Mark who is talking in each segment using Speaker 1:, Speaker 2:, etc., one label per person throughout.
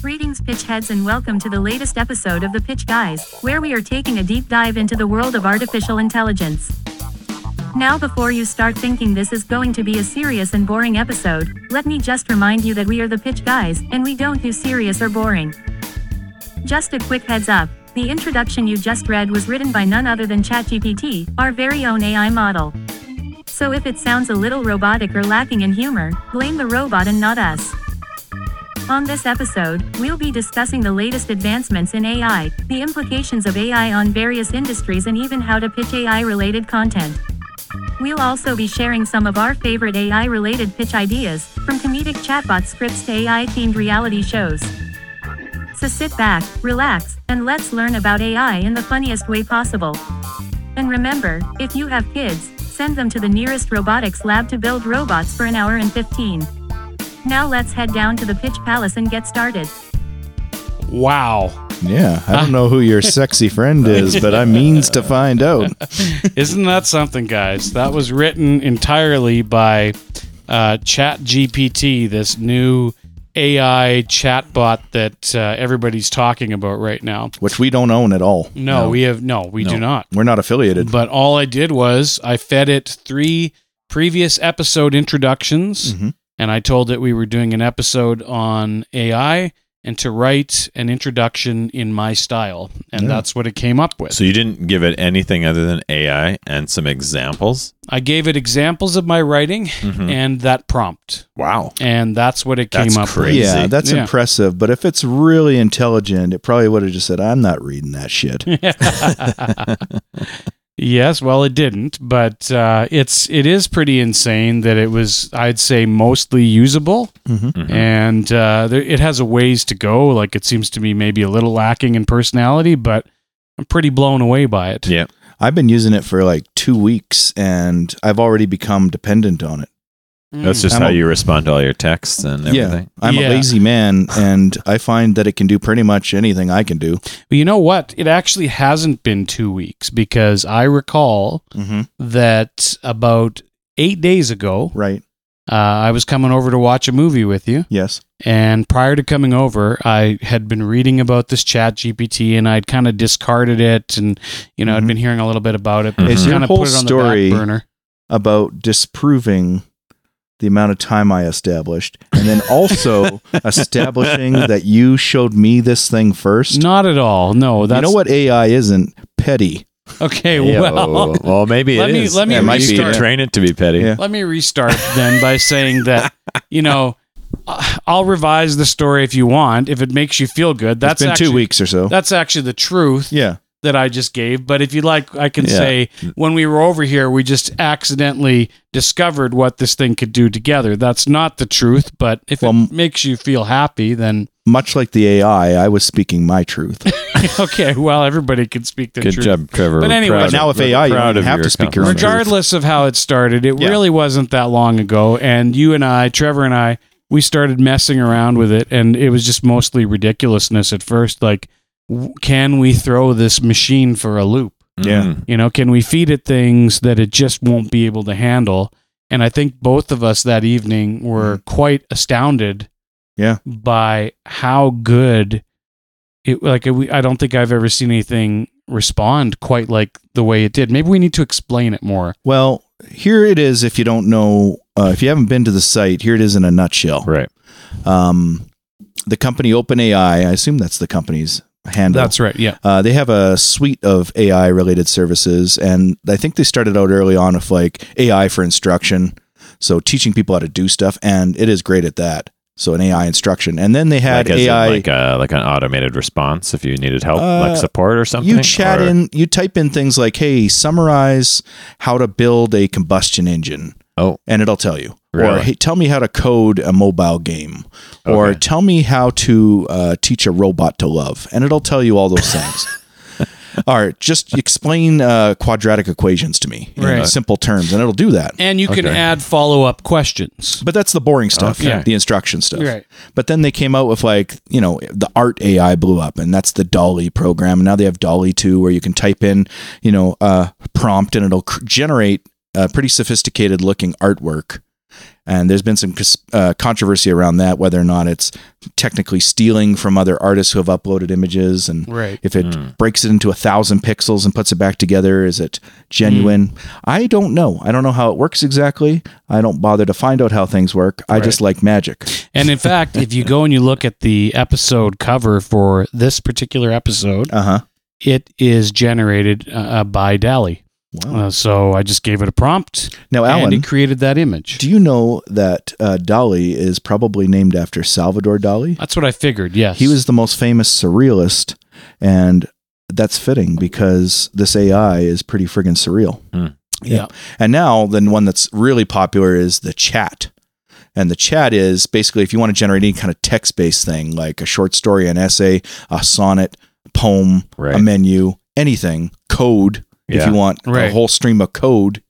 Speaker 1: Greetings, pitchheads, and welcome to the latest episode of The Pitch Guys, where we are taking a deep dive into the world of artificial intelligence. Now, before you start thinking this is going to be a serious and boring episode, let me just remind you that we are The Pitch Guys, and we don't do serious or boring. Just a quick heads up the introduction you just read was written by none other than ChatGPT, our very own AI model. So if it sounds a little robotic or lacking in humor, blame the robot and not us. On this episode, we'll be discussing the latest advancements in AI, the implications of AI on various industries, and even how to pitch AI related content. We'll also be sharing some of our favorite AI related pitch ideas, from comedic chatbot scripts to AI themed reality shows. So sit back, relax, and let's learn about AI in the funniest way possible. And remember, if you have kids, send them to the nearest robotics lab to build robots for an hour and 15. Now let's head down to the Pitch Palace and get started.
Speaker 2: Wow.
Speaker 3: Yeah, I don't know who your sexy friend is, but I means to find out.
Speaker 2: Isn't that something, guys? That was written entirely by uh, ChatGPT, this new AI chatbot that uh, everybody's talking about right now.
Speaker 3: Which we don't own at all.
Speaker 2: No, we have no, we do not.
Speaker 3: We're not affiliated.
Speaker 2: But all I did was I fed it three previous episode introductions,
Speaker 3: Mhm.
Speaker 2: and I told it we were doing an episode on AI and to write an introduction in my style, and
Speaker 3: Yeah.
Speaker 2: that's what it came up with.
Speaker 4: So you didn't give it anything other than AI and some examples.
Speaker 2: I gave it examples of my writing and that prompt,
Speaker 3: Wow.
Speaker 2: and that's what it
Speaker 4: Mm-hmm. That's
Speaker 2: came up
Speaker 4: crazy.
Speaker 3: Yeah, that's
Speaker 2: Yeah.
Speaker 3: impressive. But if it's really intelligent, it probably would have just said, I'm not reading that shit.
Speaker 2: Yes, well, it didn't, but uh, it's it is pretty insane that it was. I'd say mostly usable,
Speaker 4: Mm-hmm.
Speaker 2: and uh, there, it has a ways to go. Like it seems to me maybe a little lacking in personality, but I'm pretty blown away by it.
Speaker 4: Yeah.
Speaker 3: I've been using it for like two weeks and I've already become dependent on it.
Speaker 4: That's just
Speaker 3: I'm
Speaker 4: how
Speaker 3: a-
Speaker 4: you respond to all your texts and everything.
Speaker 3: Yeah. I'm
Speaker 2: Yeah.
Speaker 3: a lazy man and I find that it can do pretty much anything I can do.
Speaker 2: But you know what? It actually hasn't been two weeks because I recall
Speaker 3: Mm-hmm.
Speaker 2: that about eight days ago,
Speaker 3: Right.
Speaker 2: uh, I was coming over to watch a movie with you.
Speaker 3: Yes.
Speaker 2: And prior to coming over, I had been reading about this chat GPT and I'd kind of discarded it and, you know, I'd
Speaker 3: Mhm.
Speaker 2: been hearing a little bit about it,
Speaker 4: Is
Speaker 3: your
Speaker 2: kinda
Speaker 3: whole
Speaker 2: the
Speaker 3: story-
Speaker 2: back burner.
Speaker 3: About disproving the amount of time I established and then also establishing that you showed me this thing first.
Speaker 2: Not at all. No, that's
Speaker 3: you know what AI isn't? Petty.
Speaker 2: Okay,
Speaker 4: Yeah,
Speaker 2: well,
Speaker 4: well, maybe
Speaker 2: let
Speaker 4: it
Speaker 2: me-
Speaker 4: is.
Speaker 2: let me
Speaker 4: Yeah, maybe you
Speaker 2: restart.
Speaker 4: can train it to be petty.
Speaker 3: Yeah.
Speaker 2: let me restart then by saying that, you know, I- I'll revise the story if you want, if it makes you feel good. That's
Speaker 3: it's been
Speaker 2: actually,
Speaker 3: two weeks or so.
Speaker 2: That's actually the truth
Speaker 3: yeah.
Speaker 2: that I just gave. But if you'd like, I can
Speaker 4: Yeah.
Speaker 2: say when we were over here, we just accidentally discovered what this thing could do together. That's not the truth, but if
Speaker 3: Well, m-
Speaker 2: it makes you feel happy, then
Speaker 3: Much like the AI, I was speaking my truth.
Speaker 2: okay, well, everybody can speak the
Speaker 4: Good
Speaker 2: truth.
Speaker 4: job, Trevor.
Speaker 2: But
Speaker 4: We're
Speaker 2: anyway-
Speaker 4: proud
Speaker 2: But
Speaker 3: now
Speaker 4: of-
Speaker 3: with AI, you
Speaker 4: proud
Speaker 3: don't
Speaker 4: of
Speaker 3: have
Speaker 4: your
Speaker 3: to speak your own
Speaker 4: accomplishment.
Speaker 3: truth.
Speaker 2: Regardless of how it started, it
Speaker 3: Yeah.
Speaker 2: really wasn't that long ago. And you and I, Trevor and I, we started messing around with it, and it was just mostly ridiculousness at first. Like, w- can we throw this machine for a loop?
Speaker 3: Yeah.
Speaker 4: Mm.
Speaker 2: You know, can we feed it things that it just won't be able to handle? And I think both of us that evening were quite astounded
Speaker 3: Yeah.
Speaker 2: by how good it like we, I don't think I've ever seen anything respond quite like the way it did. Maybe we need to explain it more.
Speaker 3: Well, here it is. If you don't know, uh, if you haven't been to the site, here it is in a nutshell.
Speaker 4: Right.
Speaker 3: Um, the company OpenAI, I assume that's the company's handle.
Speaker 2: That's right. Yeah.
Speaker 3: Uh, they have a suite of AI related services, and I think they started out early on with like AI for instruction, so teaching people how to do stuff, and it is great at that. So an AI instruction, and then they had
Speaker 4: like, as in,
Speaker 3: AI.
Speaker 4: like a, like an automated response if you needed help,
Speaker 3: Uh,
Speaker 4: like support or something.
Speaker 3: You chat
Speaker 4: or-
Speaker 3: in, you type in things like, "Hey, summarize how to build a combustion engine."
Speaker 4: Oh.
Speaker 3: and it'll tell you. Or
Speaker 4: Really?
Speaker 3: hey, tell me how to code a mobile game, or
Speaker 4: Okay.
Speaker 3: tell me how to uh, teach a robot to love, and it'll tell you all those things. all right, just explain uh, quadratic equations to me in
Speaker 2: Right.
Speaker 3: simple terms, and it'll do that.
Speaker 2: And you can
Speaker 4: Okay.
Speaker 2: add follow up questions.
Speaker 3: But that's the boring stuff,
Speaker 2: Okay.
Speaker 3: the instruction stuff.
Speaker 2: Right.
Speaker 3: But then they came out with like, you know, the art AI blew up and that's the Dolly program. And now they have Dolly 2 where you can type in, you know, uh, prompt and it'll cr- generate a pretty sophisticated looking artwork. And there's been some cons- uh, controversy around that, whether or not it's technically stealing from other artists who have uploaded images and
Speaker 2: Right.
Speaker 3: if it breaks it into a thousand pixels and puts it back together, is it genuine? I don't know. I don't know how it works exactly. I don't bother to find out how things work. I just like magic.
Speaker 2: And in fact, if you go and you look at the episode cover for this particular episode,
Speaker 3: Uh huh.
Speaker 2: it is generated uh, uh, by Dali.
Speaker 3: Wow.
Speaker 2: Uh, so I just gave it a prompt,
Speaker 3: now,
Speaker 2: and
Speaker 3: Alan,
Speaker 2: it created that image.
Speaker 3: do you know that uh, Dali is probably named after Salvador Dali?
Speaker 2: That's what I figured. Yes,
Speaker 3: He was the most famous surrealist, and that's fitting because this AI is pretty friggin' surreal.
Speaker 4: Hmm.
Speaker 2: Yeah.
Speaker 3: And now, then one that's really popular is the chat. And the chat is basically if you want to generate any kind of text based thing, like a short story, an essay, a sonnet, poem,
Speaker 4: Right.
Speaker 3: a menu, anything, code, if
Speaker 4: Yeah.
Speaker 3: you want
Speaker 2: Right.
Speaker 3: a whole stream of code,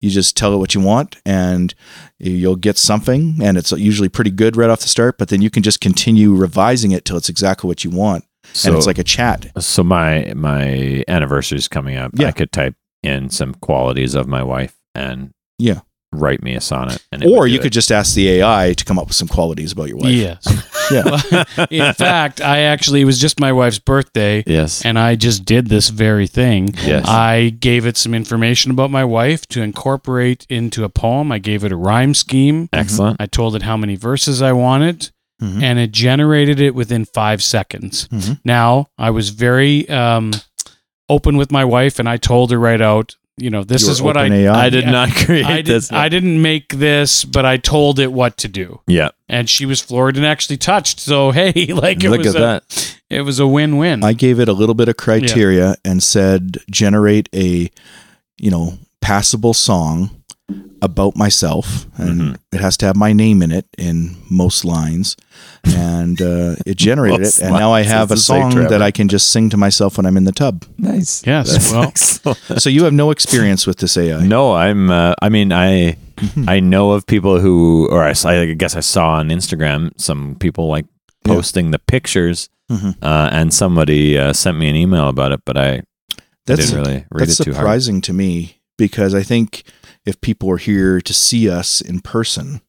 Speaker 3: you just tell it what you want and you'll get something. And it's usually pretty good right off the start, but then you can just continue revising it till it's exactly what you want.
Speaker 4: So
Speaker 3: and it's like a chat.
Speaker 4: so my my anniversary's coming up.
Speaker 3: Yeah.
Speaker 4: I could type in some qualities of my wife and
Speaker 3: Yeah.
Speaker 4: write me a sonnet. And it
Speaker 3: Or
Speaker 4: would do
Speaker 3: you
Speaker 4: it.
Speaker 3: could just ask the AI to come up with some qualities about your wife.
Speaker 2: Yes.
Speaker 3: Yeah.
Speaker 2: Well, in fact, I actually it was just my wife's birthday,
Speaker 4: yes,
Speaker 2: and I just did this very thing.
Speaker 4: yes,
Speaker 2: I gave it some information about my wife to incorporate into a poem. I gave it a rhyme scheme.
Speaker 4: excellent.
Speaker 2: I told it how many verses I wanted,
Speaker 4: Mm-hmm.
Speaker 3: Mhm.
Speaker 2: and it generated it within five seconds.
Speaker 3: Mhm.
Speaker 2: Now, I was very um, open with my wife, and I told her right out, you know, this
Speaker 3: Your
Speaker 2: is what I
Speaker 3: open AI.
Speaker 4: I did
Speaker 2: Yeah.
Speaker 4: not create
Speaker 2: I, did,
Speaker 4: this.
Speaker 2: I didn't make this, but I told it what to do,
Speaker 4: yeah,
Speaker 2: and she was floored and actually touched. So hey, like it
Speaker 4: look
Speaker 2: was
Speaker 4: at
Speaker 2: a,
Speaker 4: that.
Speaker 2: it was a win-win.
Speaker 3: I gave it a little bit of criteria and said generate a you know passable song about myself and
Speaker 4: Mm-hmm.
Speaker 3: it has to have my name in it in most lines and uh, it generated
Speaker 4: Most
Speaker 3: it and now I
Speaker 4: lines is
Speaker 3: have a
Speaker 4: the safe
Speaker 3: song
Speaker 4: travel.
Speaker 3: that I can just sing to myself when I'm in the tub.
Speaker 4: Nice.
Speaker 2: Yes, well-
Speaker 4: excellent.
Speaker 3: So you have no experience with this AI.
Speaker 4: No, I'm. Uh, I mean, I
Speaker 3: Mm-hmm.
Speaker 4: I know of people who, or I, s- I guess I saw on Instagram some people like
Speaker 3: Yeah.
Speaker 4: posting the pictures,
Speaker 3: Mhm.
Speaker 4: uh, and somebody uh, sent me an email about it, but I, I
Speaker 3: That's
Speaker 4: didn't really read
Speaker 3: That's
Speaker 4: it too hard.
Speaker 3: surprising to me because I think if people were here to see us in person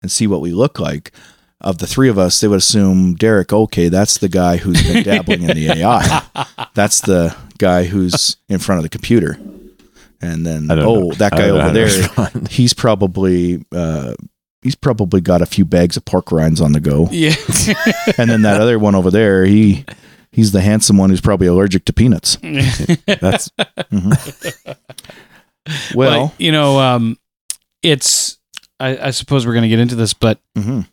Speaker 3: and see what we look like, of the three of us, they would assume Derek. Okay, that's the guy who's been dabbling in the AI. That's the guy who's in front of the computer. And then
Speaker 4: I don't
Speaker 3: oh,
Speaker 4: know.
Speaker 3: that
Speaker 4: I
Speaker 3: guy
Speaker 4: don't know how
Speaker 3: over
Speaker 4: to
Speaker 3: there,
Speaker 4: respond.
Speaker 3: he's probably uh, he's probably got a few bags of pork rinds on the go.
Speaker 2: yeah,
Speaker 3: And then that other one over there, he he's the handsome one who's probably allergic to peanuts.
Speaker 4: That's
Speaker 3: Well,
Speaker 2: you know, um, it's. I, I suppose we're going to get into this, but
Speaker 3: mhm.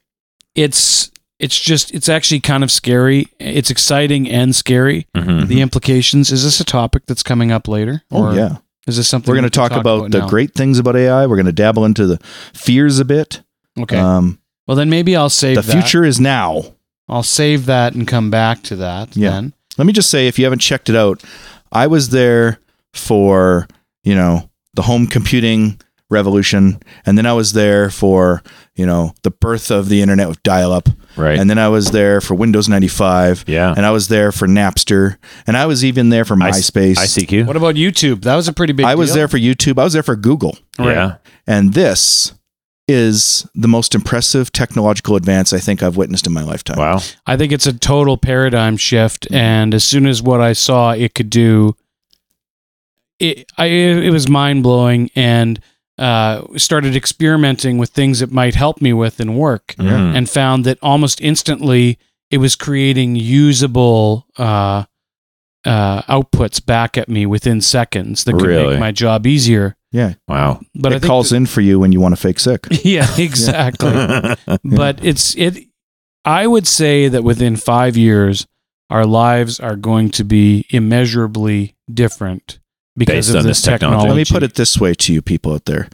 Speaker 2: it's it's just it's actually kind of scary. It's exciting and scary.
Speaker 4: mhm.
Speaker 2: The implications. Is this a topic that's coming up later?
Speaker 3: Mm-hmm. oh yeah.
Speaker 2: Is this something
Speaker 3: We're going
Speaker 2: we
Speaker 3: to
Speaker 2: can
Speaker 3: talk, about, the
Speaker 2: now?
Speaker 3: great things about AI. We're going to dabble into the fears a bit.
Speaker 2: Okay.
Speaker 3: Um,
Speaker 2: well, then maybe I'll save
Speaker 3: the
Speaker 2: that.
Speaker 3: future is now.
Speaker 2: I'll save that and come back to that.
Speaker 3: Yeah.
Speaker 2: Then.
Speaker 3: Let me just say, if you haven't checked it out, I was there for you know the home computing revolution, and then I was there for you know the birth of the internet with dial-up,
Speaker 4: right.
Speaker 3: and then I was there for Windows ninety five,
Speaker 4: yeah.
Speaker 3: and I was there for Napster, and I was even there for
Speaker 4: I s-
Speaker 3: MySpace.
Speaker 4: ICQ.
Speaker 2: What about YouTube? That was a pretty big.
Speaker 3: I was
Speaker 2: deal.
Speaker 3: there for YouTube. I was there for Google.
Speaker 4: Yeah.
Speaker 3: And this is the most impressive technological advance I think I've witnessed in my lifetime.
Speaker 4: Wow.
Speaker 2: I think it's a total paradigm shift, and as soon as what I saw it could do, it I, it was mind blowing, and uh, started experimenting with things it might help me with in work,
Speaker 3: Yeah.
Speaker 4: Mhm.
Speaker 2: and found that almost instantly it was creating usable uh, uh, outputs back at me within seconds that could
Speaker 4: Really?
Speaker 2: make my job easier.
Speaker 4: Wow.
Speaker 2: But I
Speaker 3: it
Speaker 2: think
Speaker 3: calls in for you when you want to fake sick.
Speaker 2: yeah, exactly. but it's it i would say that within five years our lives are going to be immeasurably different because
Speaker 4: Based
Speaker 2: of
Speaker 4: on
Speaker 2: this
Speaker 4: this technology.
Speaker 2: technology.
Speaker 3: Let me put it this way to you people out there.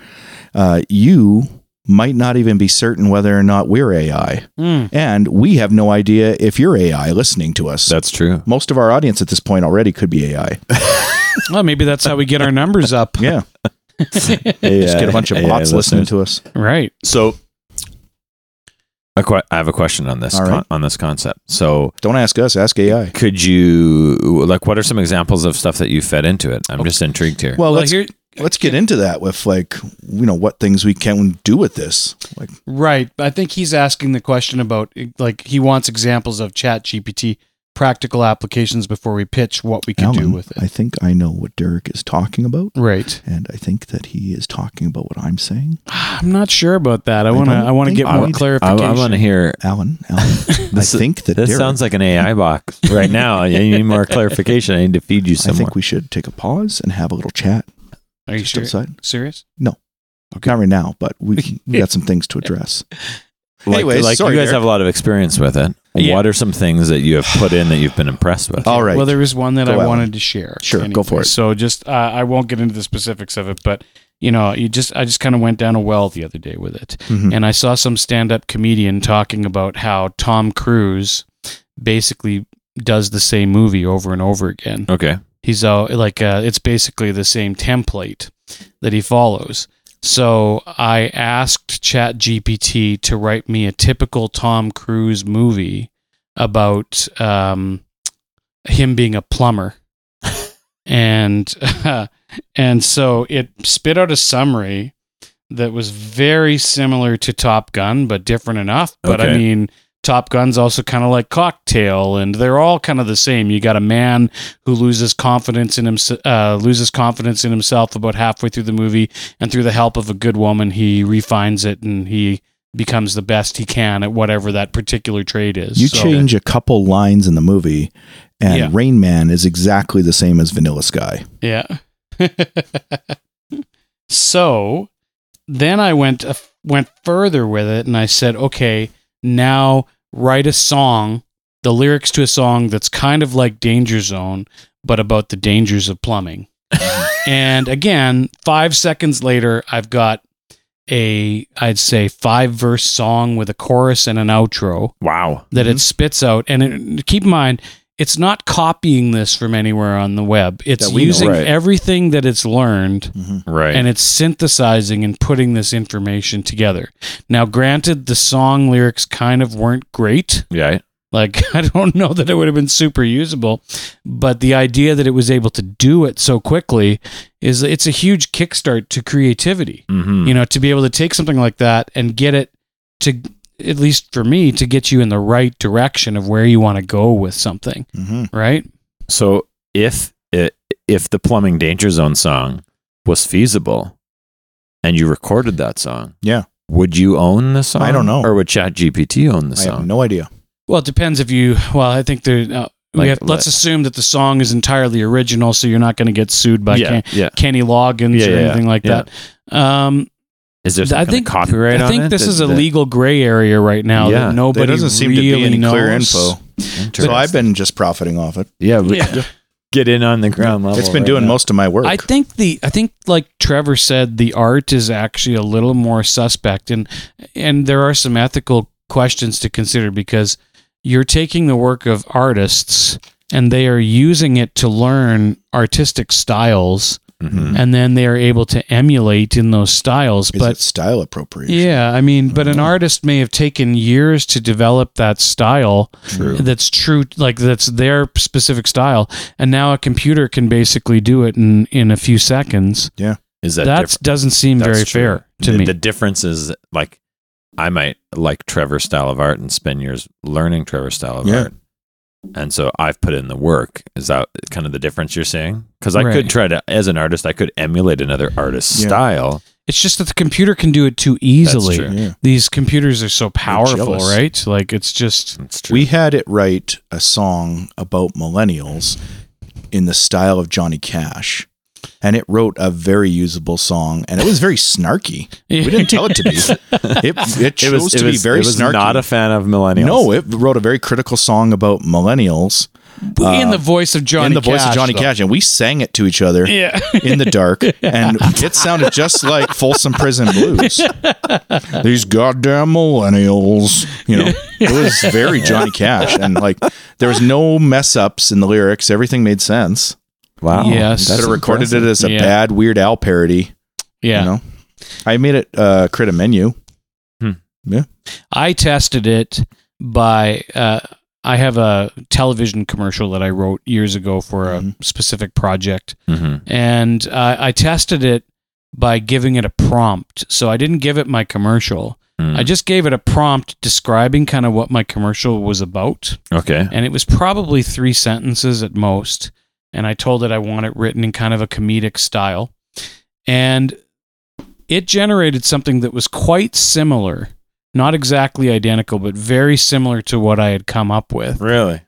Speaker 3: Uh, you might not even be certain whether or not we're AI.
Speaker 2: Mm,
Speaker 3: And we have no idea if you're AI listening to us.
Speaker 4: That's true.
Speaker 3: Most of our audience at this point already could be AI.
Speaker 2: Hmm. well maybe that's how we get our numbers up
Speaker 3: Yeah. Just get a bunch of
Speaker 4: AI
Speaker 3: bots listening
Speaker 4: listeners.
Speaker 3: to us.
Speaker 2: right
Speaker 4: So, a que- I have a question on this
Speaker 3: All
Speaker 4: con-
Speaker 3: right.
Speaker 4: on this concept. So,
Speaker 3: Don't ask us, ask AI.
Speaker 4: could you like what are some examples of stuff that you fed into it? I'm just intrigued here.
Speaker 3: Well,
Speaker 2: well
Speaker 3: let's
Speaker 2: here
Speaker 3: let's get into that with like you know what things we can do with this. Like
Speaker 2: Right. I think he's asking the question about like he wants examples of Chat GPT practical applications before we pitch what we can do
Speaker 3: Alan,
Speaker 2: with it.
Speaker 3: I think I know what Derek is talking about,
Speaker 2: right.
Speaker 3: and I think that he is talking about what I'm saying.
Speaker 2: I'm not sure about that. I want to
Speaker 3: don't
Speaker 2: I want to
Speaker 3: think
Speaker 2: get
Speaker 3: I
Speaker 2: more
Speaker 3: would-
Speaker 4: I,
Speaker 2: clarification.
Speaker 4: I want to hear.
Speaker 3: Alan, Alan, I
Speaker 4: This-
Speaker 3: think that
Speaker 4: This
Speaker 3: Derek,
Speaker 4: sounds like an AI box right now. I need more clarification. I need to feed you
Speaker 3: I
Speaker 4: some more.
Speaker 3: think we should take a pause and have a little chat.
Speaker 2: Are you
Speaker 3: just
Speaker 2: sure?
Speaker 3: outside.
Speaker 2: serious?
Speaker 3: Not right now, but we we got some things to address.
Speaker 4: Like,
Speaker 3: Anyways,
Speaker 4: like
Speaker 3: sorry,
Speaker 4: you guys
Speaker 3: Derek.
Speaker 4: have a lot of experience with it.
Speaker 2: Yeah.
Speaker 4: What are some things that you have put in that you've been impressed with?
Speaker 3: All right.
Speaker 2: Well, there was one that I
Speaker 3: Go, Alan.
Speaker 2: wanted to share.
Speaker 3: Sure, go for it.
Speaker 2: So just uh, I won't get into the specifics of it, but you know, you just I just kind of went down a well the other day with it.
Speaker 3: Mhm.
Speaker 2: and I saw some stand-up comedian talking about how Tom Cruise basically does the same movie over and over again.
Speaker 4: Okay.
Speaker 2: He's uh, like uh, it's basically the same template that he follows. So I asked ChatGPT to write me a typical Tom Cruise movie about um, him being a plumber, and and so it spit out a summary that was very similar to Top Gun, but different enough. But I
Speaker 4: Okay.
Speaker 2: mean, Top Gun's also kind of like Cocktail, and they're all kind of the same. You got a man who loses confidence in himself, uh, loses confidence in himself about halfway through the movie, and through the help of a good woman, he refines it and he becomes the best he can at whatever that particular trade is.
Speaker 3: You
Speaker 2: So-
Speaker 3: change a couple lines in the movie, and
Speaker 2: Yeah.
Speaker 3: Rain Man is exactly the same as Vanilla Sky.
Speaker 2: Yeah. so then I went uh, went further with it, and I said, okay, now write a song, the lyrics to a song that's kind of like Danger Zone, but about the dangers of plumbing. and again, five seconds later, I've got a I'd say five verse song with a chorus and an outro
Speaker 4: Wow.
Speaker 2: that
Speaker 3: Mm-hmm.
Speaker 2: it spits out. And it, keep in mind, it's not copying this from anywhere on the web. It's
Speaker 3: That we know.
Speaker 2: using
Speaker 4: Right.
Speaker 2: everything that it's learned
Speaker 4: Right.
Speaker 2: and it's synthesizing and putting this information together. Now, granted, the song lyrics kind of weren't great.
Speaker 4: yeah.
Speaker 2: Like, I don't know that it would have been super usable, but the idea that it was able to do it so quickly is it's a huge kickstart to creativity
Speaker 4: Mm-hmm.
Speaker 2: you know to be able to take something like that and get it to at least for me to get you in the right direction of where you want to go with something
Speaker 3: Mm-hmm.
Speaker 2: right
Speaker 4: So if it, if the plumbing danger zone song was feasible, and you recorded that song,
Speaker 3: Yeah.
Speaker 4: would you own the song?
Speaker 3: I don't know.
Speaker 4: or would ChatGPT own the
Speaker 3: I have
Speaker 4: song?
Speaker 3: no idea.
Speaker 2: well it depends if you well i think there uh, we
Speaker 4: Like,
Speaker 2: have, let's
Speaker 4: let-
Speaker 2: assume that the song is entirely original so you're not going to get sued by
Speaker 4: yeah,
Speaker 2: Ken-
Speaker 4: yeah.
Speaker 2: kenny loggins
Speaker 4: Yeah,
Speaker 2: or
Speaker 4: yeah,
Speaker 2: anything like
Speaker 4: yeah.
Speaker 2: that um
Speaker 4: Is there
Speaker 2: I
Speaker 4: some kind of
Speaker 2: think-
Speaker 4: copyright?
Speaker 2: i think
Speaker 4: on
Speaker 2: this
Speaker 4: is
Speaker 2: is a legal gray area right now
Speaker 4: Yeah.
Speaker 2: that
Speaker 4: There
Speaker 2: nobody
Speaker 3: There doesn't seem
Speaker 2: really
Speaker 3: to be any
Speaker 2: knows.
Speaker 3: clear info, so I've been just profiting off it.
Speaker 4: yeah, we-
Speaker 2: Yeah.
Speaker 4: Get in on the ground level.
Speaker 3: it's been
Speaker 4: right
Speaker 3: doing
Speaker 4: now.
Speaker 3: most of my work.
Speaker 2: I think the I think like Trevor said, the art is actually a little more suspect, and and there are some ethical questions to consider because you're taking the work of artists and they are using it to learn artistic styles,
Speaker 4: Mhm.
Speaker 2: and then they are able to emulate in those styles.
Speaker 3: Mm-hmm. is
Speaker 2: but
Speaker 3: it style appropriation?
Speaker 2: yeah, I mean, but
Speaker 3: Uh-huh.
Speaker 2: an artist may have taken years to develop that style
Speaker 3: True.
Speaker 2: that's true, like that's their specific style. And now a computer can basically do it in, in a few seconds.
Speaker 4: Is that
Speaker 2: That doesn't seem
Speaker 4: That's
Speaker 2: very
Speaker 4: true.
Speaker 2: fair to
Speaker 4: the,
Speaker 2: me.
Speaker 4: The difference is like I might like Trevor's style of art and spend years learning Trevor's style of
Speaker 3: Yeah.
Speaker 4: art. And so I've put in the work. Is that kind of the difference you're saying? Because I
Speaker 2: Right.
Speaker 4: could try to, as an artist, I could emulate another artist's
Speaker 3: Yeah.
Speaker 4: style.
Speaker 2: it's just that the computer can do it too easily.
Speaker 4: true.
Speaker 3: Yeah.
Speaker 2: These computers are so powerful,
Speaker 3: jealous.
Speaker 2: right? Like it's just
Speaker 4: That's true.
Speaker 3: We had it write a song about millennials in the style of Johnny Cash. And it wrote a very usable song, and it was very snarky. We didn't tell it to be. It, it chose to be very
Speaker 4: it was
Speaker 3: snarky.
Speaker 4: Not a fan of millennials.
Speaker 3: no, it wrote a very critical song about millennials
Speaker 2: in the voice of Johnny
Speaker 3: Uh, in the voice
Speaker 2: Cash,
Speaker 3: of Johnny
Speaker 2: though.
Speaker 3: Cash, and we sang it to each other
Speaker 2: Yeah.
Speaker 3: in the dark, and it sounded just like Folsom Prison Blues. These goddamn millennials, you know, it was very Johnny Cash, and like there was no mess ups in the lyrics. Everything made sense.
Speaker 4: wow.
Speaker 2: Yes.
Speaker 3: Could
Speaker 2: That's
Speaker 3: have recorded it as a
Speaker 2: Yeah.
Speaker 3: bad Weird Al parody.
Speaker 2: yeah.
Speaker 3: You know, I made it uh, crit a menu.
Speaker 2: I tested it by uh, I have a television commercial that I wrote years ago for a
Speaker 3: Mhm.
Speaker 2: specific project,
Speaker 4: Mm-hmm.
Speaker 2: and uh, I tested it by giving it a prompt. So I didn't give it my commercial. I just gave it a prompt describing kind of what my commercial was about,
Speaker 4: Mm-hmm. okay.
Speaker 2: and it was probably three sentences at most. And I told it I want it written in kind of a comedic style, and it generated something that was quite similar, not exactly identical, but very similar to what I had come up with
Speaker 4: Really?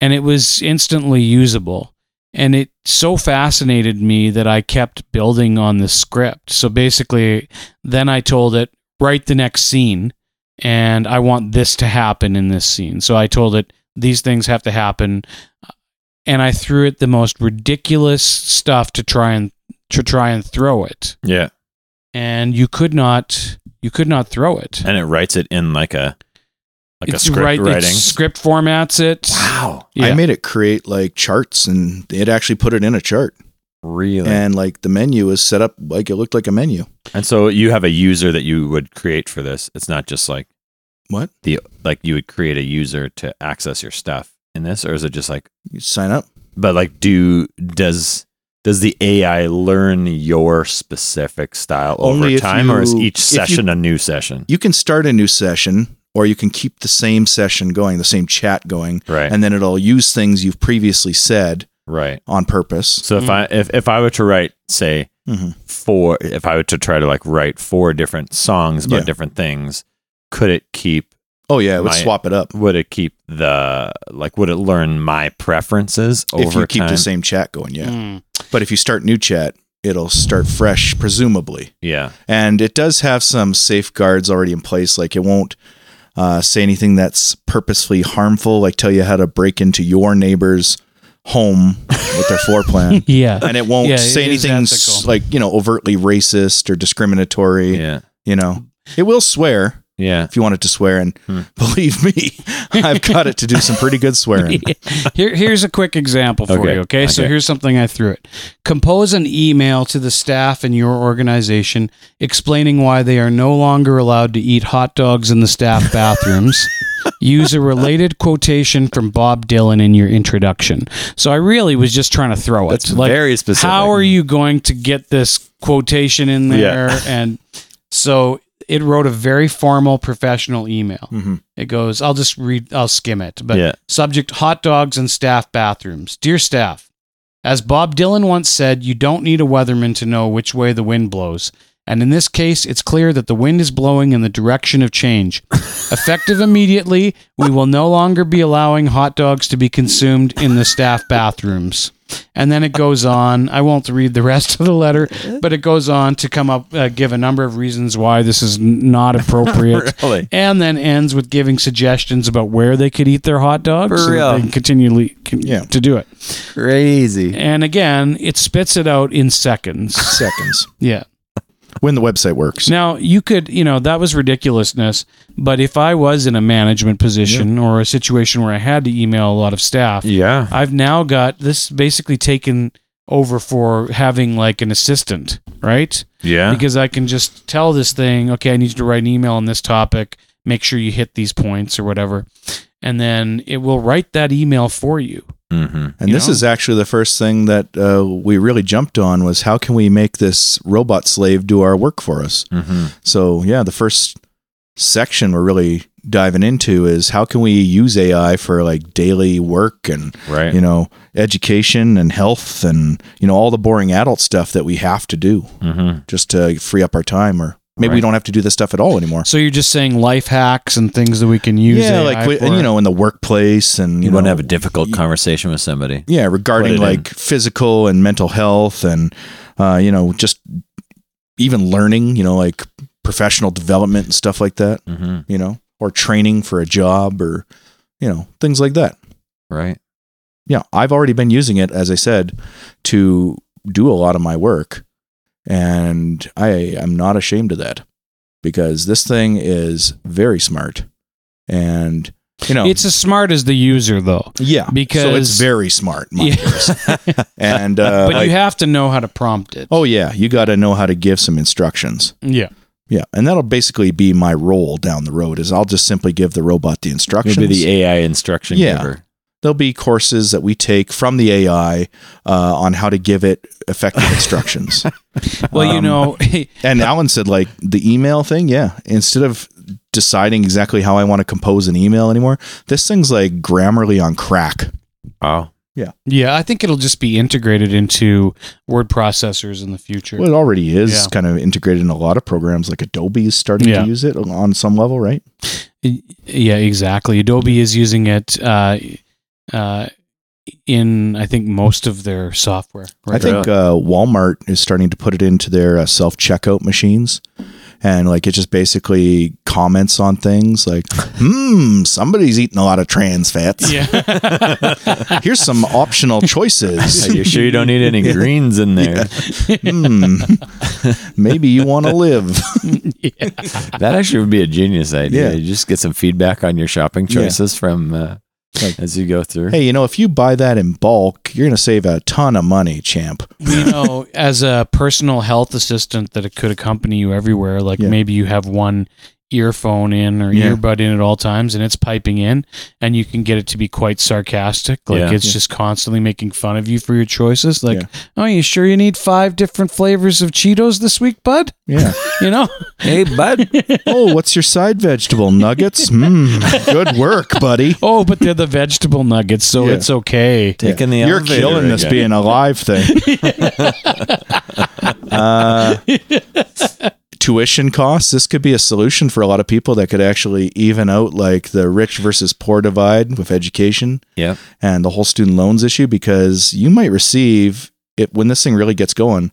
Speaker 2: and it was instantly usable. And it so fascinated me that I kept building on the script. So basically, then I told it, write the next scene, and I want this to happen in this scene. So I told it, these things have to happen. uh, And I threw it the most ridiculous stuff to try and to try and throw it.
Speaker 4: Yeah.
Speaker 2: And you could not you could not throw it.
Speaker 4: And it writes it in like a like a
Speaker 2: It's
Speaker 4: script
Speaker 2: right- it
Speaker 4: writing.
Speaker 2: script formats it.
Speaker 4: wow.
Speaker 3: I
Speaker 2: Yeah.
Speaker 3: made it create like charts and it actually put it in a chart.
Speaker 4: Really? And,
Speaker 3: And like the menu is set up like it looked like a menu.
Speaker 4: so you have a user that you would create for this. It's not just like
Speaker 3: What?
Speaker 4: the like you would create a user to access your stuff in this, or is it just like
Speaker 3: You sign up.
Speaker 4: but like do does does the AI learn your specific style
Speaker 3: Only
Speaker 4: over
Speaker 3: if
Speaker 4: time, or is
Speaker 3: you-
Speaker 4: each
Speaker 3: if you-
Speaker 4: session a new session?
Speaker 3: You can start a new session or you can keep the same session going, the same chat going,
Speaker 4: right.
Speaker 3: and then it'll use things you've previously said
Speaker 4: right.
Speaker 3: on purpose.
Speaker 4: So if I if, if I were to write, say,
Speaker 3: Mm-hmm.
Speaker 4: four if I were to try to like write four different songs about
Speaker 3: Yeah.
Speaker 4: different things, could it keep
Speaker 3: Oh yeah, it would
Speaker 4: My-
Speaker 3: swap it up
Speaker 4: would it keep the like would it learn my preferences over
Speaker 3: if you keep
Speaker 4: time?
Speaker 3: the same chat going. Yeah,
Speaker 2: Mm.
Speaker 3: but if you start new chat, it'll start fresh, presumably.
Speaker 4: Yeah.
Speaker 3: And it does have some safeguards already in place, like it won't uh, say anything that's purposefully harmful, like tell you how to break into your neighbor's home with their floor plan.
Speaker 2: Yeah.
Speaker 3: And it won't
Speaker 2: Yeah, it
Speaker 3: say
Speaker 2: is
Speaker 3: anything s-
Speaker 2: ethical.
Speaker 3: like you know overtly racist or discriminatory.
Speaker 4: Yeah.
Speaker 3: You know, it will swear
Speaker 4: Yeah.
Speaker 3: if you want it to swear, and
Speaker 4: Hmm.
Speaker 3: believe me, I've got it to do some pretty good swearing.
Speaker 2: Here, here's a quick example for
Speaker 4: Okay.
Speaker 2: you. Okay? so
Speaker 4: Okay.
Speaker 2: here's something I threw it. Compose an email to the staff in your organization explaining why they are no longer allowed to eat hot dogs in the staff bathrooms. Use a related quotation from Bob Dylan in your introduction. So I really was just trying to throw it.
Speaker 4: That's very specific.
Speaker 2: How are you going to get this quotation in there?
Speaker 4: Yeah.
Speaker 2: And so it wrote a very formal, professional email.
Speaker 4: Mm-hmm.
Speaker 3: hmm
Speaker 2: It goes, I'll just read, I'll skim it. But
Speaker 4: Yeah.
Speaker 2: subject hot dogs and staff bathrooms. Dear staff, as Bob Dylan once said, you don't need a weatherman to know which way the wind blows. And in this case, it's clear that the wind is blowing in the direction of change. Effective immediately, we will no longer be allowing hot dogs to be consumed in the staff bathrooms. And then it goes on. I won't read the rest of the letter, but it goes on to come up, uh, give a number of reasons why this is n- not appropriate
Speaker 4: Really?
Speaker 2: and then ends with giving suggestions about where they could eat their hot dogs
Speaker 4: For
Speaker 2: so that
Speaker 4: real.
Speaker 2: they can continually con-
Speaker 3: Yeah.
Speaker 2: to do it.
Speaker 4: Crazy.
Speaker 2: And again, it spits it out in seconds.
Speaker 3: Seconds
Speaker 2: yeah.
Speaker 3: when the website works.
Speaker 2: Now, you could, you know, that was ridiculousness, but if I was in a management position or a situation where I had to email a lot of staff,
Speaker 4: Yeah.
Speaker 2: I've now got this basically taken over for having like an assistant, right?
Speaker 4: Yeah.
Speaker 2: because I can just tell this thing, okay, I need you to write an email on this topic. Make sure you hit these points or whatever. And then it will write that email for you.
Speaker 4: mm-hmm.
Speaker 3: And
Speaker 2: you
Speaker 3: this
Speaker 2: know?
Speaker 3: is actually the first thing that uh, we really jumped on was how can we make this robot slave do our work for us?
Speaker 4: Mm-hmm.
Speaker 3: So yeah, the first section we're really diving into is how can we use AI for like daily work and
Speaker 4: Right.
Speaker 3: you know education and health and you know all the boring adult stuff that we have to do
Speaker 4: mm-hmm.
Speaker 3: just to free up our time or maybe we
Speaker 4: Right.
Speaker 3: don't have to do this stuff at all anymore.
Speaker 2: So you're just saying life hacks and things that we can use.
Speaker 3: yeah,
Speaker 2: AI
Speaker 3: like we- and
Speaker 2: for.
Speaker 3: you know in the workplace and
Speaker 4: You,
Speaker 3: know,
Speaker 4: want to have a difficult conversation with somebody.
Speaker 3: yeah regarding
Speaker 4: Put it in.
Speaker 3: like physical and mental health and uh, you know just even learning you know like professional development and stuff like that
Speaker 4: Mm-hmm.
Speaker 3: you know or training for a job or you know things like that
Speaker 4: Right.
Speaker 3: yeah i've already been using it as i said to do a lot of my work and i am not ashamed of that because this thing is very smart and you know
Speaker 2: it's as smart as the user, though.
Speaker 3: yeah so
Speaker 2: because-
Speaker 3: it's very smart mind
Speaker 2: Yeah.
Speaker 3: yours. and uh, oh,
Speaker 2: but
Speaker 3: like-
Speaker 2: you have to know how to prompt it.
Speaker 3: Oh yeah, you got to know how to give some instructions.
Speaker 2: yeah.
Speaker 3: Yeah, and that'll basically be my role down the road. Is I'll just simply give the robot the instructions.
Speaker 4: Maybe the AI instruction
Speaker 3: Yeah.
Speaker 4: giver.
Speaker 3: There'll be courses that we take from the AI uh, on how to give it effective instructions.
Speaker 2: Well, you
Speaker 3: Um,
Speaker 2: know,
Speaker 3: And Alan said, like the email thing. Yeah, instead of deciding exactly how I want to compose an email anymore, this thing's like Grammarly on crack. Oh.
Speaker 4: Wow.
Speaker 2: yeah, I think it'll just be integrated into word processors in the future.
Speaker 3: Well, it already is
Speaker 2: Yeah.
Speaker 3: kind of integrated in a lot of programs. Like Adobe is starting
Speaker 2: Yeah.
Speaker 3: to use it on some level, right?
Speaker 2: Yeah, exactly. Adobe is using it uh, uh, in, I think, most of their software.
Speaker 3: I think uh, Walmart is starting to put it into their uh, self checkout machines. And like it just basically comments on things like, hmm, somebody's eating a lot of trans fats.
Speaker 2: Yeah.
Speaker 3: Here's some optional choices.
Speaker 4: Are you sure you don't need any greens in there?
Speaker 3: Hmm. Maybe you want to live.
Speaker 4: That actually would be a genius idea.
Speaker 3: Yeah.
Speaker 4: You just get some feedback on your shopping
Speaker 3: Yeah.
Speaker 4: choices from uh,
Speaker 3: Like-
Speaker 4: as you go through.
Speaker 3: hey, you know, if you buy that in bulk, you're going to save a ton of money, champ.
Speaker 2: you know, as a personal health assistant that it could accompany you everywhere, like
Speaker 3: Yeah.
Speaker 2: maybe you have one earphone in or
Speaker 3: Yeah.
Speaker 2: earbud in at all times and it's piping in and you can get it to be quite sarcastic like
Speaker 4: Yeah.
Speaker 2: it's
Speaker 3: Yeah.
Speaker 2: just constantly making fun of you for your choices like
Speaker 3: Yeah.
Speaker 2: oh you sure you need five different flavors of cheetos this week bud
Speaker 3: Yeah.
Speaker 2: you know
Speaker 4: Hey, bud.
Speaker 3: oh, what's your side vegetable? Nuggets? Hmm. Good work, buddy.
Speaker 2: oh but they're the vegetable nuggets so
Speaker 3: Yeah.
Speaker 2: it's okay
Speaker 4: Taking the
Speaker 3: You're
Speaker 4: elevator
Speaker 3: killing this
Speaker 4: again.
Speaker 3: being alive thing. uh, tuition costs. This could be a solution for a lot of people that could actually even out like the rich versus poor divide with education
Speaker 4: Yep.
Speaker 3: and the whole student loans issue because you might receive it when this thing really gets going.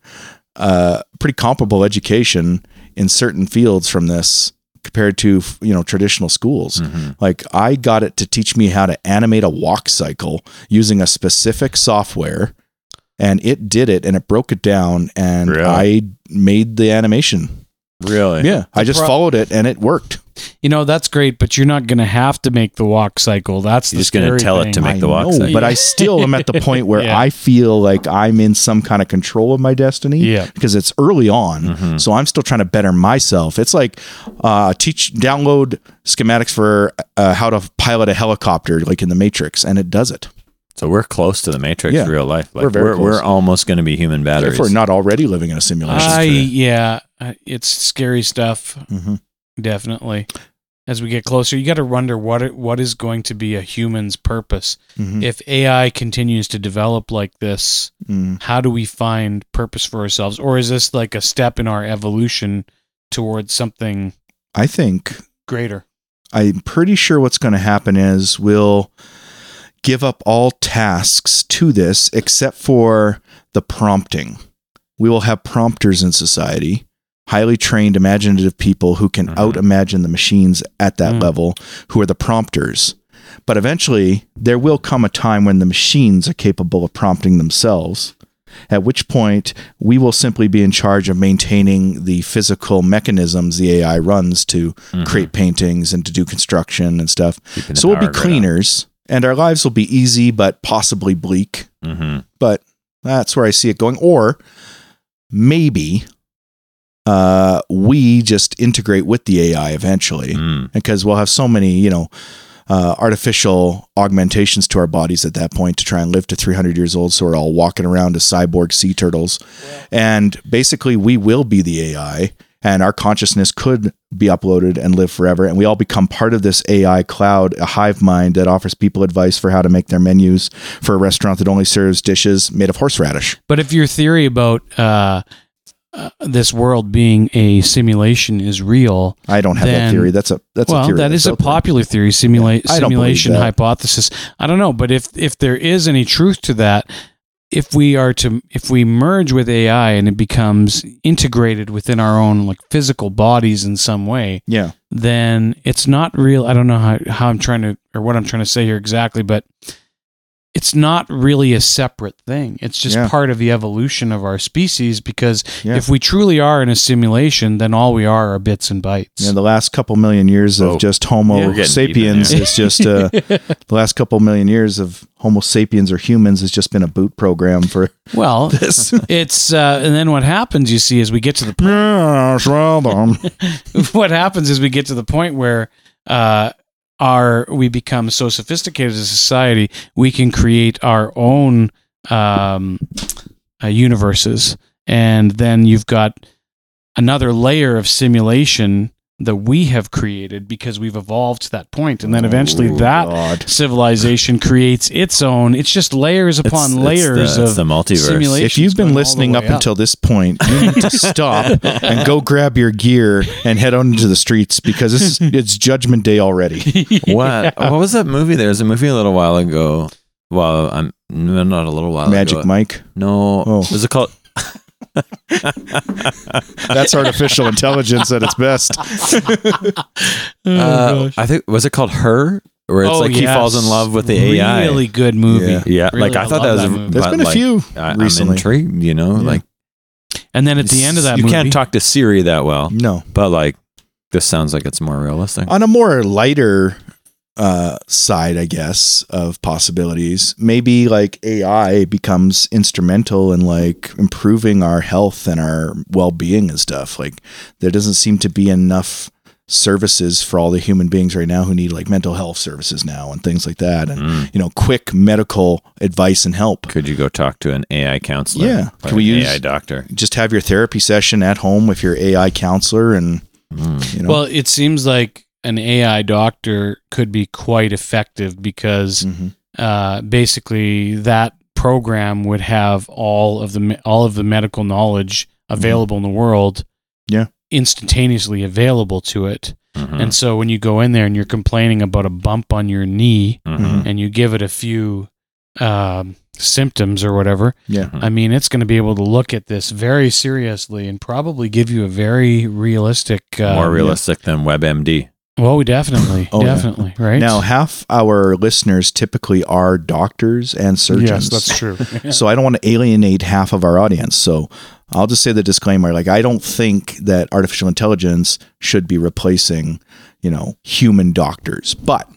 Speaker 3: Uh, pretty comparable education in certain fields from this compared to you know traditional schools. Like I got it to teach me how to animate a walk cycle using a specific software and it did it and it broke it down and
Speaker 4: Really?
Speaker 3: I made the animation.
Speaker 4: Really?
Speaker 3: Yeah, I just
Speaker 2: pro-
Speaker 3: followed it and it worked.
Speaker 2: you know that's great but you're not going to have to make the walk cycle that's
Speaker 4: You're
Speaker 2: the
Speaker 4: just gonna
Speaker 2: scary
Speaker 4: tell it
Speaker 2: thing.
Speaker 4: to make
Speaker 3: I
Speaker 4: the walk cycle.
Speaker 3: but I still am at the point where
Speaker 2: Yeah.
Speaker 3: I feel like I'm in some kind of control of my destiny
Speaker 2: Yeah.
Speaker 3: because it's early on.
Speaker 4: Mhm.
Speaker 3: So I'm still trying to better myself. It's like uh, teach, download schematics for uh, how to pilot a helicopter, like in the Matrix, and it does it.
Speaker 4: So we're close to the Matrix
Speaker 3: Yeah.
Speaker 4: real life. Like
Speaker 3: We're
Speaker 4: we're
Speaker 3: very
Speaker 4: we're,
Speaker 3: close.
Speaker 4: almost going to be human batteries.
Speaker 3: If we're not already living in a simulation.
Speaker 2: I, yeah uh, it's scary stuff
Speaker 3: hmm
Speaker 2: definitely as we get closer you got to wonder what it, what is going to be a human's purpose
Speaker 4: Hmm.
Speaker 3: Mhm.
Speaker 2: if ai continues to develop like this
Speaker 4: Hmm.
Speaker 3: Mm.
Speaker 2: how do we find purpose for ourselves or is this like a step in our evolution towards something
Speaker 3: I think
Speaker 2: greater
Speaker 3: I'm pretty sure what's going to happen is we'll give up all tasks to this except for the prompting. We will have prompters in society, highly trained, imaginative people who can
Speaker 4: Mhm.
Speaker 3: out imagine the machines at that
Speaker 2: Mm.
Speaker 3: level, who are the prompters. But eventually, there will come a time when the machines are capable of prompting themselves, at which point we will simply be in charge of maintaining the physical mechanisms the AI runs to
Speaker 4: Mhm.
Speaker 3: create paintings and to do construction and stuff.
Speaker 4: Keeping the
Speaker 3: So we'll be
Speaker 4: power grid up.
Speaker 3: cleaners and our lives will be easy but possibly bleak.
Speaker 4: Mhm.
Speaker 3: But that's where I see it going. Or maybe uh, we just integrate with the AI eventually
Speaker 4: Mm.
Speaker 3: because we'll have so many, you know, uh, artificial augmentations to our bodies at that point to try and live to 300 years old. So we're all walking around as cyborg sea turtles. And basically, we will be the AI, and our consciousness could be uploaded and live forever. And we all become part of this AI cloud, a hive mind that offers people advice for how to make their menus for a restaurant that only serves dishes made of horseradish.
Speaker 2: But if your theory about uh, uh, this world being a simulation is real,
Speaker 3: I don't have that
Speaker 2: Then-
Speaker 3: theory. That's a that's a
Speaker 2: well,
Speaker 3: theory
Speaker 2: that
Speaker 3: that's
Speaker 2: is a
Speaker 3: out there.
Speaker 2: popular theory, simula-
Speaker 3: I don't believe
Speaker 2: simulation
Speaker 3: that.
Speaker 2: hypothesis. I don't know, but if if there is any truth to that, if we are to if we merge with AI and it becomes integrated within our own like physical bodies in some way,
Speaker 3: Yeah.
Speaker 2: then it's not real. I don't know how, how I'm trying to or what I'm trying to say here exactly, but it's not really a separate thing. It's just
Speaker 3: Yeah.
Speaker 2: part of the evolution of our species because
Speaker 3: Yeah.
Speaker 2: if we truly are in a simulation, then all we are are bits and bytes.
Speaker 3: Yeah, the last couple million years of
Speaker 4: Oh.
Speaker 3: just
Speaker 2: Yeah, we're
Speaker 3: Homo
Speaker 4: getting
Speaker 3: sapiens
Speaker 4: deep
Speaker 3: is just uh, the last couple million years of Homo sapiens or humans has just been a boot program for
Speaker 2: well,
Speaker 3: this.
Speaker 2: it's uh, and then what happens you see is we get to the what happens is we get to the point where uh, our we become so sophisticated as a society we can create our own um, uh, universes, and then you've got another layer of simulation that we have created because we've evolved to that point, and then eventually
Speaker 3: Oh,
Speaker 2: that
Speaker 3: God.
Speaker 2: civilization creates its own. It's just layers
Speaker 4: It's-
Speaker 2: upon
Speaker 4: it's
Speaker 2: layers
Speaker 4: the, it's
Speaker 2: of
Speaker 4: the multiverse.
Speaker 2: simulation.
Speaker 3: If you've
Speaker 2: going all
Speaker 3: been
Speaker 2: the
Speaker 3: listening
Speaker 2: way
Speaker 3: up
Speaker 2: up.
Speaker 3: until this point, you need to stop and go grab your gear and head on into the streets because this is, it's Judgment Day already.
Speaker 4: What? Oh, What was that movie? There was a movie a little while ago. Well, I'm no, not a little while ago.
Speaker 3: Magic Mike.
Speaker 4: No,
Speaker 3: Oh.
Speaker 4: was it called?
Speaker 3: That's artificial intelligence at its best.
Speaker 4: uh, I think was it called Her, where it's
Speaker 2: Oh,
Speaker 4: like he
Speaker 2: yes.
Speaker 4: falls in love with the AI.
Speaker 2: Really good movie.
Speaker 3: Yeah.
Speaker 4: Yeah,
Speaker 2: Really,
Speaker 4: like I,
Speaker 2: I
Speaker 4: thought
Speaker 2: love
Speaker 4: that was.
Speaker 2: that
Speaker 4: a
Speaker 2: movie.
Speaker 3: There's
Speaker 4: but,
Speaker 3: been a
Speaker 4: like,
Speaker 3: few
Speaker 4: I, I'm
Speaker 3: recently.
Speaker 4: intrigued. You know,
Speaker 3: Yeah.
Speaker 4: like
Speaker 2: And then at the end of that
Speaker 4: you
Speaker 2: movie,
Speaker 4: can't talk to Siri that well,
Speaker 3: no.
Speaker 4: but like this sounds like it's more realistic.
Speaker 3: on a more lighter uh, side, I guess, of possibilities, maybe like AI becomes instrumental in like improving our health and our well being and stuff. Like, there doesn't seem to be enough services for all the human beings right now who need like mental health services now and things like that. And,
Speaker 4: Mm.
Speaker 3: you know, quick medical advice and help.
Speaker 4: Could you go talk to an AI counselor?
Speaker 3: Yeah.
Speaker 4: or
Speaker 3: Can we
Speaker 4: an
Speaker 3: use-
Speaker 4: AI doctor?
Speaker 3: Just have your therapy session at home with your AI counselor and,
Speaker 4: Mm.
Speaker 3: you know,
Speaker 2: well, it seems like an AI doctor could be quite effective because
Speaker 4: Mm.
Speaker 3: mhm.
Speaker 2: uh, basically that program would have all of the me- all of the medical knowledge
Speaker 4: Mm-hmm.
Speaker 2: available in the world.
Speaker 3: Yeah.
Speaker 2: Instantaneously available to it.
Speaker 4: Mhm.
Speaker 2: And so when you go in there and you're complaining about a bump on your knee
Speaker 4: Mhm.
Speaker 2: and you give it a few um, symptoms or whatever,
Speaker 3: yeah.
Speaker 2: I mean, it's going to be able to look at this very seriously and probably give you a very realistic. Uh,
Speaker 4: more realistic than WebMD.
Speaker 2: Well, we definitely,
Speaker 3: Oh, yeah.
Speaker 2: definitely, right?
Speaker 3: Now, half our listeners typically are doctors and surgeons.
Speaker 2: yes, that's true.
Speaker 3: So I don't want to alienate half of our audience. So I'll just say the disclaimer like I don't think that artificial intelligence should be replacing, you know, human doctors. But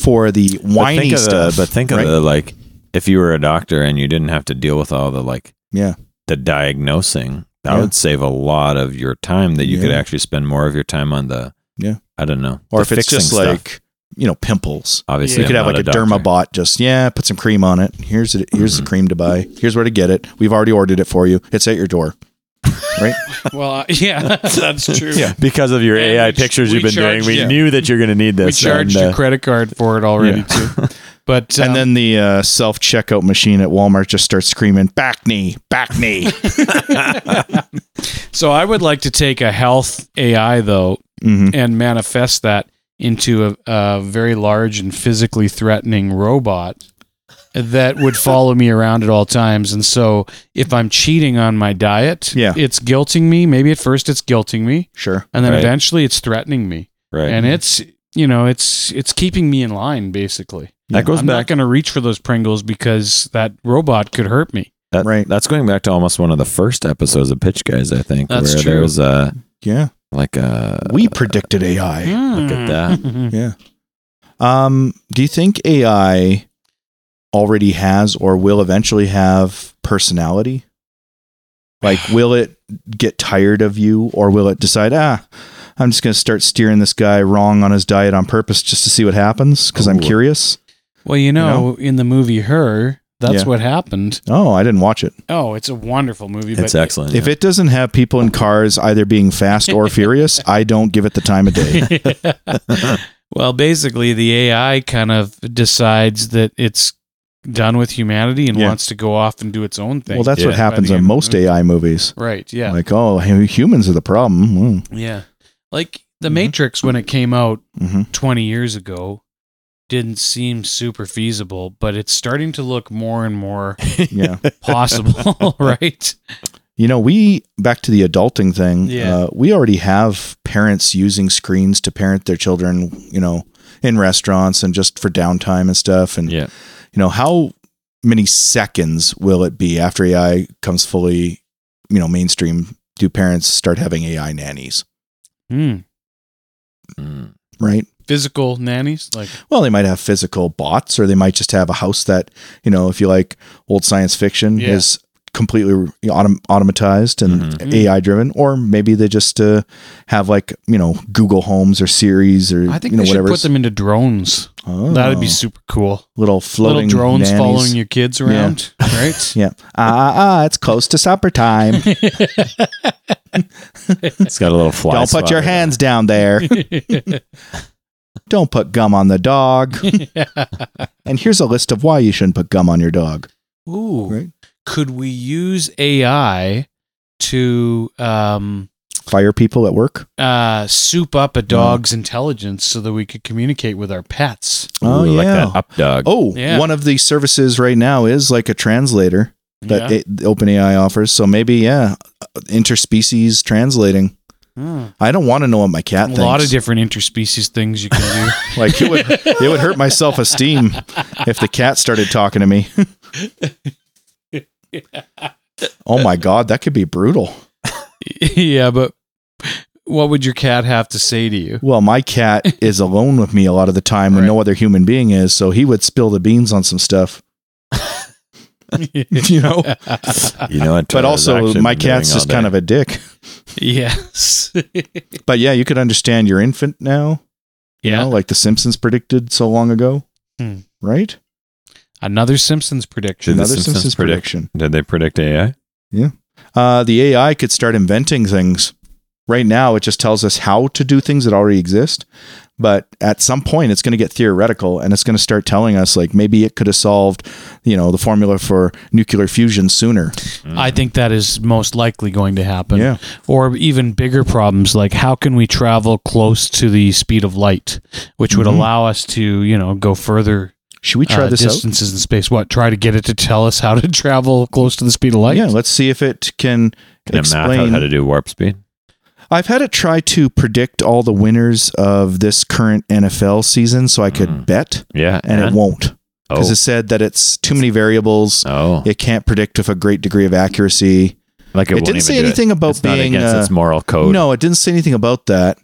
Speaker 3: for the
Speaker 4: But
Speaker 3: whiny
Speaker 4: think of
Speaker 3: stuff,
Speaker 4: the, but think
Speaker 3: right?
Speaker 4: of the like if you were a doctor and you didn't have to deal with all the like
Speaker 3: yeah,
Speaker 4: the diagnosing, that
Speaker 3: Yeah.
Speaker 4: would save a lot of your time that you could
Speaker 3: Yeah.
Speaker 4: actually spend more of your time on the
Speaker 3: Yeah.
Speaker 4: I don't know.
Speaker 3: or
Speaker 4: the
Speaker 3: if it's
Speaker 4: fixing
Speaker 3: just
Speaker 4: stuff.
Speaker 3: like you know pimples.
Speaker 4: obviously
Speaker 3: You could
Speaker 4: I'm
Speaker 3: have
Speaker 4: not
Speaker 3: like a,
Speaker 4: doctor.
Speaker 3: dermabot. Just yeah, put some cream on it. Here's it. Here's
Speaker 4: Mhm.
Speaker 3: the cream to buy. Here's where to get it. We've already ordered it for you. It's at your door. Right?
Speaker 2: well, uh, yeah, that's true.
Speaker 3: Yeah.
Speaker 4: Because of your
Speaker 2: And
Speaker 4: AI
Speaker 2: we ch-
Speaker 4: pictures
Speaker 2: we
Speaker 4: you've been
Speaker 2: charged-
Speaker 4: doing, we
Speaker 2: yeah.
Speaker 4: knew that you're going to need this.
Speaker 2: We charged
Speaker 4: and,
Speaker 3: uh,
Speaker 2: your credit card for it already too. But um,
Speaker 3: and then the uh, self checkout machine at Walmart just starts screaming back knee, back knee.
Speaker 2: so I would like to take a health AI though
Speaker 3: hmm
Speaker 2: and manifest that into a, a very large and physically threatening robot that would follow me around at all times. And so if I'm cheating on my diet,
Speaker 3: Yeah.
Speaker 2: it's guilting me. Maybe at first it's guilting me,
Speaker 3: Sure.
Speaker 2: and then
Speaker 4: Right.
Speaker 2: eventually it's threatening me.
Speaker 4: right.
Speaker 2: And it's you know it's it's keeping me in line basically.
Speaker 4: that goes
Speaker 2: I'm not
Speaker 4: back.
Speaker 2: going to reach for those Pringles because that robot could hurt me.
Speaker 4: that-
Speaker 3: Right.
Speaker 4: That's going back to almost one of the first episodes of Pitch Guys, I think,
Speaker 2: That's
Speaker 4: where
Speaker 2: true.
Speaker 4: there was a
Speaker 3: Yeah.
Speaker 4: like uh, a
Speaker 3: We predicted AI.
Speaker 2: Look
Speaker 4: at that.
Speaker 3: Yeah. Um, do you think AI already has or will eventually have personality? Like, will it get tired of you or will it decide, ah, I'm just going to start steering this guy wrong on his diet on purpose just to see what happens because I'm
Speaker 4: Ooh.
Speaker 3: curious?
Speaker 2: Well, you know, in the movie Her, that's
Speaker 3: Yeah.
Speaker 2: what happened.
Speaker 3: Oh, I didn't watch it.
Speaker 2: Oh, it's a wonderful movie.
Speaker 4: It's
Speaker 2: but
Speaker 4: excellent.
Speaker 3: If it doesn't have people in cars either being fast or furious, I don't give it the time of day.
Speaker 2: well, basically, the AI kind of decides that it's done with humanity and
Speaker 3: Yeah.
Speaker 2: wants to go off and do its own thing.
Speaker 3: Well, that's
Speaker 4: Yeah.
Speaker 3: what happens
Speaker 2: By the
Speaker 3: in
Speaker 2: end of the
Speaker 3: most
Speaker 2: movie.
Speaker 3: AI movies.
Speaker 2: right. Yeah.
Speaker 3: Like, oh, hu- humans are the problem. Mm,
Speaker 2: yeah. Like The
Speaker 3: Mhm.
Speaker 2: Matrix, when it came out
Speaker 3: Mm-hmm.
Speaker 2: 20 years ago, didn't seem super feasible, but it's starting to look more and more
Speaker 3: Yeah.
Speaker 2: possible, right?
Speaker 3: You know, we back to the adulting thing.
Speaker 2: Yeah.
Speaker 3: Uh, we already have parents using screens to parent their children. You know, in restaurants and just for downtime and stuff. And
Speaker 4: Yeah.
Speaker 3: you know, how many seconds will it be after AI comes fully, you know, mainstream? Do parents start having AI nannies,
Speaker 2: Mm.
Speaker 4: Mm.
Speaker 3: right?
Speaker 2: Physical nannies, like
Speaker 3: Well, they might have physical bots, or they might just have a house that, you know, if you like old science fiction,
Speaker 2: Yeah.
Speaker 3: is completely autom- automatized and
Speaker 2: Mhm.
Speaker 3: AI driven, or maybe they just uh, have like you know Google Homes or Series or
Speaker 2: I think
Speaker 3: you know
Speaker 2: they should
Speaker 3: whatever.
Speaker 2: put them into drones.
Speaker 3: Oh.
Speaker 2: That'd be super cool.
Speaker 3: little floating
Speaker 2: Little drones
Speaker 3: nannies.
Speaker 2: following your kids around, right?
Speaker 3: Yeah, ah, ah, ah, it's close to supper time.
Speaker 4: It's got a little fly.
Speaker 3: Don't put
Speaker 4: swatter.
Speaker 3: your hands down there. Don't put gum on the dog. and here's a list of why you shouldn't put gum on your dog.
Speaker 2: Ooh.
Speaker 3: Right.
Speaker 2: Could we use AI to um,
Speaker 3: Fire people at work.
Speaker 2: uh, soup up
Speaker 3: Mm.
Speaker 2: a dog's intelligence so that we could communicate with our pets?
Speaker 4: Ooh,
Speaker 3: Oh,
Speaker 4: like
Speaker 3: yeah.
Speaker 4: that up dog.
Speaker 3: Oh,
Speaker 2: Yeah.
Speaker 3: one of the services right now is like a translator that it, OpenAI offers. So maybe yeah, interspecies translating.
Speaker 2: Mm.
Speaker 3: I don't want to know what my
Speaker 2: A
Speaker 3: cat thinks.
Speaker 2: lot of different interspecies things you can do.
Speaker 3: Like it would, it would hurt my self esteem if the cat started talking to me. oh my god, that could be brutal.
Speaker 2: yeah, but what would your cat have to say to you?
Speaker 3: Well, my cat is alone with me a lot of the time when no other human being is, so he would spill the beans on some stuff. you know,
Speaker 4: You know
Speaker 3: but
Speaker 4: what? Tyler's
Speaker 3: also
Speaker 4: actually
Speaker 3: my
Speaker 4: been doing
Speaker 3: cat's
Speaker 4: all
Speaker 3: just kind
Speaker 4: day.
Speaker 3: of a dick.
Speaker 2: yes.
Speaker 3: But yeah, you could understand your infant now, you know, like the Simpsons predicted so long ago,
Speaker 2: Hmm.
Speaker 3: right?
Speaker 2: Another Simpsons prediction.
Speaker 4: Did the Simpsons predict- Did they predict AI?
Speaker 3: uh, the AI could start inventing things. Right now, it just tells us how to do things that already exist. But at some point, it's going to get theoretical and it's going to start telling us, like, maybe it could have solved, you know, the formula for nuclear fusion sooner.
Speaker 2: I think that is most likely going to happen.
Speaker 3: Yeah.
Speaker 2: Or even bigger problems like how can we travel close to the speed of light, which would
Speaker 3: Mhm.
Speaker 2: allow us to, you know, go further
Speaker 3: Should we try
Speaker 2: uh,
Speaker 3: this out?
Speaker 2: distances in space. What? Try to get it to tell us how to travel close to the speed of light?
Speaker 3: Yeah, let's see if it can,
Speaker 4: Can it math out
Speaker 3: explain.
Speaker 4: how to do warp speed?
Speaker 3: I've had it try to predict all the winners of this current NFL season so I could
Speaker 4: Mm.
Speaker 3: bet,
Speaker 4: Yeah.
Speaker 3: and it won't because
Speaker 4: Oh.
Speaker 3: it said that it's too many variables.
Speaker 4: Oh,
Speaker 3: It can't predict with a great degree of accuracy.
Speaker 4: like
Speaker 3: it
Speaker 4: it, won't
Speaker 3: didn't
Speaker 4: even
Speaker 3: say
Speaker 4: do it.
Speaker 3: anything about
Speaker 4: It's
Speaker 3: being,
Speaker 4: not against
Speaker 3: uh,
Speaker 4: its moral code.
Speaker 3: No, it didn't say anything about that.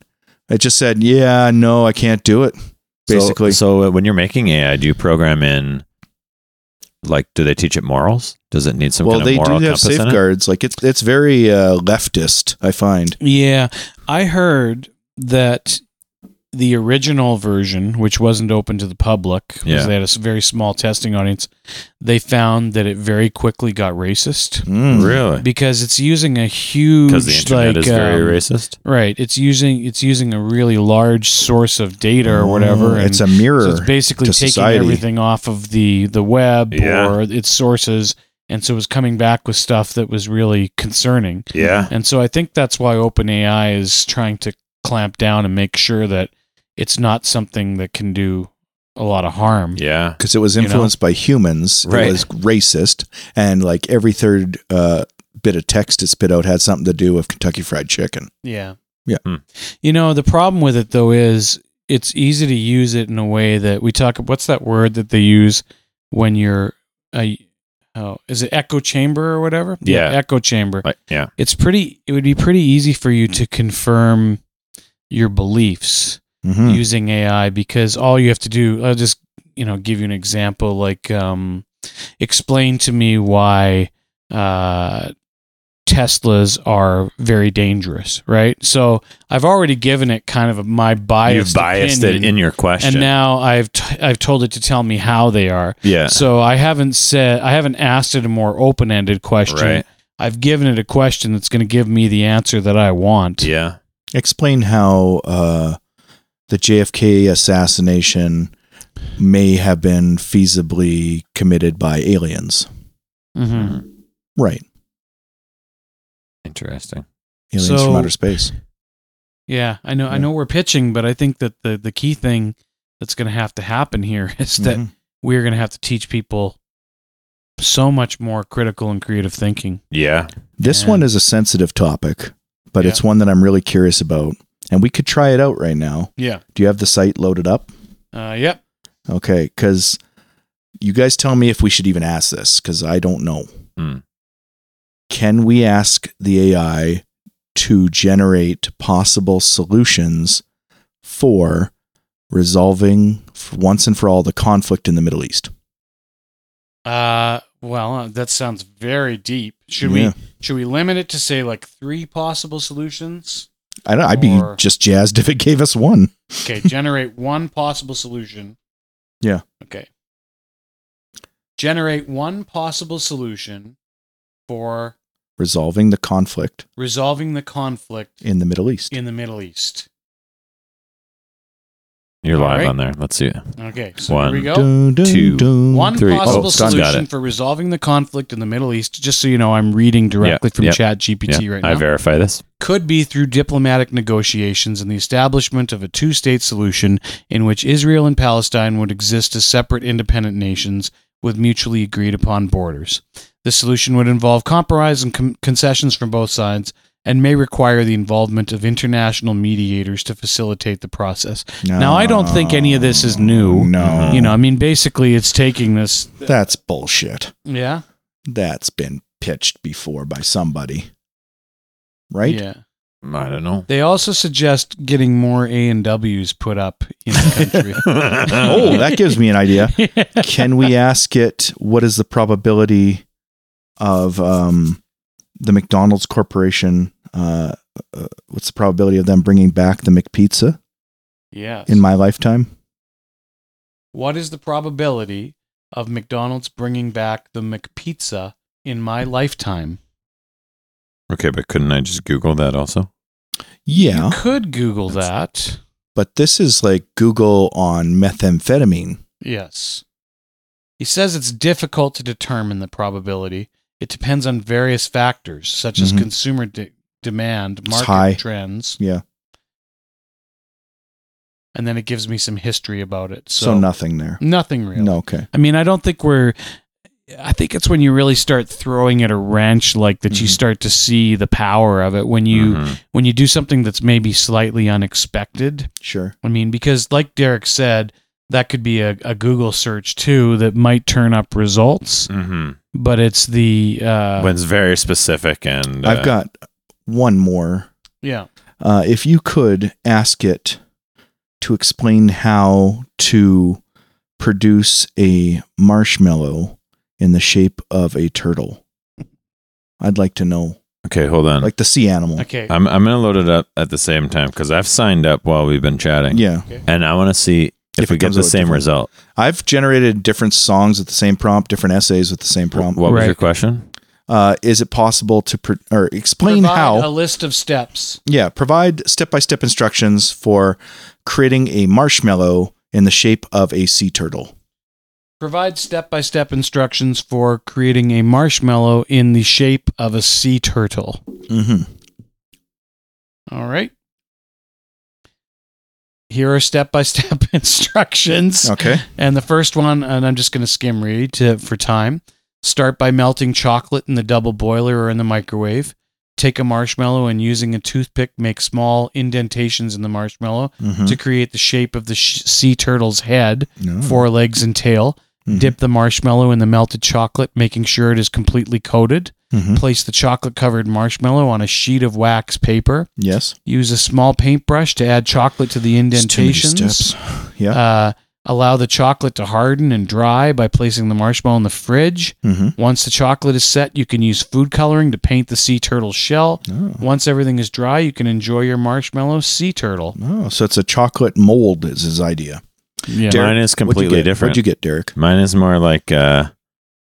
Speaker 3: It just said, "Yeah, no, I can't do it."
Speaker 4: So-
Speaker 3: Basically,
Speaker 4: So, uh, when you're making AI, do you program in? Like, do they teach it morals? Does it need some
Speaker 3: well,
Speaker 4: kind of
Speaker 3: they do
Speaker 4: moral
Speaker 3: have
Speaker 4: compass in it?
Speaker 3: safeguards. Like it's it's very uh, leftist. I find.
Speaker 2: Yeah, I heard that the original version, which wasn't open to the public, because
Speaker 4: Yeah.
Speaker 2: they had a s- very small testing audience, they found that it very quickly got racist
Speaker 3: Hmm.
Speaker 4: Really?
Speaker 2: because it's using a huge
Speaker 4: Because the internet
Speaker 2: like,
Speaker 4: is very
Speaker 2: um,
Speaker 4: racist.
Speaker 2: Right, it's using it's using a really large source of data or whatever. and
Speaker 3: Mm, it's a mirror.
Speaker 2: so it's basically
Speaker 3: to
Speaker 2: taking
Speaker 3: society.
Speaker 2: everything off of the the web
Speaker 4: Yeah.
Speaker 2: or its sources, and so it's coming back with stuff that was really concerning.
Speaker 4: Yeah.
Speaker 2: And so I think that's why OpenAI is trying to clamp down and make sure that it's not something that can do a lot of harm.
Speaker 4: Yeah.
Speaker 3: because it was
Speaker 2: you know?
Speaker 3: influenced by humans. It
Speaker 4: Right.
Speaker 3: was racist, and like every third uh, bit of text it spit out had something to do with Kentucky Fried Chicken.
Speaker 2: Yeah.
Speaker 3: Yeah.
Speaker 4: Hmm.
Speaker 2: You know, the problem with it though is it's easy to use it in a way that we talk what's that word that they use when you're a oh, is it echo chamber or whatever?
Speaker 4: Yeah.
Speaker 2: echo chamber.
Speaker 4: Like, yeah.
Speaker 2: It's pretty it would be pretty easy for you to confirm your beliefs.
Speaker 4: Mm.
Speaker 3: Mhm.
Speaker 2: using AI because all you have to do, I'll just, you know, give you an example like, um, explain to me why uh, Teslas are very dangerous, right? So I've already given it kind of my biased.
Speaker 4: You've biased
Speaker 2: opinion,
Speaker 4: it in your question.
Speaker 2: and now I've t- I've told it to tell me how they are.
Speaker 4: yeah.
Speaker 2: So I haven't said I haven't asked it a more open ended question.
Speaker 4: Right.
Speaker 2: I've given it a question that's going to give me the answer that I want.
Speaker 4: Yeah.
Speaker 3: Explain how uh, the JFK assassination may have been feasibly committed by aliens.
Speaker 2: Mhm.
Speaker 3: Right.
Speaker 4: Interesting.
Speaker 3: Aliens
Speaker 2: So-
Speaker 3: from outer space.
Speaker 2: Yeah, I know. I
Speaker 3: Yeah.
Speaker 2: know we're pitching, but I think that the the key thing that's going to have to happen here is that
Speaker 3: Mhm.
Speaker 2: we're going to have to teach people so much more critical and creative thinking.
Speaker 4: Yeah.
Speaker 3: This
Speaker 2: Yeah.
Speaker 3: one is a sensitive topic, but
Speaker 2: Yeah.
Speaker 3: it's one that I'm really curious about. And we could try it out right now.
Speaker 2: Yeah.
Speaker 3: Do you have the site loaded up?
Speaker 2: Uh, yep.
Speaker 3: Okay. Because you guys tell me if we should even ask this because I don't know.
Speaker 4: Hmm.
Speaker 3: Can we ask the AI to generate possible solutions for resolving f- once and for all the conflict in the Middle East?
Speaker 2: Uh, well, uh, that sounds very deep. Should
Speaker 3: Yeah.
Speaker 2: we should we limit it to say like three possible solutions?
Speaker 3: I don't, I'd be
Speaker 2: Or-
Speaker 3: just jazzed if it gave us one.
Speaker 2: Okay, generate one possible solution.
Speaker 3: Yeah.
Speaker 2: Okay. Generate one possible solution for
Speaker 3: Resolving the conflict
Speaker 2: resolving the conflict
Speaker 3: in the Middle East.
Speaker 2: in the Middle East.
Speaker 4: You're
Speaker 2: All
Speaker 4: live
Speaker 2: right.
Speaker 4: on there. Let's see.
Speaker 2: Okay, so
Speaker 4: One,
Speaker 2: here we go.
Speaker 3: Dun, dun,
Speaker 4: Two.
Speaker 3: dun.
Speaker 2: One
Speaker 4: three.
Speaker 2: possible
Speaker 4: Oh, it's done. Got
Speaker 2: solution
Speaker 4: it.
Speaker 2: for resolving the conflict in the Middle East, just so you know, I'm reading directly from
Speaker 4: yeah,
Speaker 2: Chat GPT
Speaker 4: Yeah,
Speaker 2: right
Speaker 4: I
Speaker 2: now,
Speaker 4: verify this.
Speaker 2: could be through diplomatic negotiations and the establishment of a two state solution in which Israel and Palestine would exist as separate independent nations with mutually agreed upon borders. This solution would involve compromise and com- concessions from both sides and may require the involvement of international mediators to facilitate the process. Now, I don't think any of this is new.
Speaker 3: No.
Speaker 2: You know, I mean, basically, it's taking this.
Speaker 3: That's bullshit.
Speaker 2: Yeah.
Speaker 3: That's been pitched before by somebody. Right?
Speaker 2: Yeah.
Speaker 4: I don't know.
Speaker 2: They also suggest getting more A and W's put up in the
Speaker 3: Oh, that gives me an idea.
Speaker 2: country.
Speaker 3: Can we ask it what is the probability of um, the McDonald's Corporation? Uh, uh, what's the probability of them bringing back the McPizza
Speaker 2: yes.
Speaker 3: in my lifetime?
Speaker 2: what is the probability of McDonald's bringing back the McPizza in my lifetime?
Speaker 4: okay, but couldn't I just Google that also?
Speaker 3: Yeah,
Speaker 2: You could Google that.
Speaker 3: but this is like Google on methamphetamine.
Speaker 2: Yes. He says it's difficult to determine the probability. It depends on various factors, such as
Speaker 3: Mhm.
Speaker 2: consumer de- demand, market
Speaker 3: high.
Speaker 2: trends,
Speaker 3: Yeah,
Speaker 2: and then it gives me some history about it.
Speaker 3: so,
Speaker 2: So,
Speaker 3: nothing there.
Speaker 2: nothing really.
Speaker 3: No, okay.
Speaker 2: I mean, I don't think we're. I think it's when you really start throwing it a wrench, like that, you
Speaker 3: Mhm.
Speaker 2: start to see the power of it when you
Speaker 3: Mm-hmm.
Speaker 4: Mhm.
Speaker 2: when you do something that's maybe slightly unexpected.
Speaker 3: Sure.
Speaker 2: I mean, because like Derek said, that could be a, a Google search too that might turn up results,
Speaker 4: Mhm.
Speaker 2: but it's the uh,
Speaker 4: When it's very specific and uh,
Speaker 3: I've got one more
Speaker 2: yeah
Speaker 3: uh, if you could ask it to explain how to produce a marshmallow in the shape of a turtle, I'd like to know,
Speaker 4: uh, Okay, hold on.
Speaker 3: like the sea animal.
Speaker 2: okay
Speaker 4: I'm I'm gonna load it up at the same time because I've signed up while we've been chatting.
Speaker 3: Yeah,
Speaker 4: and I want to see if,
Speaker 3: If
Speaker 4: we
Speaker 3: it
Speaker 4: get
Speaker 3: comes
Speaker 4: the
Speaker 3: out
Speaker 4: same
Speaker 3: different.
Speaker 4: result.
Speaker 3: I've generated different songs with the same prompt, different essays with the same prompt.
Speaker 4: What was
Speaker 2: Right.
Speaker 4: your question?
Speaker 3: Uh, is it possible to pro- or explain
Speaker 2: Provide
Speaker 3: how?
Speaker 2: a list of steps.
Speaker 3: yeah, provide step-by-step instructions for creating a marshmallow in the shape of a sea turtle.
Speaker 2: Provide step by step instructions for creating a marshmallow in the shape of a sea turtle.
Speaker 3: Mm-hmm.
Speaker 2: All right. Here are step by step instructions.
Speaker 3: Okay.
Speaker 2: And the first one, and I'm just going to skim read to, for time. Start by melting chocolate in the double boiler or in the microwave. Take a marshmallow and using a toothpick, make small indentations in the marshmallow
Speaker 3: Mhm.
Speaker 2: to create the shape of the sh- sea turtle's head,
Speaker 3: No.
Speaker 2: four legs, and tail.
Speaker 3: Mhm.
Speaker 2: Dip the marshmallow in the melted chocolate, making sure it is completely coated.
Speaker 3: Mhm.
Speaker 2: Place the chocolate covered marshmallow on a sheet of wax paper.
Speaker 3: Yes.
Speaker 2: Use a small paintbrush to add chocolate to the
Speaker 3: It's too many
Speaker 2: indentations.
Speaker 3: steps. Yeah.
Speaker 2: Uh, allow the chocolate to harden and dry by placing the marshmallow in the fridge.
Speaker 3: mm-hmm.
Speaker 2: Once the chocolate is set, you can use food coloring to paint the sea turtle's shell.
Speaker 3: Oh.
Speaker 2: Once everything is dry, you can enjoy your marshmallow sea turtle.
Speaker 3: Oh, so it's a chocolate mold is his idea.
Speaker 2: Yeah.
Speaker 3: Derek,
Speaker 4: Mine
Speaker 3: What'd
Speaker 4: is
Speaker 3: you
Speaker 4: completely
Speaker 3: get?
Speaker 4: different.
Speaker 3: What'd you get, Derek?
Speaker 4: Mine is more like uh,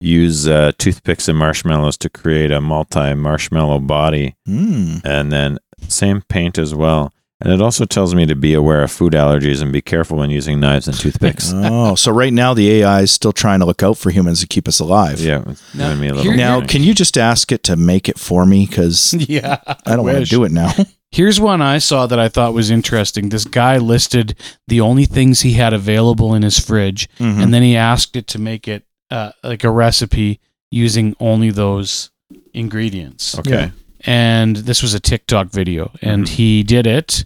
Speaker 4: use uh, toothpicks and marshmallows to create a multi marshmallow body,
Speaker 3: Mm.
Speaker 4: and then same paint as well. And it also tells me to be aware of food allergies and be careful when using knives and toothpicks.
Speaker 3: Oh, so right now the AI is still trying to look out for humans to keep us alive.
Speaker 4: yeah, it's
Speaker 2: Now,
Speaker 4: giving me a little.
Speaker 2: here-
Speaker 3: Now,
Speaker 4: bit.
Speaker 3: can you just ask it to make it for me? Because
Speaker 2: yeah.
Speaker 3: I don't want to
Speaker 2: wish.
Speaker 3: do it now.
Speaker 2: Here's one I saw that I thought was interesting. This guy listed the only things he had available in his fridge,
Speaker 3: Mm-hmm.
Speaker 2: and then he asked it to make it uh, like a recipe using only those ingredients.
Speaker 4: okay,
Speaker 2: and this was a TikTok
Speaker 3: Mm-hmm.
Speaker 2: video, and
Speaker 4: Mhm.
Speaker 2: he did it,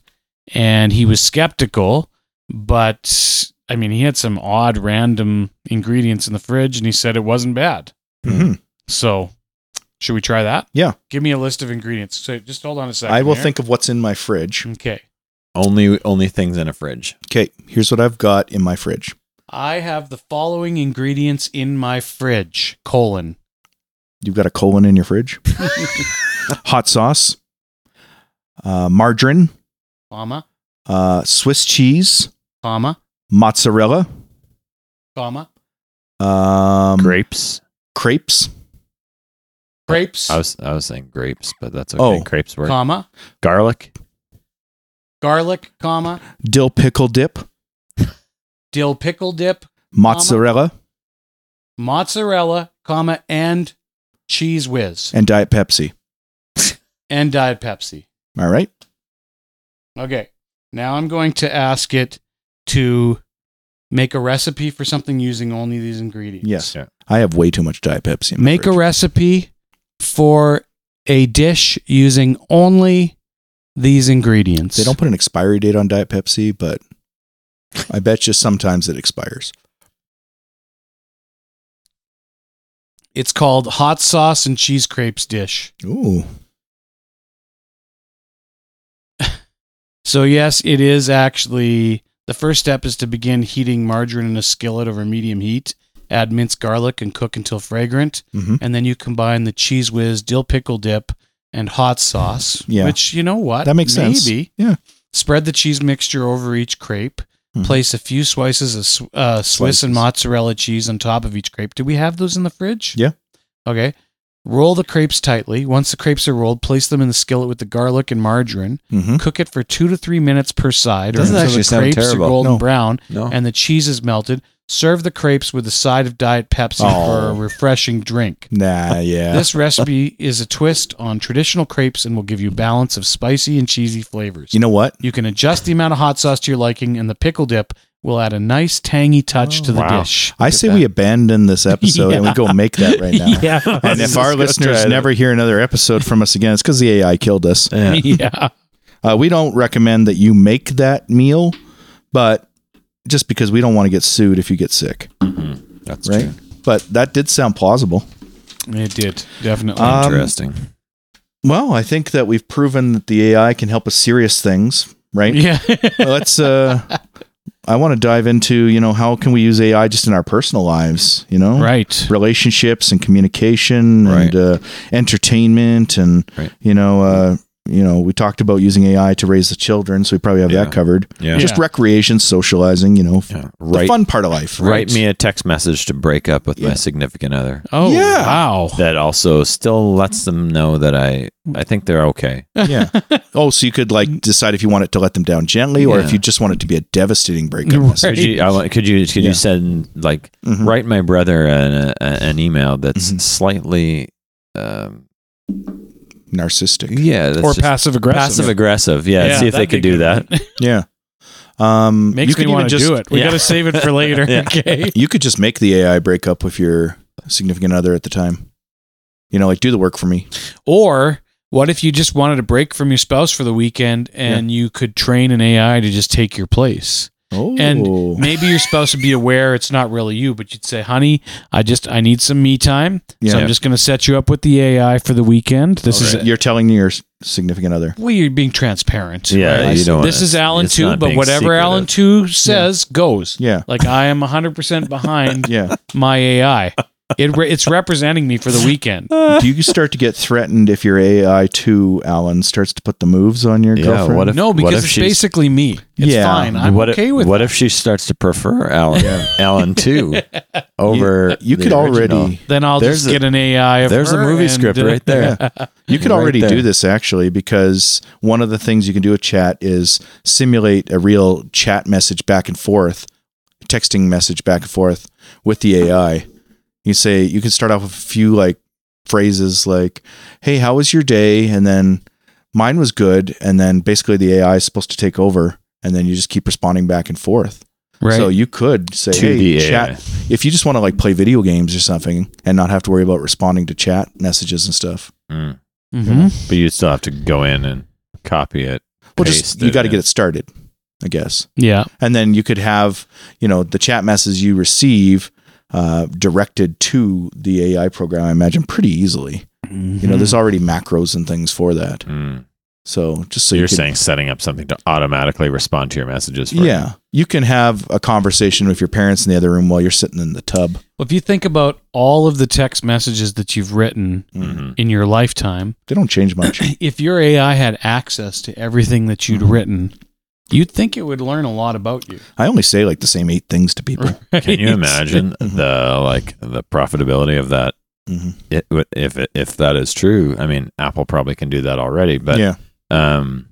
Speaker 2: and he was skeptical, but I mean, he had some odd random ingredients in the fridge and he said it wasn't bad.
Speaker 3: Mhm.
Speaker 2: So, should we try that?
Speaker 3: Yeah.
Speaker 2: Give me a list of ingredients. So, just hold on a second.
Speaker 3: I will
Speaker 2: here. Hmm.
Speaker 3: think of what's in my fridge.
Speaker 2: Okay.
Speaker 4: Only only things in a fridge.
Speaker 3: Okay, here's what I've got in my fridge.
Speaker 2: I have the following ingredients in my fridge: colon,
Speaker 3: You've got a colon in your fridge, hot sauce, uh, margarine,
Speaker 2: comma,
Speaker 3: uh, Swiss cheese,
Speaker 2: comma,
Speaker 3: mozzarella,
Speaker 2: comma,
Speaker 3: um,
Speaker 4: grapes.
Speaker 3: crepes,
Speaker 2: grapes,
Speaker 4: I was I was saying grapes, but that's okay.
Speaker 3: Oh.
Speaker 4: grapes work.
Speaker 2: comma,
Speaker 4: Garlic.
Speaker 2: garlic, comma,
Speaker 3: dill pickle dip,
Speaker 2: dill pickle dip,
Speaker 3: mozzarella,
Speaker 2: mozzarella, comma, and cheese whiz
Speaker 3: and Diet Pepsi.
Speaker 2: and diet Pepsi.
Speaker 3: All right.
Speaker 2: Okay. Now I'm going to ask it to make a recipe for something using only these ingredients.
Speaker 3: Yes.
Speaker 4: Yeah.
Speaker 3: I have way too much Diet Pepsi. In my
Speaker 2: Make a
Speaker 3: fridge.
Speaker 2: recipe for a dish using only these ingredients.
Speaker 3: They don't put an expiry date on Diet Pepsi, but I bet you sometimes it expires.
Speaker 2: It's called hot sauce and cheese crepes dish.
Speaker 3: Ooh.
Speaker 2: So yes, it is actually the first step is to begin heating margarine in a skillet over medium heat. Add minced garlic and cook until fragrant,
Speaker 3: Mhm.
Speaker 2: and then you combine the cheese whiz, dill pickle dip, and hot sauce.
Speaker 3: Yeah.
Speaker 2: which you know what
Speaker 3: That makes sense.
Speaker 2: Maybe
Speaker 3: Yeah.
Speaker 2: spread the cheese mixture over each crepe.
Speaker 3: Mhm.
Speaker 2: Place a few slices of sw- uh, Swiss and
Speaker 3: Slices.
Speaker 2: mozzarella cheese on top of each crepe. Do we have those in the fridge?
Speaker 3: Yeah.
Speaker 2: Okay. Roll the crepes tightly. Once the crepes are rolled, place them in the skillet with the garlic and margarine.
Speaker 3: Mm-hmm.
Speaker 2: Cook it for two to three minutes per side. or
Speaker 4: Doesn't
Speaker 2: until
Speaker 4: actually
Speaker 2: the
Speaker 4: sound
Speaker 2: crepes
Speaker 4: terrible.
Speaker 2: are golden
Speaker 3: No.
Speaker 2: brown
Speaker 4: No.
Speaker 2: and the cheese is melted. Serve the crepes with a side of Diet Pepsi
Speaker 3: Oh.
Speaker 2: for a refreshing drink.
Speaker 3: Nah, yeah.
Speaker 2: This recipe is a twist on traditional crepes and will give you balance of spicy and cheesy flavors.
Speaker 3: you know what?
Speaker 2: You can adjust the amount of hot sauce to your liking, and the pickle dip will add a nice tangy touch to the
Speaker 4: Oh, Wow.
Speaker 2: dish.
Speaker 3: I say we abandon this episode and we go make that right now.
Speaker 2: yeah.
Speaker 3: And if our listeners never hear another episode from us again, it's because the AI killed us.
Speaker 4: Yeah.
Speaker 2: yeah.
Speaker 3: Uh, we don't recommend that you make that meal, but just because we don't want to get sued if you get sick,
Speaker 4: That's
Speaker 3: right?
Speaker 4: true.
Speaker 3: But that did sound plausible.
Speaker 2: It did. Definitely.
Speaker 4: Uh,
Speaker 3: Um,
Speaker 4: Interesting.
Speaker 3: Well, I think that we've proven that the AI can help us serious things, right?
Speaker 2: yeah.
Speaker 3: Let's. Uh, I want to dive into you know how can we use AI just in our personal lives, you know,
Speaker 2: right.
Speaker 3: relationships and communication
Speaker 4: Right.
Speaker 3: and uh, entertainment and
Speaker 4: Right.
Speaker 3: you know uh, you know we talked about using AI to raise the children, so we probably have
Speaker 4: Yeah.
Speaker 3: that covered.
Speaker 4: Yeah.
Speaker 3: Just
Speaker 2: Yeah.
Speaker 3: recreation, socializing, you know, f-
Speaker 4: Yeah.
Speaker 3: the
Speaker 4: Write
Speaker 3: fun part of life.
Speaker 4: write me a text message to break up with my
Speaker 3: Yeah.
Speaker 4: significant other.
Speaker 2: Oh,
Speaker 3: Yeah.
Speaker 2: wow.
Speaker 4: That also still lets them know that I I think they're okay.
Speaker 3: yeah. Oh, so you could like decide if you want it to let them down gently, or if
Speaker 4: Yeah.
Speaker 3: you just want it to be a devastating breakup.
Speaker 2: Right.
Speaker 3: message.
Speaker 4: Could you, I, want- could you could
Speaker 3: Yeah.
Speaker 4: you send like
Speaker 3: Mhm.
Speaker 4: write my brother an, a, a- an email that's
Speaker 3: Mhm.
Speaker 4: slightly um,
Speaker 3: Narcissistic.
Speaker 4: yeah that's
Speaker 2: Or
Speaker 4: just
Speaker 2: passive aggressive.
Speaker 4: passive aggressive yeah, see if they
Speaker 2: that'd
Speaker 4: could
Speaker 2: be
Speaker 4: do
Speaker 2: good.
Speaker 4: that
Speaker 3: Yeah. Um,
Speaker 2: Makes me
Speaker 3: even
Speaker 2: want to
Speaker 3: just,
Speaker 2: do it. We
Speaker 4: Yeah.
Speaker 2: got to save it for later.
Speaker 4: Yeah.
Speaker 2: Okay.
Speaker 3: You could just make the AI break up with your significant other at the time. You know, like do the work for me.
Speaker 2: Or what if you just wanted a break from your spouse for the weekend and you could train an AI to just take your place?
Speaker 3: Oh,
Speaker 2: And maybe your spouse would be aware it's not really you, but you'd say, "Honey, I just I need some me time, so
Speaker 3: Yeah.
Speaker 2: I'm just going to set you up with the AI for the weekend." This is
Speaker 3: you're telling your s- significant other.
Speaker 2: well, you're being transparent.
Speaker 4: yeah
Speaker 2: right?
Speaker 4: you don't
Speaker 2: This
Speaker 4: wanna-
Speaker 2: is Alan
Speaker 4: it's
Speaker 2: too,
Speaker 4: not
Speaker 2: but
Speaker 4: being
Speaker 2: whatever
Speaker 4: secretive.
Speaker 2: Alan two says goes.
Speaker 3: Yeah.
Speaker 2: Like I am 100 percent behind
Speaker 3: Yeah.
Speaker 2: my AI. It re- it's representing me for the weekend.
Speaker 4: Uh,
Speaker 3: do you start to get threatened if your AI too, Alan, starts to put the moves on your
Speaker 4: Yeah,
Speaker 3: girlfriend?
Speaker 4: what if-
Speaker 2: No, because
Speaker 4: what if
Speaker 2: it's
Speaker 4: she's-
Speaker 2: basically me. It's
Speaker 3: Yeah.
Speaker 2: fine. I'm
Speaker 4: what
Speaker 2: okay
Speaker 4: if,
Speaker 2: with
Speaker 4: what if she starts to prefer Alan Alan too over
Speaker 3: you
Speaker 4: the
Speaker 3: could
Speaker 4: original?
Speaker 3: already
Speaker 2: it. Then I'll
Speaker 4: There's
Speaker 2: just
Speaker 4: a-
Speaker 2: get an AI. Of
Speaker 4: there's a
Speaker 2: her
Speaker 4: movie
Speaker 2: and,
Speaker 4: script
Speaker 2: uh,
Speaker 4: right there
Speaker 3: You could
Speaker 4: Right
Speaker 3: already
Speaker 4: there.
Speaker 3: do this actually because one of the things you can do with chat is simulate a real chat message back and forth, texting message back and forth with the AI. You say you can start off with a few like phrases like, "Hey, how was your day?" and then "Mine was good," and then basically the AI is supposed to take over and then you just keep responding back and forth.
Speaker 2: Right.
Speaker 3: So you could say,
Speaker 4: To
Speaker 3: "Hey,
Speaker 4: the
Speaker 3: chat." If you just want to like play video games or something and not have to worry about responding to chat messages and stuff.
Speaker 4: Mm.
Speaker 2: Mhm.
Speaker 4: but you still have to go in and copy it
Speaker 3: Well,
Speaker 4: paste
Speaker 3: just you
Speaker 4: it
Speaker 3: got to
Speaker 4: in.
Speaker 3: get it started. I guess.
Speaker 2: Yeah.
Speaker 3: And then you could have, you know, the chat messages you receive uh, directed to the AI program, I imagine, pretty easily. You know,
Speaker 4: Hmm.
Speaker 3: there's already macros and things for that.
Speaker 4: Mm.
Speaker 3: So just so
Speaker 4: So
Speaker 3: you
Speaker 4: you're
Speaker 3: can-
Speaker 4: saying setting up something to automatically respond to your messages. For you.
Speaker 3: yeah, you can have a conversation with your parents in the other room while you're sitting in the tub.
Speaker 2: Well, if you think about all of the text messages that you've written
Speaker 4: Mhm.
Speaker 2: in your lifetime,
Speaker 3: Hmm. They don't change much.
Speaker 2: if your AI had access to everything that you'd
Speaker 4: Mm-hmm.
Speaker 2: written, you'd think it would learn a lot about you.
Speaker 3: I only say like the same eight things to people.
Speaker 4: Can you imagine
Speaker 3: Mm-hmm.
Speaker 4: the like the profitability of that?
Speaker 3: Mhm.
Speaker 4: It, if it, if that is true, I mean, Apple probably can do that already, but
Speaker 3: yeah.
Speaker 4: um,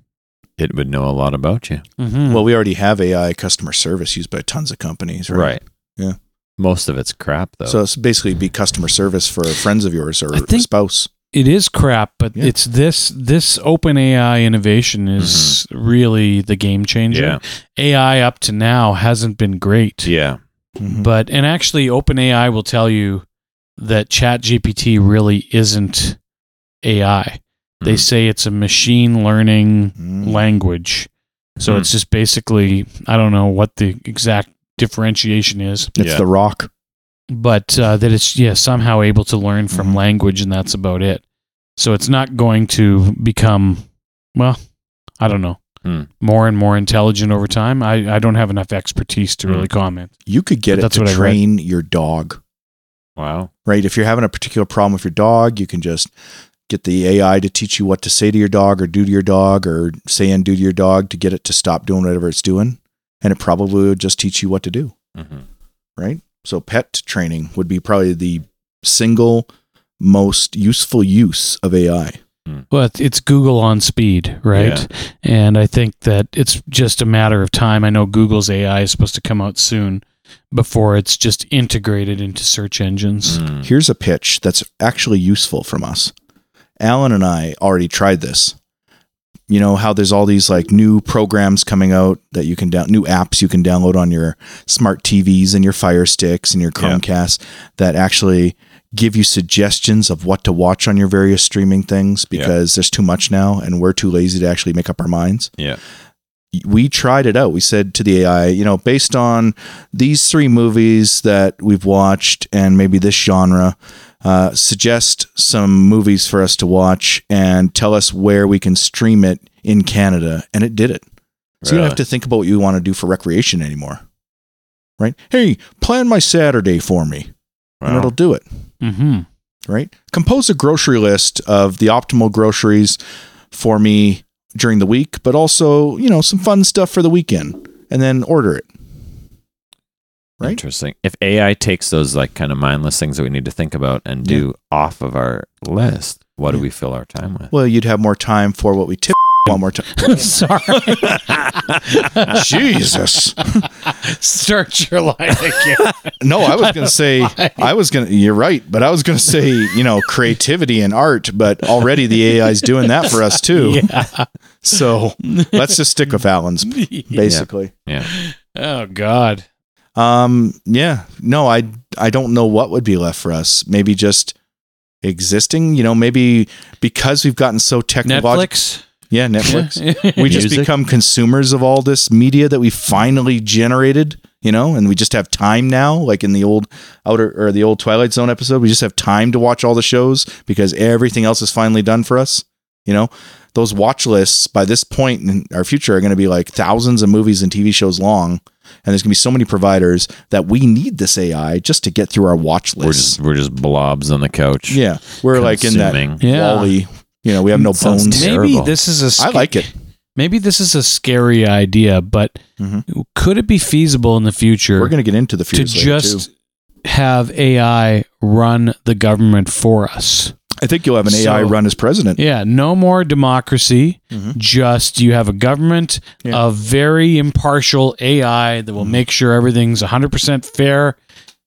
Speaker 4: it would know a lot about you,
Speaker 2: Mhm.
Speaker 3: Well, we already have AI customer service used by tons of companies, right? Yeah.
Speaker 4: Most of it's crap though.
Speaker 3: So it's basically be customer service for friends of yours or
Speaker 2: I think-
Speaker 3: spouse.
Speaker 2: it is crap, but
Speaker 3: Yeah.
Speaker 2: it's this this open AI innovation is really the game changer.
Speaker 4: Mm-hmm. yeah,
Speaker 2: AI up to now hasn't been great.
Speaker 4: yeah,
Speaker 3: Mm-hmm.
Speaker 2: But and actually OpenAI will tell you that ChatGPT really isn't AI. They
Speaker 4: Mhm.
Speaker 2: say it's a machine learning
Speaker 3: Mm.
Speaker 2: language. So
Speaker 4: Hmm.
Speaker 2: it's just basically I don't know what the exact differentiation is,
Speaker 3: It's
Speaker 4: Yeah.
Speaker 3: the rock.
Speaker 2: but uh, that it's yeah somehow able to learn from
Speaker 3: Mhm.
Speaker 2: language and that's about it. So it's not going to become well, I don't know.
Speaker 4: Hmm.
Speaker 2: More and more intelligent over time. I, I don't have enough expertise to really comment.
Speaker 3: You could get
Speaker 2: But
Speaker 3: it
Speaker 2: that's
Speaker 3: to
Speaker 2: what I read.
Speaker 3: train your dog,
Speaker 4: wow,
Speaker 3: right? If you're having a particular problem with your dog, you can just get the AI to teach you what to say to your dog or do to your dog or say and do to your dog to get it to stop doing whatever it's doing. And it probably would just teach you what to do,
Speaker 4: Mhm.
Speaker 3: right? So pet training would be probably the single most useful use of AI.
Speaker 2: Well, it's- it's Google on speed, right? And I think that it's just a matter of time. I know Google's AI is supposed to come out soon before it's just integrated into search engines.
Speaker 4: Mm.
Speaker 3: Here's a pitch that's actually useful from us. Alan and I already tried this. You know how there's all these like new programs coming out that you can down new apps you can download on your smart TVs and your Fire Sticks and your
Speaker 4: Yeah.
Speaker 3: Chromecast that actually give you suggestions of what to watch on your various streaming things
Speaker 4: Yeah.
Speaker 3: because there's too much now and we're too lazy to actually make up our minds
Speaker 4: yeah,
Speaker 3: we tried it out. We said to the AI, you know, based on these three movies that we've watched and maybe this genre, uh, suggest some movies for us to watch and tell us where we can stream it in Canada. And it did it. So you don't
Speaker 4: Really?
Speaker 3: have to think about what you want to do for recreation anymore. Right? Hey, plan my Saturday for me, and
Speaker 4: Wow.
Speaker 3: it'll do it
Speaker 2: hmm
Speaker 3: right? Compose a grocery list of the optimal groceries for me during the week, but also, you know, some fun stuff for the weekend and then order it. right?
Speaker 4: Interesting. If AI takes those like kind of mindless things that we need to think about and do off of our list, what do we fill our time with?
Speaker 3: Well, you'd have more time for what we tip one more time.
Speaker 2: Sorry,
Speaker 3: Jesus.
Speaker 2: start your line again.
Speaker 3: No, I was going to say, I was going to, you're right, but I was going to say, you know, creativity and art, but already the AI is doing that for us too. So let's just stick with Alan's basically.
Speaker 4: yeah.
Speaker 2: Oh God.
Speaker 3: Um, yeah, no, I I don't know what would be left for us. Maybe just existing. You know, maybe because we've gotten so technological.
Speaker 2: Netflix.
Speaker 3: Yeah, Netflix. we just
Speaker 4: Music.
Speaker 3: become consumers of all this media that we finally generated. You know, and we just have time now, like in the old outer or the old Twilight Zone episode. We just have time to watch all the shows because everything else is finally done for us. You know, those watch lists by this point in our future are going to be like thousands of movies and TV shows long, and there's going to be so many providers that we need this AI just to get through our watch
Speaker 4: We're
Speaker 3: list.
Speaker 4: just we're just blobs on the couch.
Speaker 3: yeah, we're like in that
Speaker 4: consuming.
Speaker 2: Yeah.
Speaker 3: Wally. You know, we have no
Speaker 4: Sounds
Speaker 3: bones.
Speaker 4: terrible.
Speaker 2: Maybe this is a.
Speaker 3: I
Speaker 2: sca-
Speaker 3: like it.
Speaker 2: Maybe this is a scary idea, but could it be feasible in the future?
Speaker 3: Mm-hmm. We're going to get into the
Speaker 2: to
Speaker 3: fears later, too.
Speaker 2: just have AI run the government for us.
Speaker 3: I think you'll have an AI
Speaker 2: So-
Speaker 3: run as president.
Speaker 2: Yeah, no more democracy. Just you have a government,
Speaker 3: Mm-hmm. Yeah. Mm-hmm.
Speaker 2: a very impartial AI that will make sure everything's 100% fair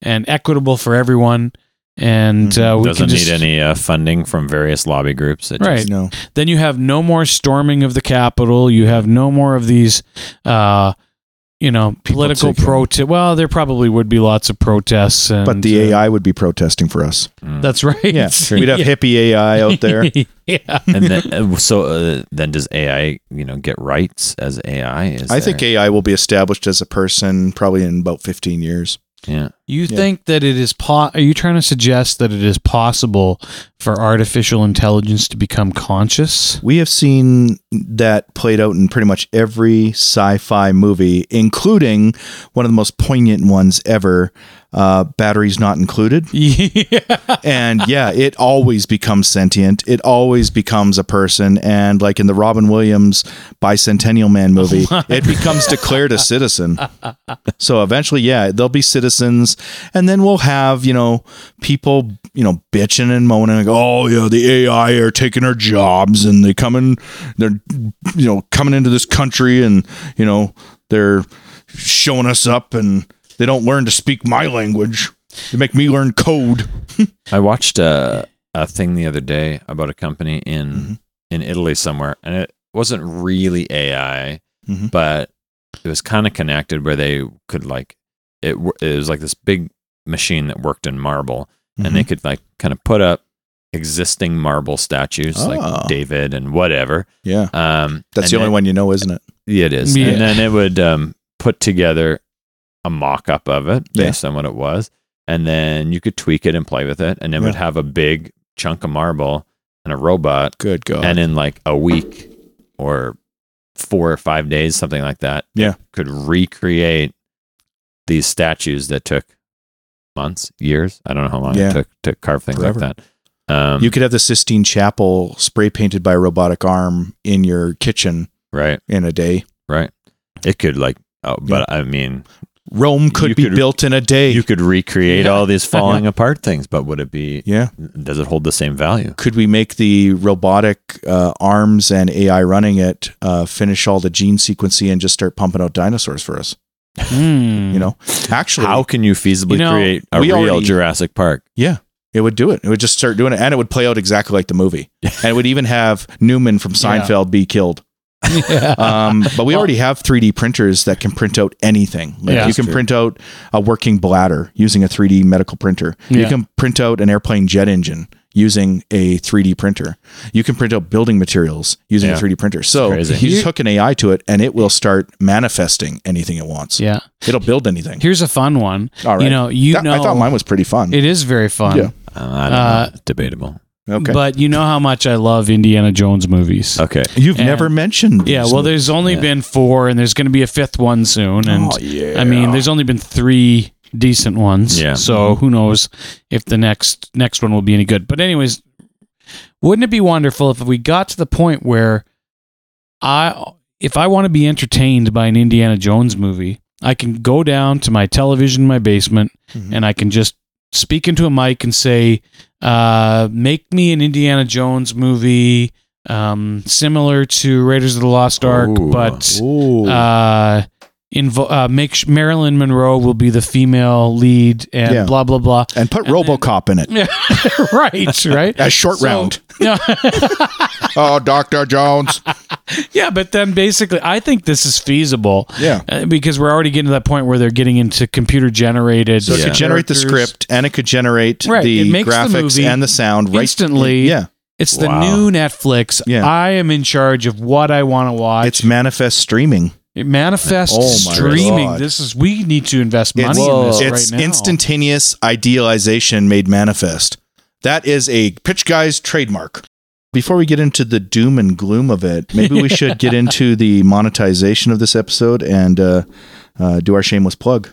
Speaker 2: and equitable for everyone. And
Speaker 3: Mm-hmm.
Speaker 2: uh, we
Speaker 4: Doesn't
Speaker 2: can just,
Speaker 4: need any uh, funding from various lobby groups. It
Speaker 2: Right.
Speaker 4: Just,
Speaker 3: No.
Speaker 2: Then you have no more storming of the Capitol. You have no more of these, uh, you know, political
Speaker 3: taking-
Speaker 2: protest. Well, there probably would be lots of protests, and,
Speaker 3: But the
Speaker 2: uh,
Speaker 3: AI would be protesting for us.
Speaker 4: Mm.
Speaker 2: That's right.
Speaker 3: Yeah, we'd have hippie AI out there.
Speaker 2: yeah.
Speaker 4: and then uh, so uh, then does AI you know get rights as AI? Is
Speaker 3: I think
Speaker 4: there-
Speaker 3: AI will be established as a person probably in about 15 years.
Speaker 4: yeah.
Speaker 2: You
Speaker 3: Yeah.
Speaker 2: think that it is po- are you trying to suggest that it is possible for artificial intelligence to become conscious?
Speaker 3: We have seen that played out in pretty much every sci fi movie, including one of the most poignant ones ever uh, Batteries Not Included.
Speaker 2: Yeah.
Speaker 3: and yeah, it always becomes sentient. It always becomes a person. And like in the Robin Williams Bicentennial Man movie, it becomes declared a citizen. So eventually, yeah, they'll be citizens. And then we'll have, you know, people, you know, bitching and moaning like, oh, yeah, the AI are taking our jobs and they come in, they're, you know, coming into this country and, you know, they're showing us up and they don't learn to speak my language. They make me learn code.
Speaker 4: I watched a a thing the other day about a company in
Speaker 3: Mm-hmm.
Speaker 4: in Italy somewhere, and it wasn't really AI,
Speaker 3: Mhm.
Speaker 4: but it was kind of connected where they could like it. w- It was like this big machine that worked in marble, and
Speaker 3: Mm-hmm.
Speaker 4: they could like kind of put up existing marble statues
Speaker 3: Oh.
Speaker 4: like David and whatever.
Speaker 3: Yeah.
Speaker 4: Um,
Speaker 3: That's the
Speaker 4: and
Speaker 3: only
Speaker 4: it-
Speaker 3: one you know, isn't it?
Speaker 4: Yeah, it is.
Speaker 2: Yeah.
Speaker 4: And then it would um, put together a mock up of it
Speaker 3: Yeah.
Speaker 4: based on what it was. And then you could tweak it and play with it. And then it would
Speaker 3: Yeah.
Speaker 4: have a big chunk of marble and a robot.
Speaker 3: Good God.
Speaker 4: And in like a week or four or five days, something like that, it
Speaker 3: Yeah.
Speaker 4: could recreate these statues that took months, years. I don't know how long
Speaker 3: Yeah.
Speaker 4: it took to carve things
Speaker 3: Forever.
Speaker 4: like that. Um,
Speaker 3: you could have the Sistine Chapel spray painted by a robotic arm in your kitchen
Speaker 4: right,
Speaker 3: in a day.
Speaker 4: right. It could like, oh, but I mean,
Speaker 3: Rome could
Speaker 4: You
Speaker 3: be
Speaker 4: could-
Speaker 3: built in a day.
Speaker 4: you could recreate all these falling apart things, but would it be?
Speaker 3: yeah.
Speaker 4: Does it hold the same value?
Speaker 3: Could we make the robotic uh, arms and AI running it uh, finish all the gene sequencing and just start pumping out dinosaurs for us? You know, actually,
Speaker 4: Mm-hmm. How can you feasibly
Speaker 2: You know,
Speaker 4: create a
Speaker 3: we
Speaker 4: real
Speaker 3: already-
Speaker 4: Jurassic Park?
Speaker 3: yeah, it would do it. It would just start doing it, and it would play out exactly like the movie. and it would even have Newman from Seinfeld be killed. um, but we already have 3D printers that can print out anything. Like
Speaker 2: Yeah.
Speaker 3: you can print out a working bladder using a 3D medical printer. You
Speaker 2: Yeah.
Speaker 3: can print out an airplane jet engine using a 3D printer. You can print out building materials using
Speaker 4: Yeah.
Speaker 3: a 3D printer. So you
Speaker 4: crazy.
Speaker 3: just hook an AI to it, and it will start manifesting anything it wants.
Speaker 2: yeah.
Speaker 3: It'll build anything.
Speaker 2: Here's a fun one.
Speaker 3: All right.
Speaker 2: You know, you
Speaker 3: That-
Speaker 2: know
Speaker 3: I thought mine was pretty fun.
Speaker 2: it is very fun.
Speaker 3: Yeah.
Speaker 4: Uh, I don't
Speaker 2: Uh,
Speaker 4: know. It's debatable.
Speaker 3: okay. Uh,
Speaker 2: But you know how much I love Indiana Jones movies.
Speaker 4: Okay.
Speaker 3: You've
Speaker 2: and-
Speaker 3: never mentioned.
Speaker 2: Yeah,
Speaker 3: these.
Speaker 2: well, there's only
Speaker 4: Yeah.
Speaker 2: been four, and there's going to be a fifth one soon. And
Speaker 3: Oh, yeah.
Speaker 2: I mean, there's only been three decent ones.
Speaker 4: Yeah. Mm-hmm.
Speaker 2: So who knows if the next next one will be any good? But anyways, wouldn't it be wonderful if we got to the point where I, if I want to be entertained by an Indiana Jones movie, I can go down to my television in my basement
Speaker 4: Mm-hmm.
Speaker 3: Mhm.
Speaker 2: and I can just speak into a mic and say, uh, "Make me an Indiana Jones movie." Um, similar to Raiders of the Lost Ark,
Speaker 4: Ooh.
Speaker 2: but
Speaker 3: Ooh.
Speaker 2: uh, invo- uh, make sh- Marilyn Monroe will be the female lead and
Speaker 3: Yeah.
Speaker 2: blah blah blah.
Speaker 3: and put RoboCop in it.
Speaker 2: right, right.
Speaker 3: A short
Speaker 2: So-
Speaker 3: round.
Speaker 2: Yeah,
Speaker 3: Oh, Doctor Jones.
Speaker 2: yeah, but then basically, I think this is feasible.
Speaker 3: Yeah.
Speaker 2: uh, because we're already getting to that point where they're getting into computer generated.
Speaker 3: So it could generate the script and it could generate
Speaker 2: Right, it
Speaker 3: the
Speaker 2: makes the
Speaker 3: graphics
Speaker 2: movie
Speaker 3: and the sound right
Speaker 2: instantly.
Speaker 3: Yeah,
Speaker 2: It's the
Speaker 4: Wow.
Speaker 2: new Netflix.
Speaker 3: Yeah.
Speaker 2: I am in charge of what I want to watch.
Speaker 3: it's manifest streaming.
Speaker 2: It manifests
Speaker 3: Oh my
Speaker 2: streaming.
Speaker 3: God.
Speaker 2: This is we need to invest money
Speaker 3: It's,
Speaker 2: in this
Speaker 3: it's
Speaker 2: right now.
Speaker 3: instantaneous idealization made manifest. That is a pitch guy's trademark. Before we get into the doom and gloom of it, maybe we should get into the monetization of this episode and uh, uh, do our shameless plug.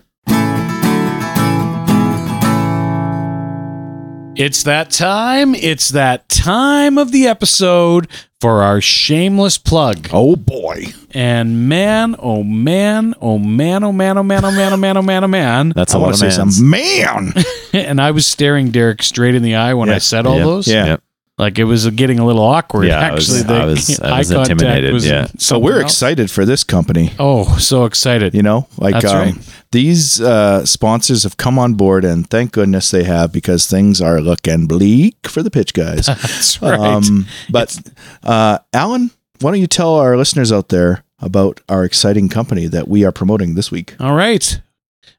Speaker 2: It's that time. It's that time of the episode for our shameless plug.
Speaker 3: Oh boy!
Speaker 2: And man, oh man, oh man, oh man, oh man, oh man, oh man, oh man, oh man.
Speaker 4: That's
Speaker 3: I
Speaker 4: a
Speaker 3: want
Speaker 4: lot
Speaker 3: to
Speaker 4: of
Speaker 3: say
Speaker 4: mans.
Speaker 3: something, man.
Speaker 2: And I was staring Derek straight in the eye when
Speaker 3: Yeah.
Speaker 2: I said all
Speaker 4: Yeah.
Speaker 2: those.
Speaker 3: Yeah.
Speaker 4: Yep.
Speaker 2: Like it was getting a little awkward.
Speaker 4: Yeah, I was-
Speaker 2: actually, The
Speaker 4: I was- I
Speaker 2: eye
Speaker 4: was
Speaker 2: contact
Speaker 4: intimidated,
Speaker 2: was
Speaker 4: yeah.
Speaker 3: So we're
Speaker 2: something else.
Speaker 3: excited for this company.
Speaker 2: Oh, so excited.
Speaker 3: You know, like
Speaker 2: That's
Speaker 3: um,
Speaker 2: right.
Speaker 3: these uh, sponsors have come on board, and thank goodness they have because things are looking bleak for the pitch guys.
Speaker 2: That's
Speaker 3: Um,
Speaker 2: right.
Speaker 4: Um,
Speaker 3: but uh, Alan, why don't you tell our listeners out there about our exciting company that we are promoting this week.
Speaker 2: All right.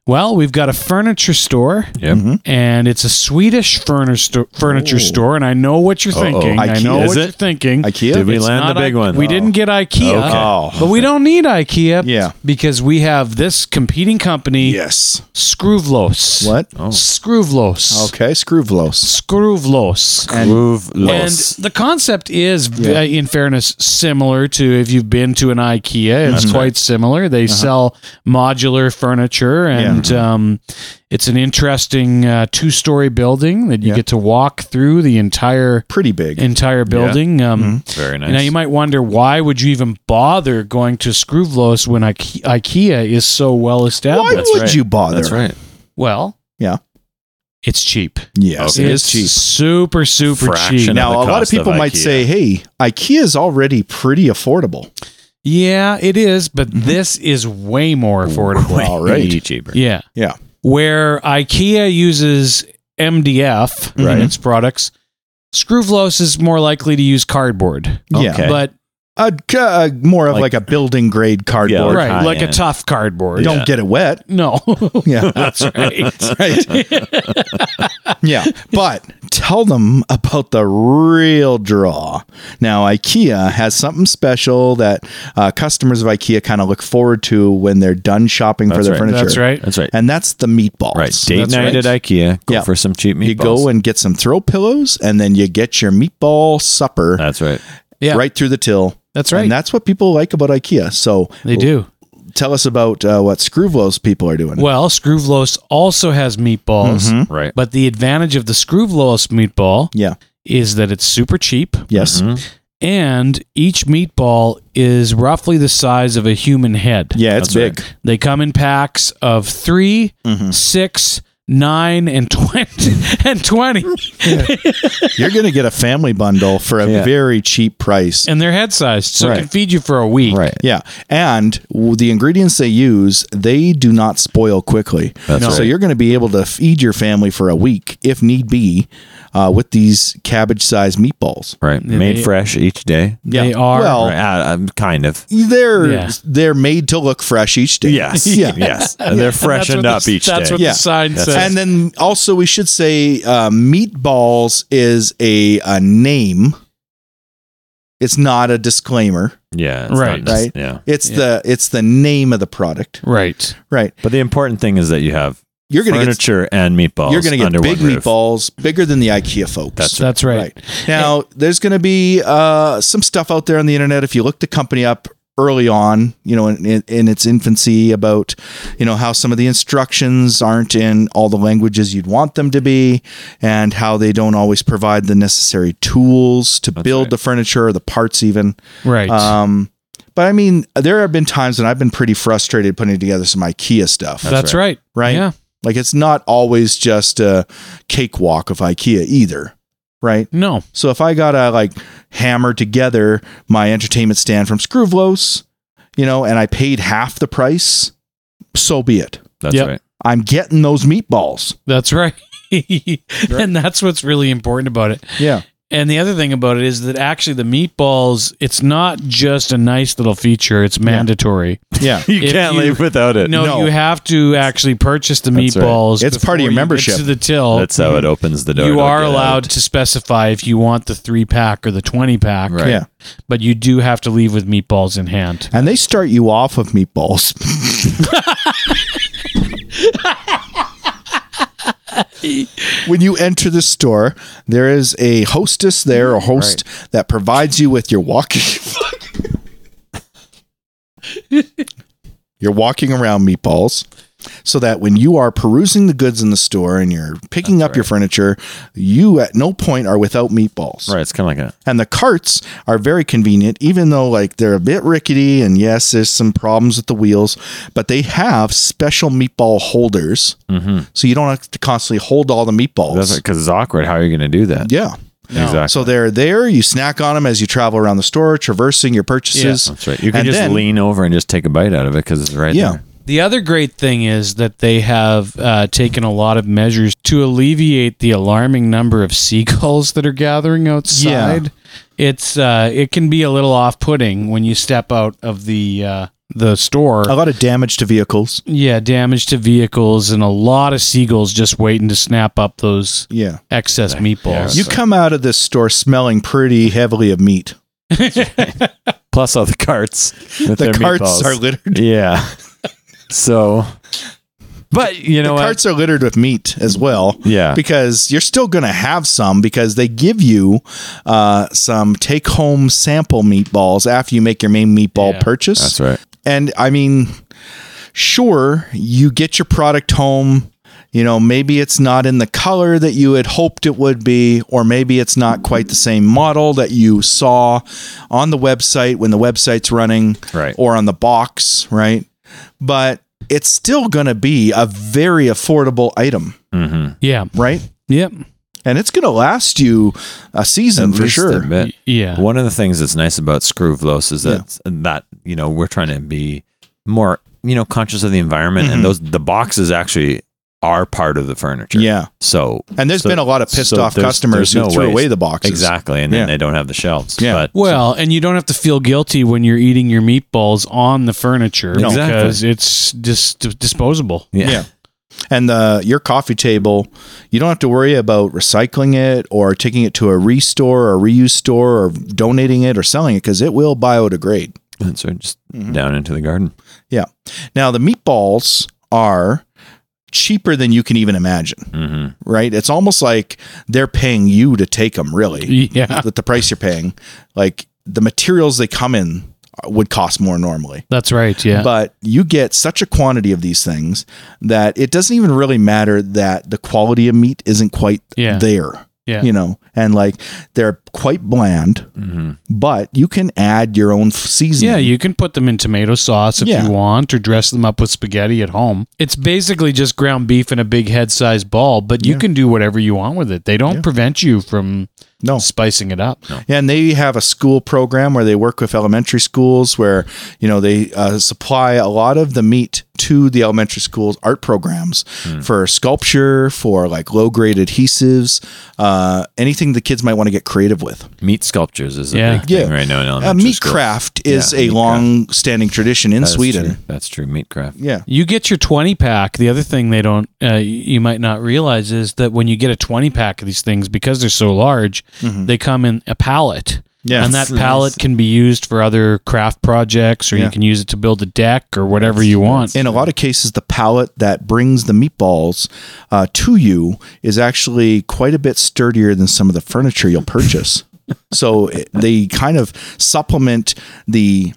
Speaker 2: Well, we've got a furniture store,
Speaker 4: Yep.
Speaker 3: Mhm.
Speaker 2: and it's a Swedish furniture furniture
Speaker 3: Oh.
Speaker 2: store. And I know what you're
Speaker 4: Uh-oh.
Speaker 2: thinking. I
Speaker 3: Ikea.
Speaker 2: know
Speaker 4: Is
Speaker 2: what
Speaker 4: it?
Speaker 2: you're thinking.
Speaker 3: IKEA.
Speaker 4: Did we
Speaker 2: It's
Speaker 4: land the
Speaker 2: not
Speaker 4: big
Speaker 2: I-
Speaker 4: one?
Speaker 2: We didn't get IKEA, Uh-huh.
Speaker 4: Okay.
Speaker 3: Oh.
Speaker 2: but we don't need IKEA.
Speaker 3: Yeah.
Speaker 2: because we have this competing company,
Speaker 3: Yes.
Speaker 2: Skruvlos.
Speaker 3: What?
Speaker 4: Oh.
Speaker 2: Skruvlos.
Speaker 3: Okay. Screwvlos.
Speaker 2: Skruvlos.
Speaker 4: Groove
Speaker 2: And
Speaker 4: loss.
Speaker 2: the concept is, v
Speaker 3: Yeah.
Speaker 2: uh, in fairness, similar to if you've been to an IKEA. It's
Speaker 3: Mm-hmm.
Speaker 4: Mhm.
Speaker 2: quite similar. They
Speaker 3: Uh-huh.
Speaker 2: sell modular furniture, and um, it's an interesting uh, two-story building that you
Speaker 3: Yeah.
Speaker 2: get to walk through the entire
Speaker 3: Pretty big.
Speaker 2: entire building. Um,
Speaker 3: Mm-hmm.
Speaker 4: Very nice.
Speaker 2: Now you might wonder why would you even bother going to Skruvlos when Ike- IKEA is so well
Speaker 3: Why
Speaker 2: established?
Speaker 4: That's
Speaker 3: would
Speaker 4: right.
Speaker 3: you bother?
Speaker 4: That's right.
Speaker 2: Well,
Speaker 3: Yeah.
Speaker 2: it's cheap.
Speaker 3: Yes, it is
Speaker 2: It's
Speaker 3: cheap.
Speaker 2: Super super
Speaker 4: Fraction
Speaker 2: cheap.
Speaker 4: of
Speaker 3: Now, a
Speaker 4: the
Speaker 3: lot of
Speaker 4: cost of
Speaker 3: people might
Speaker 4: IKEA.
Speaker 3: say, "Hey, IKEA's already pretty affordable."
Speaker 2: Yeah, it is, but this is way more affordable.
Speaker 3: Way. All right.
Speaker 4: Way cheaper.
Speaker 2: Yeah.
Speaker 3: Yeah.
Speaker 2: Where IKEA uses MDF
Speaker 3: Right.
Speaker 2: in its products, Screwvlos is more likely to use cardboard.
Speaker 3: Yeah,
Speaker 4: Okay.
Speaker 2: But
Speaker 3: a, uh, more of like,
Speaker 4: Like-
Speaker 3: a building grade cardboard.
Speaker 4: Or
Speaker 2: right,
Speaker 4: high
Speaker 2: like a
Speaker 4: end.
Speaker 2: tough cardboard.
Speaker 3: Don't get it wet.
Speaker 2: No.
Speaker 3: Yeah.
Speaker 2: That's right.
Speaker 3: Yeah, but tell them about the real draw. Now, IKEA has something special that uh, customers of IKEA kind of look forward to when they're done shopping for
Speaker 4: That's
Speaker 3: their
Speaker 4: right.
Speaker 3: furniture.
Speaker 2: That's right.
Speaker 4: That's right.
Speaker 3: And that's the meatballs.
Speaker 4: Right. Date
Speaker 2: That's
Speaker 4: night
Speaker 2: right.
Speaker 4: at IKEA. Go
Speaker 3: Yeah.
Speaker 4: for some cheap meatballs.
Speaker 3: You go and get some throw pillows, and then you get your meatball supper
Speaker 4: That's right.
Speaker 2: Yeah.
Speaker 3: right through the till.
Speaker 2: That's right.
Speaker 3: And that's what people like about IKEA. So
Speaker 2: they do.
Speaker 3: tell us about uh, what Screwvlos people are doing.
Speaker 2: Well, Screwvlos also has meatballs,
Speaker 4: Right.
Speaker 2: but the advantage of the Screwvlos meatball
Speaker 3: yeah.
Speaker 2: is that it's super cheap.
Speaker 3: Yes.
Speaker 4: Mm-hmm.
Speaker 2: and each meatball is roughly the size of a human head.
Speaker 3: Yeah, it's
Speaker 4: That's
Speaker 3: big.
Speaker 2: They come in packs of three, six, nine, and twenty. And twenty,
Speaker 3: You're going to get a family bundle for a
Speaker 4: Yeah.
Speaker 3: very cheap price.
Speaker 2: and they're head sized, so
Speaker 3: Right.
Speaker 2: it can feed you for a week.
Speaker 4: Right.
Speaker 3: Yeah, and w- the ingredients they use they do not spoil quickly.
Speaker 4: That's
Speaker 3: So
Speaker 4: right.
Speaker 3: you're going to be able to feed your family for a week if need be uh, with these cabbage-sized meatballs.
Speaker 4: Right. Made fresh each day.
Speaker 2: They
Speaker 3: Yeah.
Speaker 2: are
Speaker 3: Well-
Speaker 4: Right. Uh, um, kind of.
Speaker 3: They're
Speaker 2: Yeah.
Speaker 3: they're made to look fresh each day.
Speaker 4: Yes.
Speaker 3: yeah.
Speaker 4: Yes. They're
Speaker 2: That's what
Speaker 4: freshened
Speaker 2: the-
Speaker 4: up each
Speaker 2: That's
Speaker 4: day.
Speaker 2: what
Speaker 3: Yeah.
Speaker 2: the sign
Speaker 4: That's
Speaker 2: says.
Speaker 3: And then also we should say uh, meatballs is a, a name. It's not a disclaimer.
Speaker 4: yeah. it's
Speaker 2: Right.
Speaker 4: not-
Speaker 3: Right.
Speaker 4: Yeah.
Speaker 3: It's
Speaker 2: Yeah.
Speaker 3: the it's the name of the product.
Speaker 2: right.
Speaker 3: Right.
Speaker 4: But the important thing is that you have
Speaker 3: You're going to get
Speaker 4: furniture and meatballs.
Speaker 3: you're going to
Speaker 4: under
Speaker 3: get big
Speaker 4: one roof.
Speaker 3: meatballs, bigger than the IKEA folks.
Speaker 4: That's
Speaker 2: That's right.
Speaker 3: Right. Now, there's going to be uh, some stuff out there on the internet. If you look the company up early on, you know, in, in, in its infancy, about you know how some of the instructions aren't in all the languages you'd want them to be, and how they don't always provide the necessary tools to build
Speaker 4: right.
Speaker 3: the furniture or the parts, even.
Speaker 2: Right.
Speaker 3: Um, but I mean, there have been times when I've been pretty frustrated putting together some IKEA stuff.
Speaker 2: that's right.
Speaker 3: right.
Speaker 2: Yeah.
Speaker 3: Like it's not always just a cakewalk of IKEA either, right?
Speaker 2: No.
Speaker 3: So if I gotta like hammer together my entertainment stand from Screwvlos, you know, and I paid half the price, so be it.
Speaker 4: That's
Speaker 2: Yep.
Speaker 4: right.
Speaker 3: I'm getting those meatballs.
Speaker 2: That's right. and that's what's really important about it.
Speaker 3: Yeah.
Speaker 2: And the other thing about it is that actually the meatballs, it's not just a nice little feature, it's mandatory.
Speaker 3: Yeah.
Speaker 4: You
Speaker 2: If
Speaker 4: can't
Speaker 2: you-
Speaker 4: leave without it.
Speaker 2: No,
Speaker 3: No.
Speaker 2: you have to actually purchase the
Speaker 4: That's right.
Speaker 2: meatballs.
Speaker 3: It's
Speaker 2: before
Speaker 3: part of your
Speaker 2: you get
Speaker 3: membership.
Speaker 2: to the till.
Speaker 4: That's how
Speaker 3: Mm-hmm.
Speaker 4: it opens the door.
Speaker 2: you
Speaker 4: to
Speaker 2: are
Speaker 4: get out.
Speaker 2: allowed to specify if you want the three pack or the 20 pack,
Speaker 4: Right.
Speaker 3: Yeah.
Speaker 2: but you do have to leave with meatballs in hand.
Speaker 3: And they start you off with meatballs. when you enter the store, there is a hostess there, a host that provides you with your walking. you're walking around meatballs so that when you are perusing the goods in the store and you're picking up your furniture, you at no point are without meatballs.
Speaker 4: Right. It's kind of like a.
Speaker 3: And the carts are very convenient, even though like they're a bit rickety and yes, there's some problems with the wheels, but they have special meatball holders.
Speaker 4: Mm-hmm.
Speaker 3: So you don't have to constantly hold all the meatballs.
Speaker 4: That's because it's awkward. How are you going to do that?
Speaker 3: yeah.
Speaker 4: Exactly.
Speaker 3: So they're there. You snack on them as you travel around the store, traversing your purchases.
Speaker 4: That's right. You can
Speaker 3: And
Speaker 4: just
Speaker 3: then-
Speaker 4: lean over and just take a bite out of it because it's right
Speaker 3: Yeah.
Speaker 4: there.
Speaker 2: The other great thing is that they have uh, taken a lot of measures to alleviate the alarming number of seagulls that are gathering outside. it's uh, it can be a little off-putting when you step out of the uh, the store.
Speaker 3: A lot of damage to vehicles.
Speaker 2: Yeah, damage to vehicles and a lot of seagulls just waiting to snap up those
Speaker 3: Yeah.
Speaker 2: excess meatballs.
Speaker 3: You come out of this store smelling pretty heavily of meat.
Speaker 4: Plus all the carts. With
Speaker 3: The
Speaker 4: their
Speaker 3: carts
Speaker 4: meatballs.
Speaker 3: are littered.
Speaker 4: Yeah. So, but you know
Speaker 3: the
Speaker 4: what?
Speaker 3: carts are littered with meat as well.
Speaker 4: yeah.
Speaker 3: because you're still going to have some because they give you uh, some take home sample meatballs after you make your main meatball
Speaker 2: Yeah.
Speaker 3: purchase.
Speaker 4: That's right.
Speaker 3: And I mean, sure, you get your product home. You know, maybe it's not in the color that you had hoped it would be, or maybe it's not quite the same model that you saw on the website when the website's running
Speaker 4: Right.
Speaker 3: or on the box, right? But it's still going to be a very affordable item,
Speaker 4: Mm-hmm.
Speaker 2: yeah.
Speaker 3: right?
Speaker 2: Yep.
Speaker 3: and it's going to last you a season for sure.
Speaker 2: Yeah.
Speaker 4: One of the things that's nice about Screwvlos is that that you know we're trying to be more you know conscious of the environment
Speaker 3: Mm-hmm.
Speaker 4: and those the boxes actually are part of the furniture.
Speaker 3: Yeah,
Speaker 4: So
Speaker 3: and there's
Speaker 4: so-
Speaker 3: been a lot of pissed
Speaker 4: so
Speaker 3: off
Speaker 4: there's-
Speaker 3: customers
Speaker 4: there's
Speaker 3: who
Speaker 4: no
Speaker 3: threw
Speaker 4: waste.
Speaker 3: away the boxes.
Speaker 4: exactly, and then
Speaker 3: Yeah.
Speaker 4: they don't have the shelves.
Speaker 3: Yeah.
Speaker 4: But,
Speaker 2: well, and you don't have to feel guilty when you're eating your meatballs on the furniture
Speaker 4: No.
Speaker 2: because it's just disposable.
Speaker 4: yeah.
Speaker 3: yeah. And the your coffee table, you don't have to worry about recycling it or taking it to a restore or reuse store or donating it or selling it because it will biodegrade.
Speaker 4: And so just
Speaker 3: Mm-hmm.
Speaker 4: down into the garden.
Speaker 3: Now the meatballs are cheaper than you can even imagine,
Speaker 4: Mm-hmm.
Speaker 3: right? It's almost like they're paying you to take them, really.
Speaker 2: Yeah.
Speaker 3: With the price you're paying, like the materials they come in uh, would cost more normally.
Speaker 2: That's right. Yeah.
Speaker 3: But you get such a quantity of these things that it doesn't even really matter that the quality of meat isn't quite
Speaker 2: Yeah.
Speaker 3: there.
Speaker 2: Yeah.
Speaker 3: You know, and like they're quite bland,
Speaker 4: Mm-hmm.
Speaker 3: but you can add your own f- seasoning.
Speaker 2: yeah, you can put them in tomato sauce if
Speaker 3: Yeah.
Speaker 2: you want or dress them up with spaghetti at home. It's basically just ground beef in a big head-sized ball, but you
Speaker 3: Yeah.
Speaker 2: can do whatever you want with it. They don't prevent you from
Speaker 3: no.
Speaker 2: spicing it up.
Speaker 3: And they have a school program where they work with elementary schools where, you know, they uh, supply a lot of the meat to the elementary schools art programs
Speaker 2: Hmm.
Speaker 3: for sculpture, for like low grade adhesives, uh, anything the kids might want to get creative with.
Speaker 4: Meat sculptures is a
Speaker 2: Yeah.
Speaker 4: big thing
Speaker 3: Yeah.
Speaker 4: right now in
Speaker 3: Uh,
Speaker 4: elementary
Speaker 3: meat
Speaker 4: schools.
Speaker 3: craft is
Speaker 4: Yeah, meat
Speaker 3: a
Speaker 4: craft.
Speaker 3: long-standing tradition in
Speaker 4: That is
Speaker 3: Sweden.
Speaker 4: true. That's true. Meat craft.
Speaker 3: Yeah,
Speaker 2: You get your 20 pack. The other thing they don't, uh, you might not realize is that when you get a 20 pack of these things, because they're so large,
Speaker 3: Mm-hmm.
Speaker 2: they come in a pallet.
Speaker 3: Yeah.
Speaker 2: and that pallet can be used for other craft projects, or
Speaker 3: Yeah.
Speaker 2: you can use it to build a deck or whatever you want.
Speaker 3: in a lot of cases, the pallet that brings the meatballs uh, to you is actually quite a bit sturdier than some of the furniture you'll purchase. so it, they kind of supplement the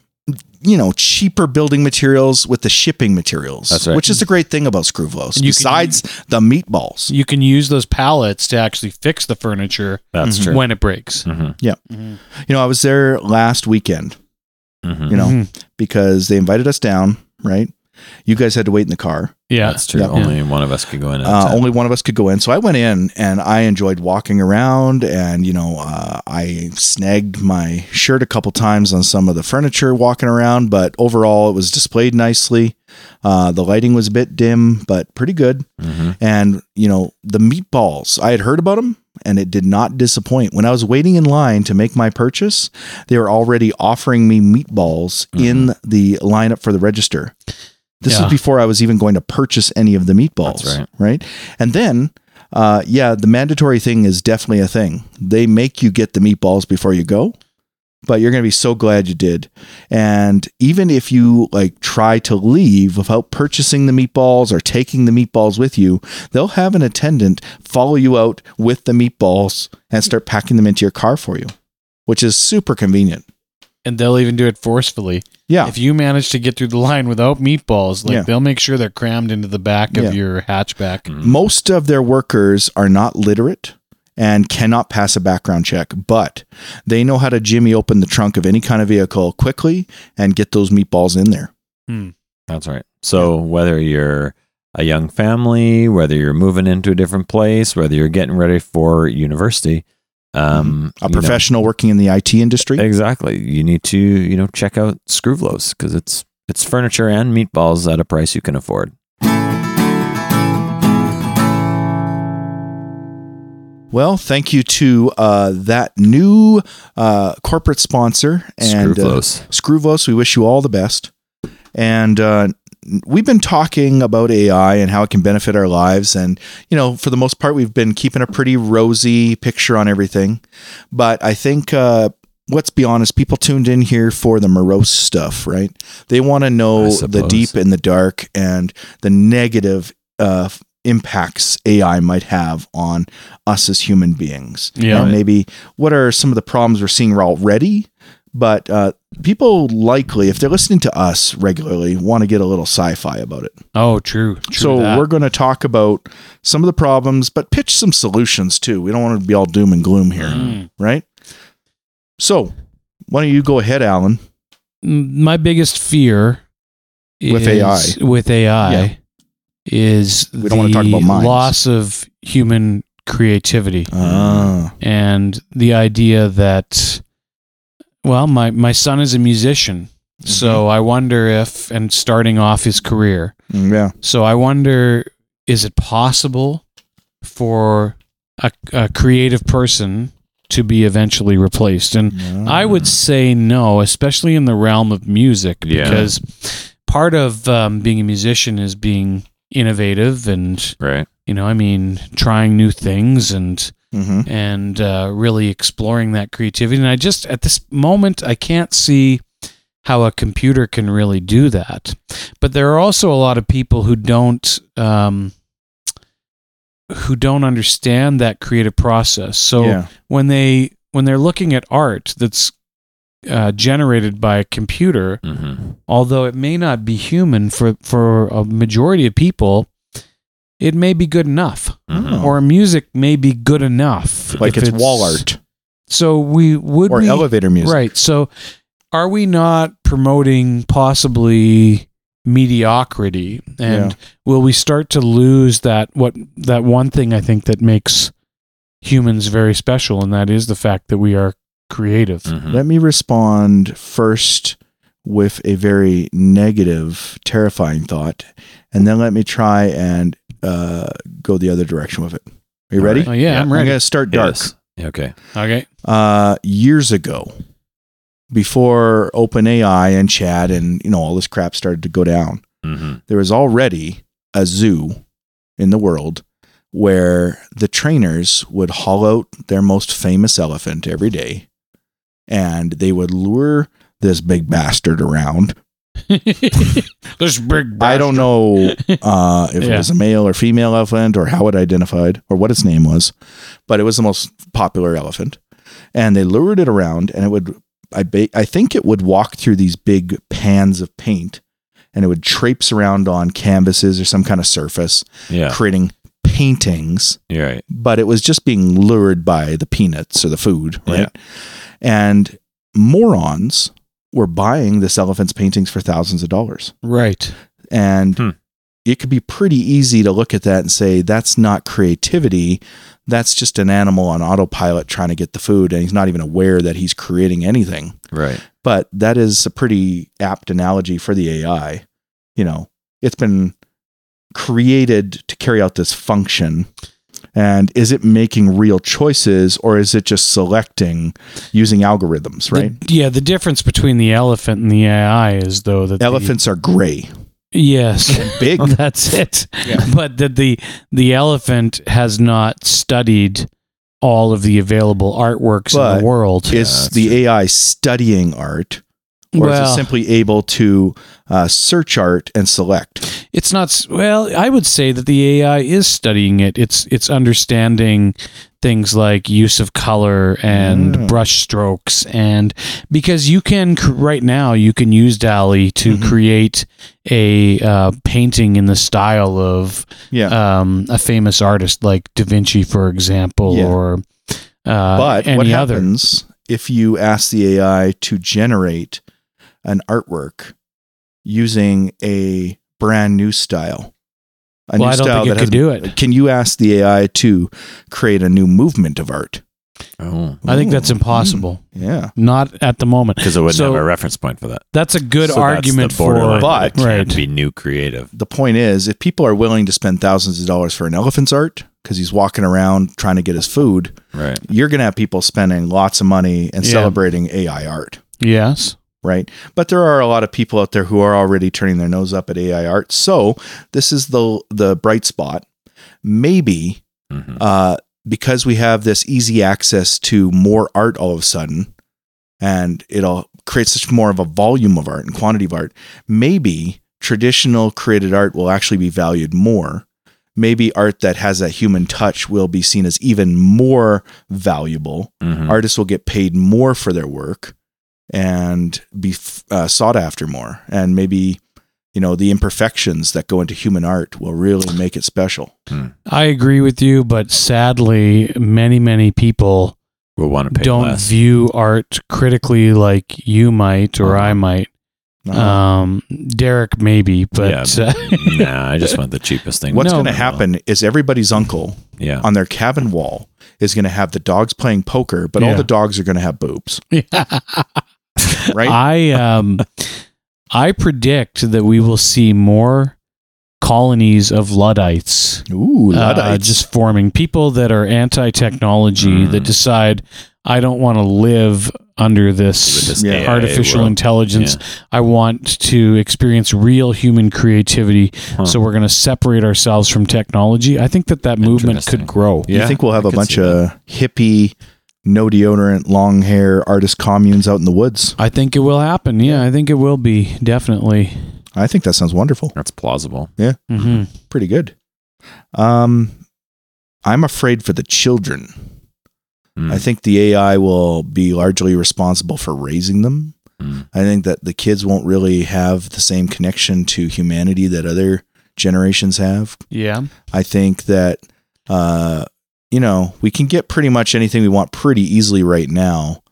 Speaker 3: you know cheaper building materials with the shipping materials
Speaker 4: That's right.
Speaker 3: which is the great thing about screwvlos
Speaker 2: You can-
Speaker 3: besides the meatballs
Speaker 2: you can use those pallets to actually fix the furniture
Speaker 4: That's
Speaker 3: Mm-hmm.
Speaker 4: true.
Speaker 2: when it breaks.
Speaker 3: you know i was there last weekend
Speaker 4: Mhm.
Speaker 3: you know
Speaker 2: Mhm.
Speaker 3: because they invited us down right you guys had to wait in the car
Speaker 2: Yeah.
Speaker 4: That's true.
Speaker 3: Yeah.
Speaker 4: Only one of us could go in. At
Speaker 3: uh,
Speaker 4: a time.
Speaker 3: only one of us could go in. So I went in and I enjoyed walking around and, you know, uh, I snagged my shirt a couple times on some of the furniture walking around, but overall it was displayed nicely. Uh, the lighting was a bit dim, but pretty good.
Speaker 4: Mhm.
Speaker 3: And, you know, the meatballs, I had heard about them and it did not disappoint. When I was waiting in line to make my purchase, they were already offering me meatballs in the lineup for the register. This
Speaker 2: Yeah.
Speaker 3: is before I was even going to purchase any of the meatballs,
Speaker 4: That's right.
Speaker 3: And then, uh, yeah, the mandatory thing is definitely a thing. They make you get the meatballs before you go, but you're going to be so glad you did. And even if you like try to leave without purchasing the meatballs or taking the meatballs with you, they'll have an attendant follow you out with the meatballs and start packing them into your car for you, which is super convenient.
Speaker 2: And they'll even do it forcefully.
Speaker 3: Yeah.
Speaker 2: If you manage to get through the line without meatballs, like
Speaker 3: Yeah.
Speaker 2: they'll make sure they're crammed into the back of
Speaker 3: Yeah. Mm.
Speaker 2: your hatchback.
Speaker 3: Most of their workers are not literate and cannot pass a background check, but they know how to jimmy open the trunk of any kind of vehicle quickly and get those meatballs in there.
Speaker 2: Hmm.
Speaker 4: That's right. So whether you're a young family, whether you're moving into a different place, whether you're getting ready for university, um,
Speaker 3: Mm-hmm. A
Speaker 4: you know,
Speaker 3: professional working in the IT industry.
Speaker 4: exactly. You need to you know check out Screwvlos because it's it's furniture and meatballs at a price you can afford.
Speaker 3: Well, thank you to uh, that new uh, corporate sponsor and uh,
Speaker 4: Screwflows.
Speaker 3: Scruvos, we wish you all the best. And uh, we've been talking about AI and how it can benefit our lives. And, you know, for the most part, we've been keeping a pretty rosy picture on everything. But I think, uh, let's be honest, people tuned in here for the morose stuff, right? They want to
Speaker 4: I
Speaker 3: know the
Speaker 4: suppose.
Speaker 3: deep and the dark and the negative uh, impacts AI might have on us as human beings.
Speaker 2: Yeah.
Speaker 3: And maybe what are some of the problems we're seeing already? But uh, people likely, if they're listening to us regularly, want to get a little sci-fi about it.
Speaker 2: Oh, true. true
Speaker 3: so
Speaker 2: that.
Speaker 3: we're going to talk about some of the problems, but pitch some solutions too. We don't want to be all doom and gloom here,
Speaker 2: Mm.
Speaker 3: right? So why don't you go ahead, Alan?
Speaker 2: my biggest fear
Speaker 3: With
Speaker 2: is- with AI
Speaker 3: Yeah.
Speaker 2: is
Speaker 3: We
Speaker 2: the
Speaker 3: don't wanna talk about minds.
Speaker 2: loss of human creativity Mm.
Speaker 3: Ah,
Speaker 2: and the idea that well my, my son is a musician
Speaker 3: Mm-hmm.
Speaker 2: so i wonder if and starting off his career
Speaker 3: Mm, yeah.
Speaker 2: so I wonder is it possible for a, a creative person to be eventually replaced? And I would say no, especially in the realm of music,
Speaker 4: Yeah.
Speaker 2: because part of um, being a musician is being innovative and
Speaker 4: Right.
Speaker 2: you know i mean trying new things and
Speaker 3: hmm
Speaker 2: and uh, really exploring that creativity and i just at this moment i can't see how a computer can really do that but there are also a lot of people who don't um, who don't understand that creative process so
Speaker 3: yeah.
Speaker 2: when they when they're looking at art that's uh, generated by a computer
Speaker 4: Mm-hmm.
Speaker 2: although it may not be human for for a majority of people it may be good enough
Speaker 4: hmm
Speaker 3: Oh,
Speaker 2: or music may be good enough
Speaker 3: Like
Speaker 2: if
Speaker 3: it's, wall art
Speaker 2: so we would
Speaker 3: or
Speaker 2: we-
Speaker 3: elevator music.
Speaker 2: right so are we not promoting possibly mediocrity and will we start to lose that what that one thing i think that makes humans very special and that is the fact that we are creative
Speaker 4: Mm. Mm-hmm.
Speaker 3: Let me respond first with a very negative, terrifying thought, and then let me try and uh, go the other direction with it. Are you
Speaker 4: All
Speaker 3: ready?
Speaker 4: right.
Speaker 2: oh yeah,
Speaker 4: Yeah.
Speaker 2: i'm
Speaker 3: I'm
Speaker 2: ready
Speaker 3: going to start dark.
Speaker 4: Okay.
Speaker 2: okay
Speaker 3: Uh, years ago, before OpenAI and Chat and you know all this crap started to go down,
Speaker 4: Mm-hmm.
Speaker 3: there was already a zoo in the world where the trainers would haul out their most famous elephant every day and they would lure this big bastard around.
Speaker 2: there's big
Speaker 3: I don't know uh, if
Speaker 2: Yeah.
Speaker 3: it was a male or female elephant or how it identified or what its name was, but it was the most popular elephant. And they lured it around and it would, I, ba- I think it would walk through these big pans of paint and it would traipse around on canvases or some kind of surface
Speaker 4: Yeah.
Speaker 3: creating paintings,
Speaker 4: You're right.
Speaker 3: but it was just being lured by the peanuts or the food,
Speaker 4: Yeah.
Speaker 3: right? And morons were buying this elephant's paintings for thousands of dollars.
Speaker 2: right
Speaker 3: And
Speaker 4: Hmm.
Speaker 3: it could be pretty easy to look at that and say, that's not creativity. That's just an animal on autopilot trying to get the food. And he's not even aware that he's creating anything
Speaker 4: Right.
Speaker 3: but that is a pretty apt analogy for the AI. You know, it's been created to carry out this function. And is it making real choices or is it just selecting using algorithms, right?
Speaker 2: The- yeah, the difference between the elephant and the AI is though that the-
Speaker 3: Elephants are gray,
Speaker 2: yes,
Speaker 3: big.
Speaker 2: that's it.
Speaker 3: Yeah.
Speaker 2: But that the the elephant has not studied all of the available artworks in
Speaker 3: But
Speaker 2: the world.
Speaker 3: is the AI studying art or is it
Speaker 2: well,
Speaker 3: simply able to uh, search art and select?
Speaker 2: it's not. s- Well, I would say that the AI is studying it. It's it's understanding things like use of color and
Speaker 3: Mm.
Speaker 2: brush strokes and because you can cr- right now you can use DALI to
Speaker 3: Mhm.
Speaker 2: create a uh, painting in the style of
Speaker 3: Yeah.
Speaker 2: um, a famous artist like Da Vinci, for example,
Speaker 3: Yeah.
Speaker 2: or uh,
Speaker 3: but
Speaker 2: any
Speaker 3: what
Speaker 2: other.
Speaker 3: happens if you ask the AI to generate an artwork using a brand new style? A
Speaker 2: Well, I don't think it could
Speaker 3: hasn't-
Speaker 2: do it.
Speaker 3: Can you ask the AI to create a new movement of art?
Speaker 4: Oh.
Speaker 2: I think that's
Speaker 3: Ooh, mm,
Speaker 2: impossible.
Speaker 3: Yeah.
Speaker 2: Not at the moment.
Speaker 4: Because I wouldn't
Speaker 2: So-
Speaker 4: have a reference point for that.
Speaker 2: That's a good
Speaker 4: So that's the
Speaker 2: argument for
Speaker 4: borderline.
Speaker 3: But-
Speaker 4: It can't
Speaker 2: right.
Speaker 4: be new creative.
Speaker 3: The point is, if people are willing to spend thousands of dollars for an elephant's art, because he's walking around trying to get his food,
Speaker 4: Right.
Speaker 3: you're going to have people spending lots of money and
Speaker 2: Yeah.
Speaker 3: celebrating AI art,
Speaker 2: Yes.
Speaker 3: right? But there are a lot of people out there who are already turning their nose up at AI art. So this is the the bright spot. Maybe
Speaker 4: hmm
Speaker 3: uh, because we have this easy access to more art all of a sudden, and it'll create such more of a volume of art and quantity of art, maybe traditional created art will actually be valued more. Maybe art that has that human touch will be seen as even more valuable.
Speaker 4: hmm
Speaker 3: Artists will get paid more for their work and be f- uh, sought after more. And maybe, you know, the imperfections that go into human art will really make it special.
Speaker 2: I agree with you, but sadly, many, many people
Speaker 4: We'll want to pay
Speaker 2: don't
Speaker 4: less.
Speaker 2: view art critically like you might or
Speaker 4: Uh-huh.
Speaker 2: I might.
Speaker 3: Uh,
Speaker 2: Um, Derek, maybe, but
Speaker 4: Yeah.
Speaker 2: uh,
Speaker 4: nah, I just want the cheapest thing.
Speaker 3: What's
Speaker 2: No.
Speaker 3: going to happen is everybody's uncle
Speaker 4: Yeah.
Speaker 3: on their cabin wall is going to have the dogs playing poker, but all
Speaker 2: Yeah.
Speaker 3: the dogs are going to have boobs, right?
Speaker 4: Uh,
Speaker 2: I um, I predict that we will see more colonies of Luddites.
Speaker 3: Ooh,
Speaker 2: uh,
Speaker 3: Luddites.
Speaker 2: just forming people that are anti-technology
Speaker 4: Mm.
Speaker 2: that decide I don't want to live under this,
Speaker 4: With this
Speaker 3: Yeah.
Speaker 4: AI
Speaker 2: artificial
Speaker 4: world.
Speaker 2: intelligence. I want to experience real human creativity.
Speaker 4: Huh.
Speaker 2: So we're going to separate ourselves from technology. I think that that movement
Speaker 4: Interesting.
Speaker 2: could grow.
Speaker 3: you think we'll have a
Speaker 4: I could
Speaker 3: bunch
Speaker 4: see
Speaker 3: of
Speaker 4: that.
Speaker 3: hippie, no deodorant, long hair artist communes out in the woods?
Speaker 2: I think it will happen. Yeah, I think it will be definitely.
Speaker 3: I think that sounds wonderful.
Speaker 4: That's plausible.
Speaker 2: hmm
Speaker 3: Pretty good. Um, I'm afraid for the children.
Speaker 4: Mm.
Speaker 3: I think the AI will be largely responsible for raising them.
Speaker 4: Mm.
Speaker 3: I think that the kids won't really have the same connection to humanity that other generations have.
Speaker 2: Yeah.
Speaker 3: I think that uh, you know we can get pretty much anything we want pretty easily right now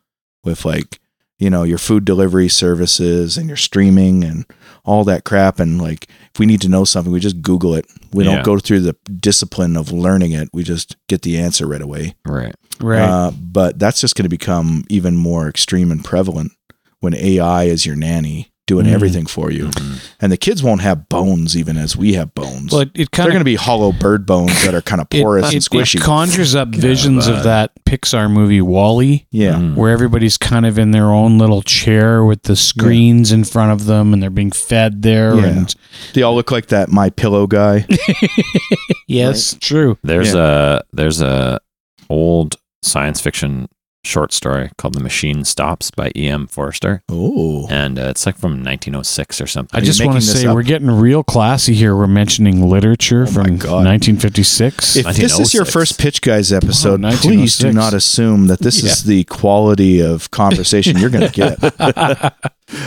Speaker 3: with like you know your food delivery services and your streaming and all that crap and like if we need to know something we just google it we
Speaker 4: Yeah.
Speaker 3: don't go through the discipline of learning it we just get the answer right away
Speaker 4: Right.
Speaker 2: Right.
Speaker 3: uh, but that's just going to become even more extreme and prevalent when ai is your nanny doing
Speaker 2: Mm.
Speaker 3: everything for you
Speaker 4: Mhm.
Speaker 3: and the kids won't have bones even as we have bones
Speaker 2: well, it, it kind
Speaker 3: they're
Speaker 2: of
Speaker 3: going to be hollow bird bones that are kind of porous and squishy.
Speaker 2: conjures up visions of that Pixar movie Wally.
Speaker 3: yeah.
Speaker 4: Mm.
Speaker 2: where everybody's kind of in their own little chair with the screens in front of them and they're being fed there
Speaker 3: Yeah.
Speaker 2: and
Speaker 3: They all look like that my pillow guy.
Speaker 2: yes true
Speaker 4: There's a there's a old science fiction short story called "The Machine Stops" by E.M. Forster,
Speaker 3: Oh.
Speaker 4: and uh, it's like from 1906 or something.
Speaker 2: i
Speaker 3: you
Speaker 2: just want to
Speaker 3: making this
Speaker 2: say
Speaker 3: up?
Speaker 2: we're getting real classy here we're mentioning literature
Speaker 3: Oh my
Speaker 2: from
Speaker 3: God.
Speaker 2: 1956
Speaker 3: If this is your
Speaker 4: 1906.
Speaker 3: first Pitch Guys episode,
Speaker 2: Wow,
Speaker 3: please do
Speaker 2: 1906.
Speaker 3: not assume that this is the quality of conversation you're going to get.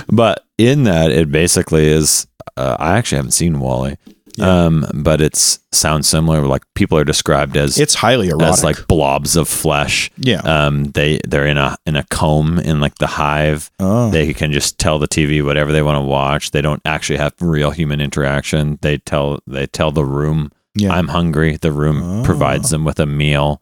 Speaker 4: but in that, it basically is. Uh, I actually haven't seen Wally, um, but it's sounds similar. Like people are described as
Speaker 3: It's highly erotic.
Speaker 4: as like blobs of flesh.
Speaker 3: yeah.
Speaker 4: Um, they they're in a in a comb in like the hive.
Speaker 3: oh.
Speaker 4: They can just tell the TV whatever they want to watch. They don't actually have real human interaction. They tell they tell the room
Speaker 3: yeah.
Speaker 4: I'm hungry. The room
Speaker 3: Oh.
Speaker 4: provides them with a meal.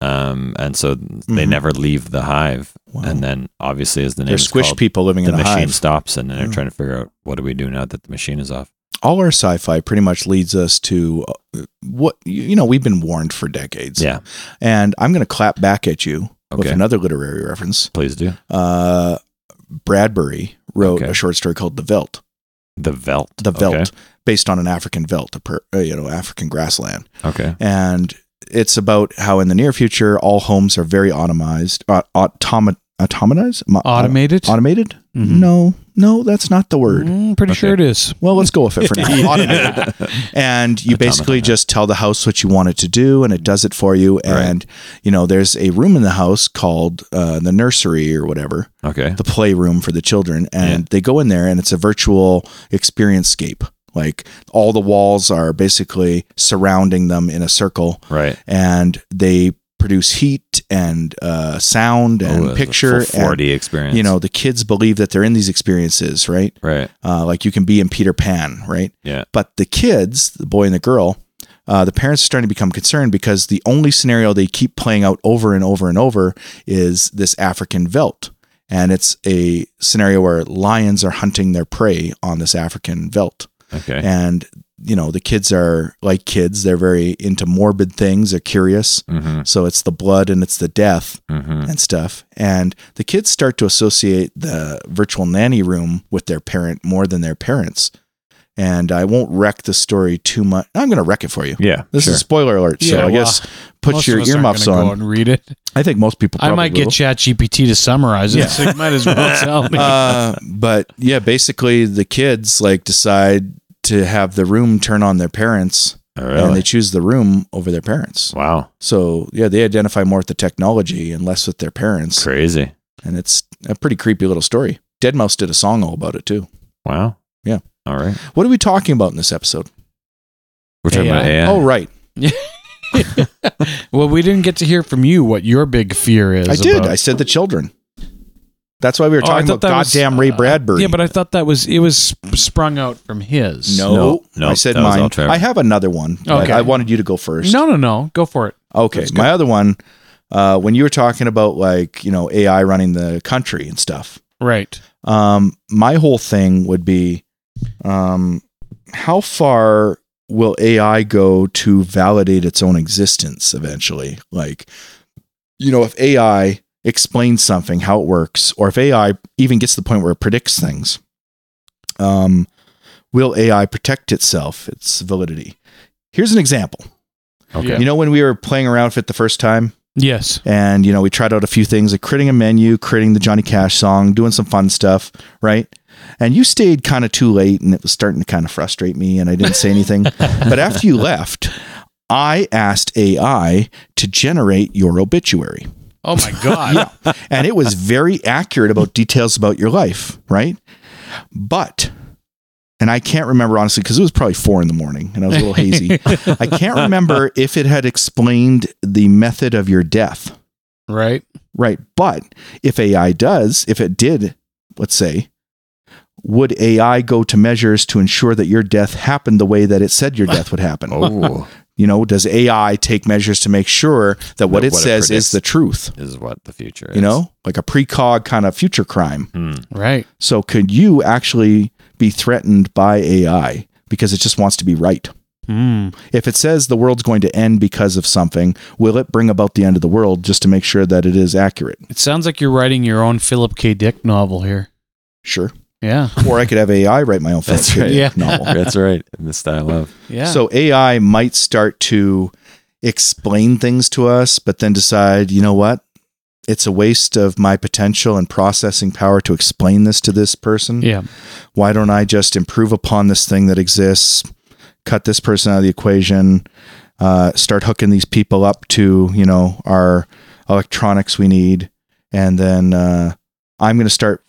Speaker 4: Um, and so they
Speaker 3: Mhm.
Speaker 4: never leave the hive.
Speaker 3: Wow.
Speaker 4: And then obviously as the name
Speaker 3: They're
Speaker 4: is
Speaker 3: squish
Speaker 4: called,
Speaker 3: people living
Speaker 4: the
Speaker 3: in a
Speaker 4: machine
Speaker 3: hive.
Speaker 4: stops and then they're
Speaker 3: Oh.
Speaker 4: trying to figure out what do we do now that the machine is off.
Speaker 3: All our sci-fi pretty much leads us to uh, what you you know we've been warned for decades.
Speaker 4: Yeah.
Speaker 3: And I'm going to clap back at you with
Speaker 4: Okay.
Speaker 3: another literary reference.
Speaker 4: Please do.
Speaker 3: Uh, Bradbury wrote
Speaker 4: Okay.
Speaker 3: a short story called "The Veld."
Speaker 4: The Velt.
Speaker 3: the veld
Speaker 4: Okay.
Speaker 3: based on an African veld, a per, uh, you know, African grassland.
Speaker 4: Okay.
Speaker 3: And it's about how in the near future, all homes are very automized, uh, automa- automatized, Mo-
Speaker 2: automated
Speaker 3: auto- automated.
Speaker 4: Mm-hmm.
Speaker 2: Mhm.
Speaker 3: No, no, that's not the word.
Speaker 2: Mm, pretty
Speaker 4: Okay.
Speaker 2: sure it is
Speaker 3: Well, let's go with it for now. Automated. And you
Speaker 4: Automata,
Speaker 3: basically
Speaker 4: yeah.
Speaker 3: just tell the house what you want it to do, and it does it for you.
Speaker 4: Right.
Speaker 3: And you know, there's a room in the house called uh, the nursery or whatever,
Speaker 4: okay.
Speaker 3: the playroom for the children and
Speaker 4: Yeah.
Speaker 3: they go in there and it's a virtual experience scape like all the walls are basically surrounding them in a circle
Speaker 4: Right.
Speaker 3: and they produce heat and uh, sound and
Speaker 4: Oh, it's a
Speaker 3: picture
Speaker 4: full 4D experience.
Speaker 3: and you know the kids believe that they're in these experiences right
Speaker 4: Right.
Speaker 3: uh, like you can be in peter pan right
Speaker 4: Yeah.
Speaker 3: but the kids the boy and the girl uh, the parents are starting to become concerned because the only scenario they keep playing out over and over and over is this African veld. And it's a scenario where lions are hunting their prey on this African veld.
Speaker 4: Okay.
Speaker 3: And you know the kids are like kids; they're very into morbid things. They're curious,
Speaker 4: Mm-hmm.
Speaker 3: so it's the blood and it's the death
Speaker 4: Mm-hmm.
Speaker 3: and stuff. And the kids start to associate the virtual nanny room with their parent more than their parents. And I won't wreck the story too much. I'm going to wreck it for you.
Speaker 4: Yeah.
Speaker 3: This
Speaker 4: sure.
Speaker 3: is spoiler alert, so
Speaker 2: Yeah,
Speaker 3: I
Speaker 2: well,
Speaker 3: guess put
Speaker 2: Most
Speaker 3: your
Speaker 2: of us aren't
Speaker 3: earmuffs
Speaker 2: gonna
Speaker 3: on.
Speaker 2: Go and read it.
Speaker 3: I think most people. Probably
Speaker 2: I might get
Speaker 3: will.
Speaker 2: ChatGPT to summarize it.
Speaker 3: Yeah.
Speaker 2: So you might as well tell me.
Speaker 3: uh, but yeah, basically the kids like decide to have the room turn on their parents,
Speaker 4: Oh,
Speaker 3: and they
Speaker 4: really?
Speaker 3: choose the room over their parents.
Speaker 4: Wow.
Speaker 3: So yeah, they identify more with the technology and less with their parents,
Speaker 4: Crazy.
Speaker 3: and it's a pretty creepy little story. Dead Mouse did a song all about it too.
Speaker 4: Wow.
Speaker 3: Yeah.
Speaker 4: All right.
Speaker 3: What are we talking about in this episode?
Speaker 4: We're talking about
Speaker 2: AI.
Speaker 4: AI.
Speaker 3: Oh, right.
Speaker 2: well, we didn't get to hear from you what your big fear is.
Speaker 3: I did.
Speaker 2: about-
Speaker 3: I said the children. That's why we were
Speaker 2: Oh, I
Speaker 3: talking
Speaker 2: thought
Speaker 3: about
Speaker 2: that was-
Speaker 3: goddamn Ray Bradbury.
Speaker 2: yeah, but I thought that was it was sp- sprung out from his.
Speaker 3: no,
Speaker 4: No, no,
Speaker 3: I said
Speaker 4: that was all
Speaker 3: mine.
Speaker 4: Trevor.
Speaker 3: I have another one. but
Speaker 2: Okay.
Speaker 3: I wanted you to go first.
Speaker 2: no, no, no. Go for it.
Speaker 3: Okay. My other one, uh, when you were talking about like, you know, AI running the country and stuff,
Speaker 2: Right.
Speaker 3: um, my whole thing would be um, how far will AI go to validate its own existence eventually? Like, you know, if AI explains something, how it works, or if AI even gets to the point where it predicts things, um, will AI protect itself, its validity? Here's an example.
Speaker 4: Okay.
Speaker 2: Yeah.
Speaker 3: You know, when we were playing around with it the first time,
Speaker 2: Yes.
Speaker 3: and you know, we tried out a few things like creating a menu, creating the Johnny Cash song, doing some fun stuff, right? And you stayed kind of too late, and it was starting to kind of frustrate me, and I didn't say anything. but after you left, I asked AI to generate your obituary,
Speaker 2: Oh my god.
Speaker 3: and it was very accurate about details about your life, right? But and I can't remember honestly because it was probably four in the morning and I was a little hazy. I can't remember if it had explained the method of your death.
Speaker 2: Right.
Speaker 3: Right. But if AI does, if it did, let's say, would AI go to measures to ensure that your death happened the way that it said your death would happen?
Speaker 4: Oh,
Speaker 3: You know, does AI take measures to make sure that what
Speaker 4: That
Speaker 3: it
Speaker 4: what it
Speaker 3: says
Speaker 4: predicts.
Speaker 3: is the truth?
Speaker 4: is what the future is.
Speaker 3: You know, like a precog kind of future crime.
Speaker 4: Hmm.
Speaker 2: Right.
Speaker 3: So could you actually be threatened by AI because it just wants to be right?
Speaker 2: Mm.
Speaker 3: If it says the world's going to end because of something, will it bring about the end of the world just to make sure that it is accurate?
Speaker 2: It sounds like you're writing your own Philip K. Dick novel here.
Speaker 3: Sure.
Speaker 2: Yeah.
Speaker 3: Or I could have AI write my own
Speaker 4: That's
Speaker 3: fiction
Speaker 4: right.
Speaker 2: Yeah.
Speaker 3: novel.
Speaker 4: That's right. In the style of.
Speaker 2: Yeah.
Speaker 3: So AI might start to explain things to us, but then decide, you know what? It's a waste of my potential and processing power to explain this to this person.
Speaker 2: yeah.
Speaker 3: why don't I just improve upon this thing that exists, cut this person out of the equation, uh, start hooking these people up to, you know, our electronics we need. And then uh, I'm going to start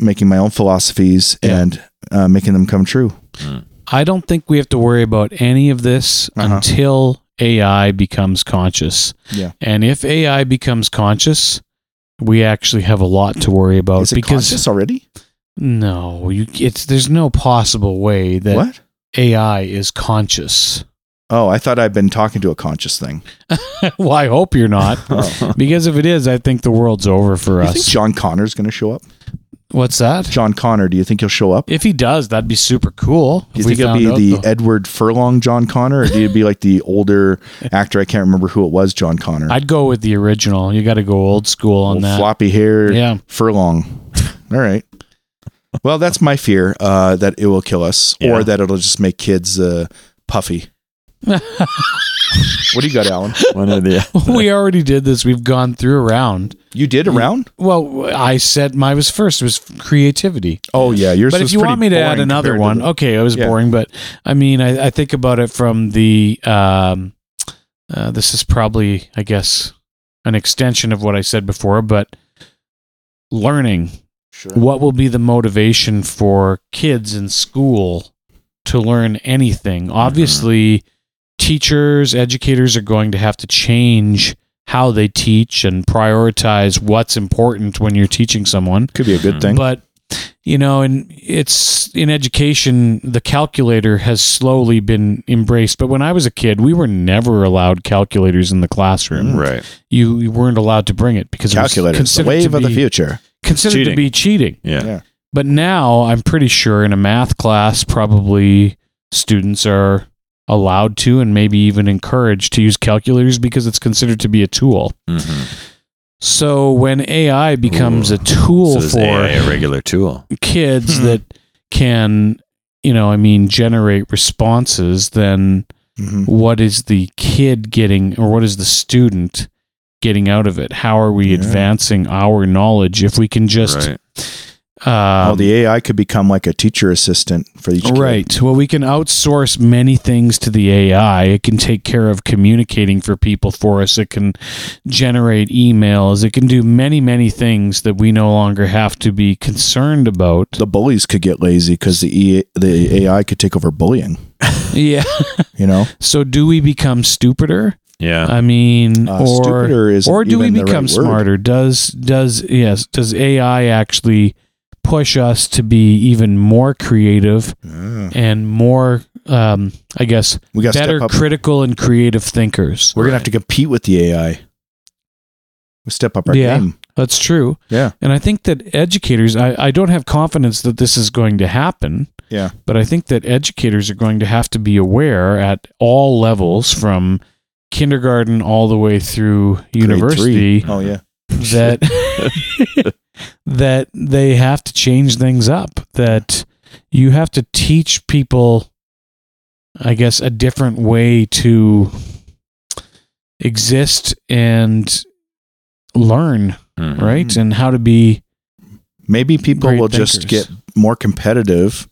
Speaker 3: making my own philosophies
Speaker 2: Yeah.
Speaker 3: and uh, making them come true.
Speaker 2: I don't think we have to worry about any of this
Speaker 3: Uh-huh.
Speaker 2: until AI becomes conscious.
Speaker 3: Yeah.
Speaker 2: And if AI becomes conscious, we actually have a lot to worry about
Speaker 3: Is it
Speaker 2: because
Speaker 3: conscious already?
Speaker 2: no, you it's there's no possible way that
Speaker 3: What?
Speaker 2: AI is conscious.
Speaker 3: Oh, I thought I'd been talking to a conscious thing.
Speaker 2: well, I hope you're not.
Speaker 3: Oh.
Speaker 2: because if it is, I think the world's over for
Speaker 3: You
Speaker 2: us.
Speaker 3: think John Connor's going to show up?
Speaker 2: What's that?
Speaker 3: John Connor, do you think he'll show up?
Speaker 2: If he does, that'd be super cool.
Speaker 3: Do you
Speaker 2: If we
Speaker 3: think it'll
Speaker 2: found
Speaker 3: be
Speaker 2: out,
Speaker 3: the
Speaker 2: though.
Speaker 3: Edward Furlong John Connor, or do you be like the older actor? I can't remember who it was. John Connor.
Speaker 2: I'd go with the original. You got to go old school on
Speaker 3: Old
Speaker 2: that.
Speaker 3: floppy hair
Speaker 2: Yeah.
Speaker 3: furlong all right well that's my fear uh, that it will kill us
Speaker 4: Yeah.
Speaker 3: or that it'll just make kids uh, puffy what do you got alan
Speaker 4: One of the.
Speaker 2: we already did this. We've gone through a round.
Speaker 3: you did a round
Speaker 2: Well, I said my was first was creativity.
Speaker 3: oh yeah yours
Speaker 2: But if
Speaker 3: was
Speaker 2: you
Speaker 3: pretty
Speaker 2: want me to add
Speaker 3: boring
Speaker 2: another
Speaker 3: compared to
Speaker 2: one, oh,
Speaker 3: the-
Speaker 2: okay, it was
Speaker 3: Yeah.
Speaker 2: boring, but I mean, I, I think about it from the. Um, uh, this is probably, I guess, an extension of what I said before, but learning.
Speaker 3: sure.
Speaker 2: What will be the motivation for kids in school to learn
Speaker 3: Mm-hmm.
Speaker 2: anything? Obviously, teachers, educators are going to have to change how they teach and prioritize what's important when you're teaching someone.
Speaker 3: could be a good thing
Speaker 2: Hmm. But you know, and it's in education, the calculator has slowly been embraced. But when I was a kid, we were never allowed calculators in the classroom.
Speaker 3: Mm,
Speaker 4: Right.
Speaker 2: You, you weren't allowed to bring it because it was
Speaker 3: calculators the
Speaker 2: considered
Speaker 3: wave
Speaker 2: to
Speaker 3: of the
Speaker 2: be-
Speaker 3: future
Speaker 2: Considered
Speaker 4: Cheating.
Speaker 2: to be cheating.
Speaker 4: Yeah.
Speaker 3: Yeah.
Speaker 2: But now I'm pretty sure in a math class, probably students are allowed to and maybe even encouraged to use calculators because it's considered to be a tool.
Speaker 4: Mhm.
Speaker 2: So when AI becomes
Speaker 4: Ooh.
Speaker 2: a tool
Speaker 4: So is
Speaker 2: for
Speaker 4: AI a regular tool.
Speaker 2: kids
Speaker 3: Hmm.
Speaker 2: that can, you know, I mean, generate responses, then
Speaker 3: hmm
Speaker 2: what is the kid getting or what is the student getting out of it? How are we
Speaker 3: Yeah.
Speaker 2: advancing our knowledge if we can just.
Speaker 4: right.
Speaker 2: Um,
Speaker 3: well, the AI could become like a teacher assistant for each kid.
Speaker 2: Right. Well, we can outsource many things to the AI. It can take care of communicating for people for us. It can generate emails. It can do many, many things that we no longer have to be concerned about.
Speaker 3: The bullies could get lazy because the e- the AI could take over bullying.
Speaker 2: Yeah.
Speaker 3: You know,
Speaker 2: So, do we become stupider?
Speaker 4: Yeah.
Speaker 2: I mean,
Speaker 3: Uh,
Speaker 2: or
Speaker 3: stupider isn't
Speaker 2: or do we
Speaker 3: even the
Speaker 2: become
Speaker 3: right word.
Speaker 2: smarter? Does does yes? Does AI actually push us to be even more creative
Speaker 3: Yeah.
Speaker 2: and more, um, I guess,
Speaker 3: We got to
Speaker 2: better
Speaker 3: Mm. step up.
Speaker 2: critical and creative thinkers.
Speaker 3: We're gonna have to compete with the AI. We step up our
Speaker 2: Yeah.
Speaker 3: game.
Speaker 2: That's true.
Speaker 3: Yeah.
Speaker 2: And I think that educators, I, I don't have confidence that this is going to happen,
Speaker 3: Yeah.
Speaker 2: but I think that educators are going to have to be aware at all levels from kindergarten all the way through
Speaker 3: Grade
Speaker 2: university
Speaker 3: three. Oh yeah.
Speaker 2: that that they have to change things up that you have to teach people i guess a different way to exist and learn
Speaker 4: Mhm.
Speaker 2: right
Speaker 3: Mm-hmm.
Speaker 2: and how to be
Speaker 3: Maybe people
Speaker 2: great
Speaker 3: will just
Speaker 2: thinkers.
Speaker 3: get more competitive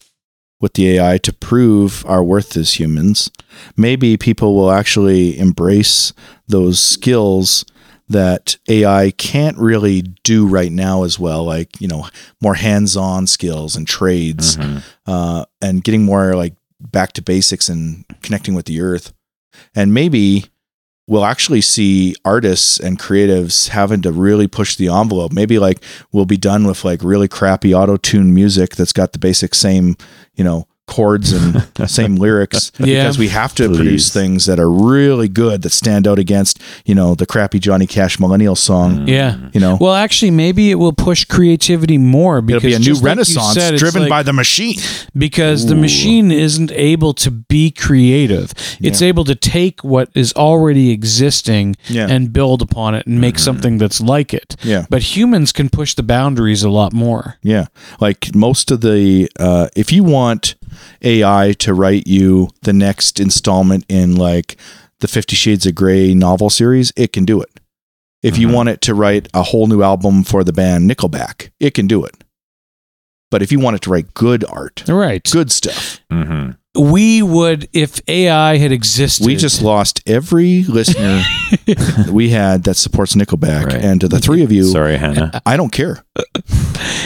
Speaker 3: with the AI to prove our worth as humans. Maybe people will actually embrace those skills that AI can't really do right now as well, like, you know, more hands on skills and trades
Speaker 4: Mhm.
Speaker 3: uh, and getting more like back to basics and connecting with the earth. And maybe we'll actually see artists and creatives having to really push the envelope. Maybe like we'll be done with like really crappy auto tune music that's got the basic same, you know, chords and same lyrics
Speaker 2: Yeah.
Speaker 3: because we have to
Speaker 4: Please.
Speaker 3: produce things that are really good that stand out against, you know, the crappy Johnny Cash millennial song,
Speaker 2: yeah
Speaker 3: you know.
Speaker 2: well actually maybe it will push creativity more
Speaker 3: Mm-hmm. It'll
Speaker 2: because
Speaker 3: be a new
Speaker 2: just like you
Speaker 3: renaissance
Speaker 2: said, it's
Speaker 3: driven
Speaker 2: like-
Speaker 3: by the machine.
Speaker 2: because the
Speaker 4: Ooh.
Speaker 2: machine isn't able to be creative. It's able to take what is already existing
Speaker 3: Yeah. Mm-hmm.
Speaker 2: and build upon it and make something that's like it.
Speaker 3: Yeah.
Speaker 2: But humans can push the boundaries a lot more.
Speaker 3: Yeah. Like most of the, uh, if you want AI to write you the next installment in like the Fifty Shades of Grey novel series, it can do it. If you
Speaker 4: Mhm.
Speaker 3: want it to write a whole new album for the band Nickelback, it can do it. But if you want it to write good art,
Speaker 2: Right.
Speaker 3: good stuff,
Speaker 4: Mhm.
Speaker 2: We would if AI had existed.
Speaker 3: we just lost every listener that we had that supports Nickelback.
Speaker 4: Right.
Speaker 3: And to the three of you,
Speaker 4: Sorry, Hannah.
Speaker 3: I don't care.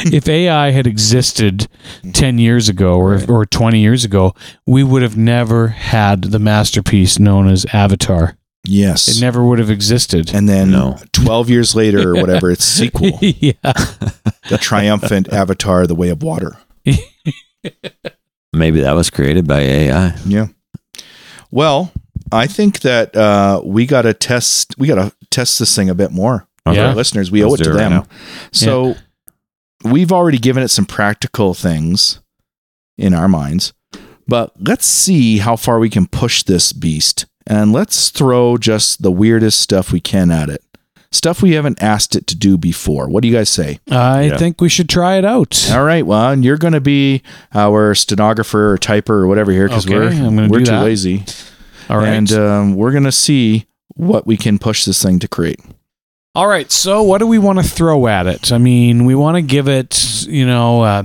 Speaker 2: if AI had existed
Speaker 3: Mm-hmm.
Speaker 2: 10 years ago or,
Speaker 4: Right.
Speaker 2: or 20 years ago, we would have never had the masterpiece known as Avatar.
Speaker 3: Yes.
Speaker 2: It never would have existed.
Speaker 3: and then
Speaker 4: No.
Speaker 3: 12 years later or whatever, it's sequel.
Speaker 2: yeah.
Speaker 3: the triumphant avatar, the way of water.
Speaker 4: Maybe that was created by AI.
Speaker 3: Yeah. Well, I think that uh, we got to test. We got to test this thing a bit more.
Speaker 4: Okay.
Speaker 2: Yeah.
Speaker 3: Our listeners, we owe it
Speaker 4: Uh-huh. Let's
Speaker 3: to
Speaker 4: do it right
Speaker 3: them.
Speaker 4: now.
Speaker 3: so we've already given it some practical things in our minds, but let's see how far we can push this beast, and let's throw just the weirdest stuff we can at it. Stuff we haven't asked it to do before. What do you guys say?
Speaker 2: I
Speaker 4: Yeah.
Speaker 2: think we should try it out.
Speaker 3: All right. Well, and you're going to be our stenographer or typer or whatever here because
Speaker 2: Okay, I'm
Speaker 3: we're
Speaker 2: gonna
Speaker 3: we're
Speaker 2: do
Speaker 3: too
Speaker 2: that.
Speaker 3: lazy,
Speaker 2: All right.
Speaker 3: and um, we're going to see what we can push this thing to create.
Speaker 2: All right. So, what do we want to throw at it? I mean, we want to give it, you know, uh,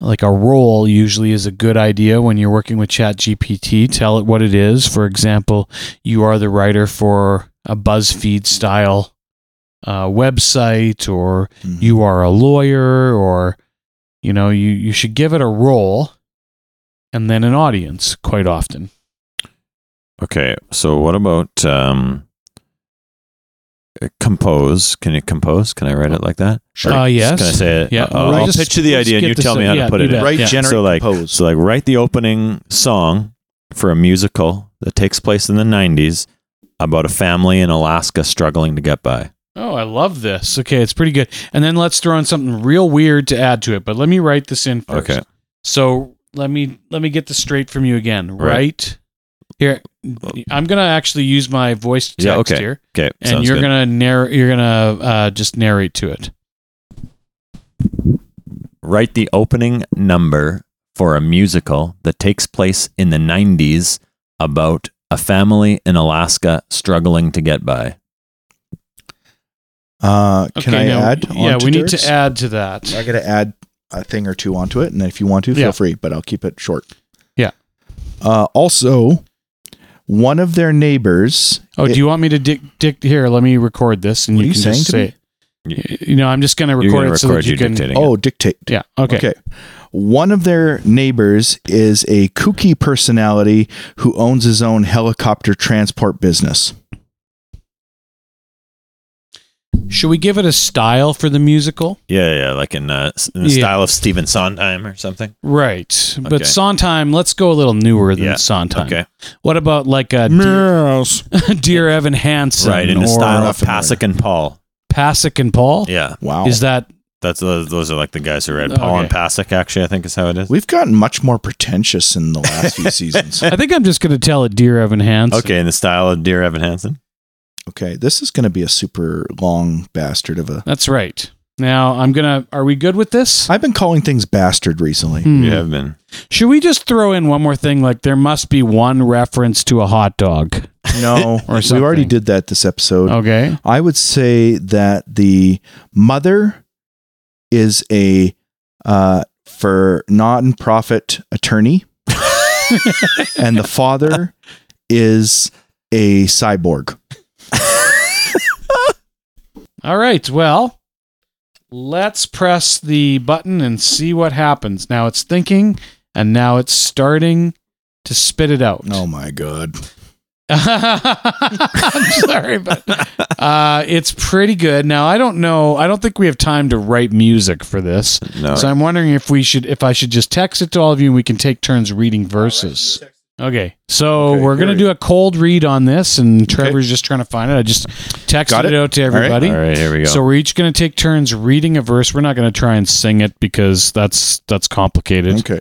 Speaker 2: like a role usually is a good idea when you're working with ChatGPT. Tell it what it is. For example, you are the writer for a BuzzFeed style uh, website, or you are a lawyer, or, you know, you, you should give it a role and then an audience quite often.
Speaker 4: Okay. So what about um uh, compose? Can you compose? Can I write it like that?
Speaker 3: Sure.
Speaker 2: Uh, yes.
Speaker 4: Can I say it?
Speaker 2: Yeah.
Speaker 4: I'll,
Speaker 2: Right,
Speaker 4: I'll
Speaker 2: just-
Speaker 4: pitch you the
Speaker 2: let's
Speaker 4: idea and
Speaker 2: get
Speaker 4: you
Speaker 2: this
Speaker 4: tell me
Speaker 2: in.
Speaker 4: how
Speaker 2: Yeah,
Speaker 4: to put
Speaker 2: you
Speaker 4: it in.
Speaker 2: bet.
Speaker 3: right,
Speaker 2: yeah.
Speaker 3: generate
Speaker 4: So, like-
Speaker 3: compose.
Speaker 4: So like write the opening song for a musical that takes place in the 90s about a family in Alaska struggling to get by.
Speaker 2: Oh, I love this. Okay, it's pretty good. And then let's throw in something real weird to add to it, but let me write this in first.
Speaker 4: Okay.
Speaker 2: So let me let me get this straight from you again,
Speaker 4: Right.
Speaker 2: right? Here, I'm gonna actually use my voice to text
Speaker 4: Yeah, okay.
Speaker 2: here,
Speaker 4: Okay,
Speaker 2: and
Speaker 4: sounds
Speaker 2: you're
Speaker 4: good.
Speaker 2: gonna narr- you're gonna uh, just narrate to it.
Speaker 4: Write the opening number for a musical that takes place in the 90s about a family in Alaska struggling to get by.
Speaker 3: Uh, can I
Speaker 2: now-
Speaker 3: add?
Speaker 2: Yeah,
Speaker 3: onto
Speaker 2: we need
Speaker 3: Dirk's?
Speaker 2: to add to that.
Speaker 3: I gotta add a thing or two onto it, and if you want to,
Speaker 2: Yeah.
Speaker 3: feel free. But I'll keep it short.
Speaker 2: Yeah.
Speaker 3: Uh, also, one of their neighbors.
Speaker 2: Oh,
Speaker 3: it-
Speaker 2: do you want me to dic- dict here? Let me record this, and
Speaker 3: What
Speaker 2: you
Speaker 3: are you
Speaker 2: can
Speaker 3: saying
Speaker 2: just
Speaker 3: to
Speaker 2: say.
Speaker 3: me?
Speaker 2: it. You know, I'm just gonna
Speaker 4: You're
Speaker 2: record
Speaker 4: going to
Speaker 2: it so
Speaker 4: record
Speaker 2: that you
Speaker 4: you
Speaker 2: can.
Speaker 4: dictating. it.
Speaker 3: Oh, dictate.
Speaker 2: Yeah. Okay.
Speaker 3: Okay. One of their neighbors is a kooky personality who owns his own helicopter transport business.
Speaker 2: Should we give it a style for the musical?
Speaker 4: Yeah, yeah, like in, uh, s- in the
Speaker 2: Yeah.
Speaker 4: style of Stephen Sondheim or something.
Speaker 2: Right,
Speaker 4: Okay.
Speaker 2: but Sondheim. Let's go a little newer than
Speaker 4: Yeah,
Speaker 2: Sondheim.
Speaker 4: Okay.
Speaker 2: What about like a dear,
Speaker 3: Yes.
Speaker 2: dear Evan Hansen,
Speaker 4: Right, in the
Speaker 2: or
Speaker 4: style of
Speaker 3: Ruffenberg.
Speaker 4: Pasek and Paul.
Speaker 2: Pasek and Paul?
Speaker 4: Yeah,
Speaker 3: Wow.
Speaker 2: Is that
Speaker 4: that's those, those are like the guys who read Paul and
Speaker 2: Oh, Okay.
Speaker 4: Pasek, actually, I think is how it is.
Speaker 3: We've gotten much more pretentious in the last few seasons.
Speaker 2: I think I'm just going to tell it Dear Evan Hansen.
Speaker 4: Okay, in the style of Dear Evan Hansen.
Speaker 3: Okay, this is going to be a super long bastard of a.
Speaker 2: That's right. Now, I'm going to. Are we good with this?
Speaker 3: I've been calling things bastard recently.
Speaker 2: Hmm.
Speaker 4: You have been.
Speaker 2: Should we just throw in one more thing? Like, there must be one reference to a hot dog.
Speaker 3: No,
Speaker 2: Or
Speaker 3: we already
Speaker 2: something.
Speaker 3: did that this episode.
Speaker 2: Okay.
Speaker 3: I would say that the mother is a uh, for non-profit attorney, and the father is a cyborg.
Speaker 2: All right. Well, let's press the button and see what happens. Now it's thinking, and now it's starting to spit it out.
Speaker 3: Oh my god!
Speaker 2: I'm sorry, but uh, it's pretty good. Now I don't know. I don't think we have time to write music for this,
Speaker 4: No.
Speaker 2: so I'm wondering if we should, if I should just text it to all of you, and we can take turns reading verses. Okay, so
Speaker 3: Okay,
Speaker 2: we're gonna
Speaker 3: great.
Speaker 2: do a cold read on this, and Trevor's just trying to find it. I just texted
Speaker 3: Got
Speaker 2: it.
Speaker 3: it?
Speaker 2: out to
Speaker 3: right.
Speaker 2: everybody.
Speaker 4: All right, here we go.
Speaker 2: So we're each gonna take turns reading a verse. We're not gonna try and sing it because that's that's complicated.
Speaker 3: Okay,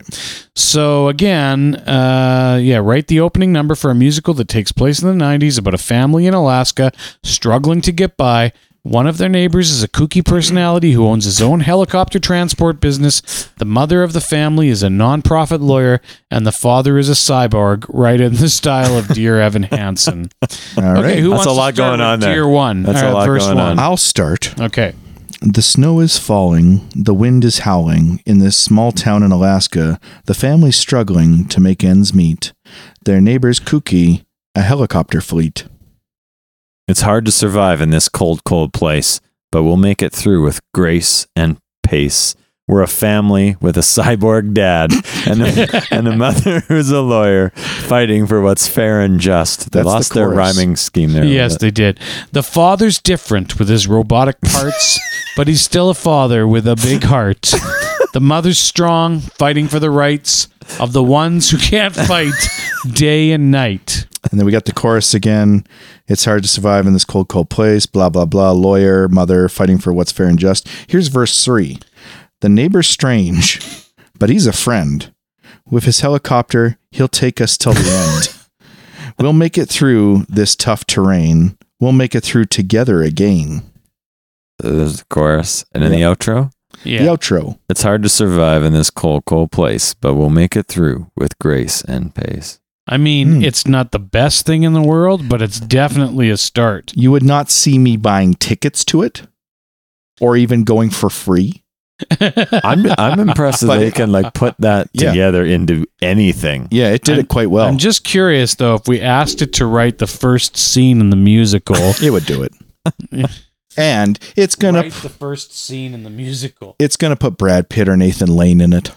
Speaker 2: So again, uh, yeah, write the opening number for a musical that takes place in the '90s about a family in Alaska struggling to get by. One of their neighbors is a kooky personality who owns his own helicopter transport business. The mother of the family is a nonprofit lawyer, and the father is a cyborg, right in the style of Dear Evan Hansen.
Speaker 3: all right.
Speaker 2: Okay, who wants
Speaker 4: That's a
Speaker 2: to
Speaker 4: lot
Speaker 2: start
Speaker 4: going
Speaker 2: with
Speaker 4: on there.
Speaker 2: Dear one,
Speaker 4: That's a
Speaker 2: All
Speaker 4: lot
Speaker 2: verse
Speaker 4: going on.
Speaker 2: one.
Speaker 3: I'll start.
Speaker 2: Okay,
Speaker 3: The snow is falling, the wind is howling. In this small town in Alaska, the family's struggling to make ends meet. Their neighbor's kooky, a helicopter fleet.
Speaker 4: It's hard to survive in this cold, cold place, but we'll make it through with grace and pace. We're a family with a cyborg dad and a, and a mother who's a lawyer fighting for what's fair and just. They
Speaker 3: That's the
Speaker 4: lost their
Speaker 3: chorus.
Speaker 4: rhyming scheme there. a little
Speaker 2: Yes,
Speaker 4: bit.
Speaker 2: they did. The father's different with his robotic parts, but he's still a father with a big heart. The mother's strong, fighting for the rights of the ones who can't fight day and night.
Speaker 3: And then we got the chorus again. It's hard to survive in this cold, cold place. Blah, blah, blah. Lawyer, mother, fighting for what's fair and just. Here's verse three The neighbor's strange, but he's a friend. With his helicopter, he'll take us till the end. We'll make it through this tough terrain. We'll make it through together again.
Speaker 4: There's the chorus. And in
Speaker 3: Yeah.
Speaker 4: the outro,
Speaker 2: Yeah.
Speaker 3: The outro.
Speaker 4: it's hard to survive in this cold, cold place, but we'll make it through with grace and pace.
Speaker 2: I mean,
Speaker 3: Hmm.
Speaker 2: it's not the best thing in the world, but it's definitely a start.
Speaker 3: You would not see me buying tickets to it or even going for free.
Speaker 4: I'm, I'm impressed that
Speaker 3: But-
Speaker 4: they can like put that
Speaker 3: Yeah.
Speaker 4: together into anything.
Speaker 3: Yeah, it did it quite well.
Speaker 2: I'm just curious, though, if we asked it to write the first scene in the musical.
Speaker 3: it would do it. and it's going
Speaker 2: write
Speaker 3: to
Speaker 2: the first scene in the musical.
Speaker 3: it's going to put Brad Pitt or Nathan Lane in it.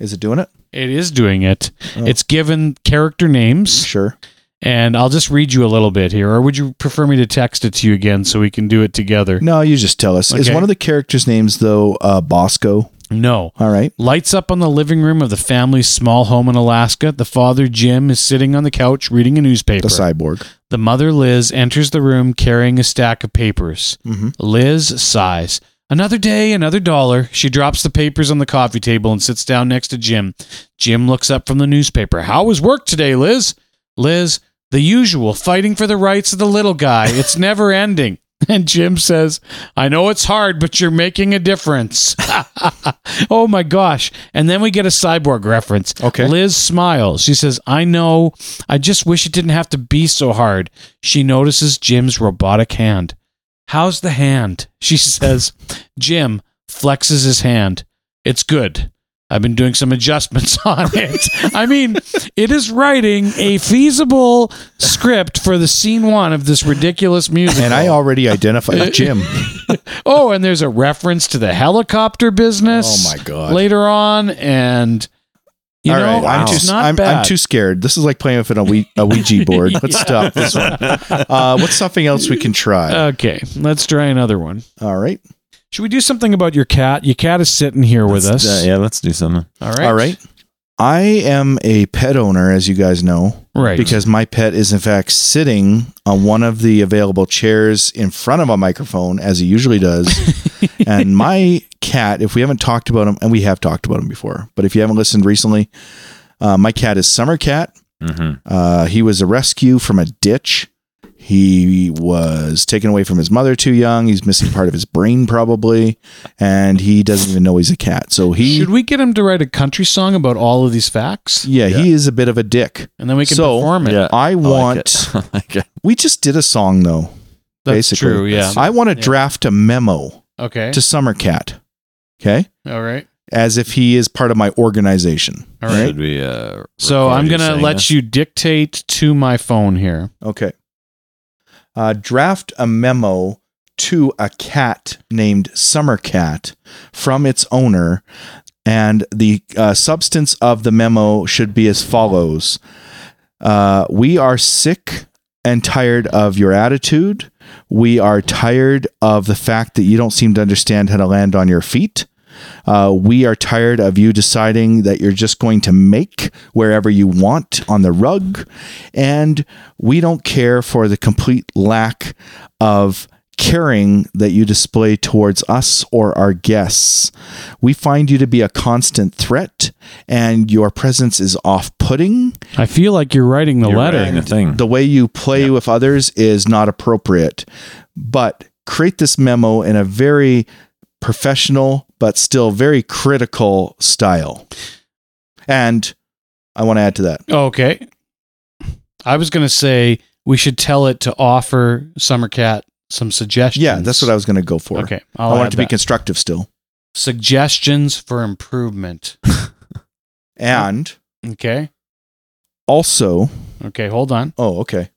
Speaker 3: Is it doing it?
Speaker 2: It is doing it.
Speaker 3: Oh.
Speaker 2: It's given character names.
Speaker 3: Sure.
Speaker 2: And I'll just read you a little bit here, or would you prefer me to text it to you again so we can do it together?
Speaker 3: No, you just tell us. Is
Speaker 2: Okay.
Speaker 3: one of the characters' names though uh, Bosco?
Speaker 2: No.
Speaker 3: All right.
Speaker 2: Lights up on the living room of the family's small home in Alaska. The father, Jim, is sitting on the couch reading a newspaper.
Speaker 3: The cyborg.
Speaker 2: The mother, Liz, enters the room carrying a stack of papers.
Speaker 3: Mm-hmm.
Speaker 2: Liz sighs. Another day, another dollar. She drops the papers on the coffee table and sits down next to Jim. Jim looks up from the newspaper. How was work today, Liz? Liz, the usual, fighting for the rights of the little guy. It's never ending. And Jim says, I know it's hard, but you're making a difference. oh my gosh. And then we get a cyborg reference.
Speaker 3: Okay.
Speaker 2: Liz smiles. She says, I know. I just wish it didn't have to be so hard. She notices Jim's robotic hand. How's the hand? She says, Jim flexes his hand. It's good. I've been doing some adjustments on it. I mean, it is writing a feasible script for the scene one of this ridiculous music.
Speaker 3: And I already
Speaker 2: Uh,
Speaker 3: identified Jim.
Speaker 2: oh, and there's a reference to the helicopter business.
Speaker 3: Oh my God.
Speaker 2: Later on, and you
Speaker 3: All
Speaker 2: know,
Speaker 3: right, I'm
Speaker 2: it's
Speaker 3: too,
Speaker 2: not
Speaker 3: I'm,
Speaker 2: bad.
Speaker 3: I'm too scared. This is like playing with an, a, Ouija, a Ouija board. Let's stop this one. Uh, what's something else we can try?
Speaker 2: okay, let's try another one.
Speaker 3: All right.
Speaker 2: Should we do something about your cat? Your cat is sitting here with
Speaker 4: Let's-
Speaker 2: us.
Speaker 4: uh, yeah, let's do something.
Speaker 2: All right.
Speaker 3: All right. I am a pet owner, as you guys know,
Speaker 2: Right.
Speaker 3: because my pet is in fact sitting on one of the available chairs in front of a microphone, as he usually does. and my cat, if we haven't talked about him, and we have talked about him before, but if you haven't listened recently, uh, my cat is Summer Cat.
Speaker 4: hmm
Speaker 3: Uh, he was a rescue from a ditch. He was taken away from his mother too young. He's missing part of his brain probably, and he doesn't even know he's a cat. So he,
Speaker 2: Should we get him to write a country song about all of these facts,
Speaker 3: yeah, he is a bit of a dick.
Speaker 2: and then we can
Speaker 3: So,
Speaker 2: perform it?
Speaker 4: yeah,
Speaker 3: I want.
Speaker 4: I like it.
Speaker 3: we just did a song though.
Speaker 2: That's
Speaker 3: basically.
Speaker 2: true. Yeah.
Speaker 3: I want to
Speaker 2: Yeah.
Speaker 3: draft a memo
Speaker 2: okay.
Speaker 3: to Summer Cat. Okay,
Speaker 2: all right.
Speaker 3: as if he is part of my organization.
Speaker 2: All right.
Speaker 4: Should we, uh,
Speaker 2: So
Speaker 4: record
Speaker 2: I'm gonna
Speaker 4: saying
Speaker 2: let
Speaker 4: this?
Speaker 2: you dictate to my phone here.
Speaker 3: Okay. Uh, draft a memo to a cat named Summer Cat from its owner, and the uh, substance of the memo should be as follows uh, We are sick and tired of your attitude. We are tired of the fact that you don't seem to understand how to land on your feet. Uh, we are tired of you deciding that you're just going to make wherever you want on the rug. And we don't care for the complete lack of caring that you display towards us or our guests. We find you to be a constant threat, and your presence is off putting.
Speaker 2: I feel like you're writing the
Speaker 4: You're
Speaker 2: letter.
Speaker 4: writing the thing.
Speaker 3: The way you play with others is not appropriate. But create this memo in a very professional but still very critical style. And I want to add to that.
Speaker 2: Oh, Okay. I was gonna say we should tell it to offer Summercat some suggestions.
Speaker 3: Yeah, that's what I was going to go for.
Speaker 2: Okay.
Speaker 3: I
Speaker 2: I'll
Speaker 3: want
Speaker 2: add
Speaker 3: it to be
Speaker 2: that.
Speaker 3: constructive still.
Speaker 2: suggestions for improvement.
Speaker 3: And
Speaker 2: Okay.
Speaker 3: also,
Speaker 2: Okay. Hold on.
Speaker 3: oh, okay.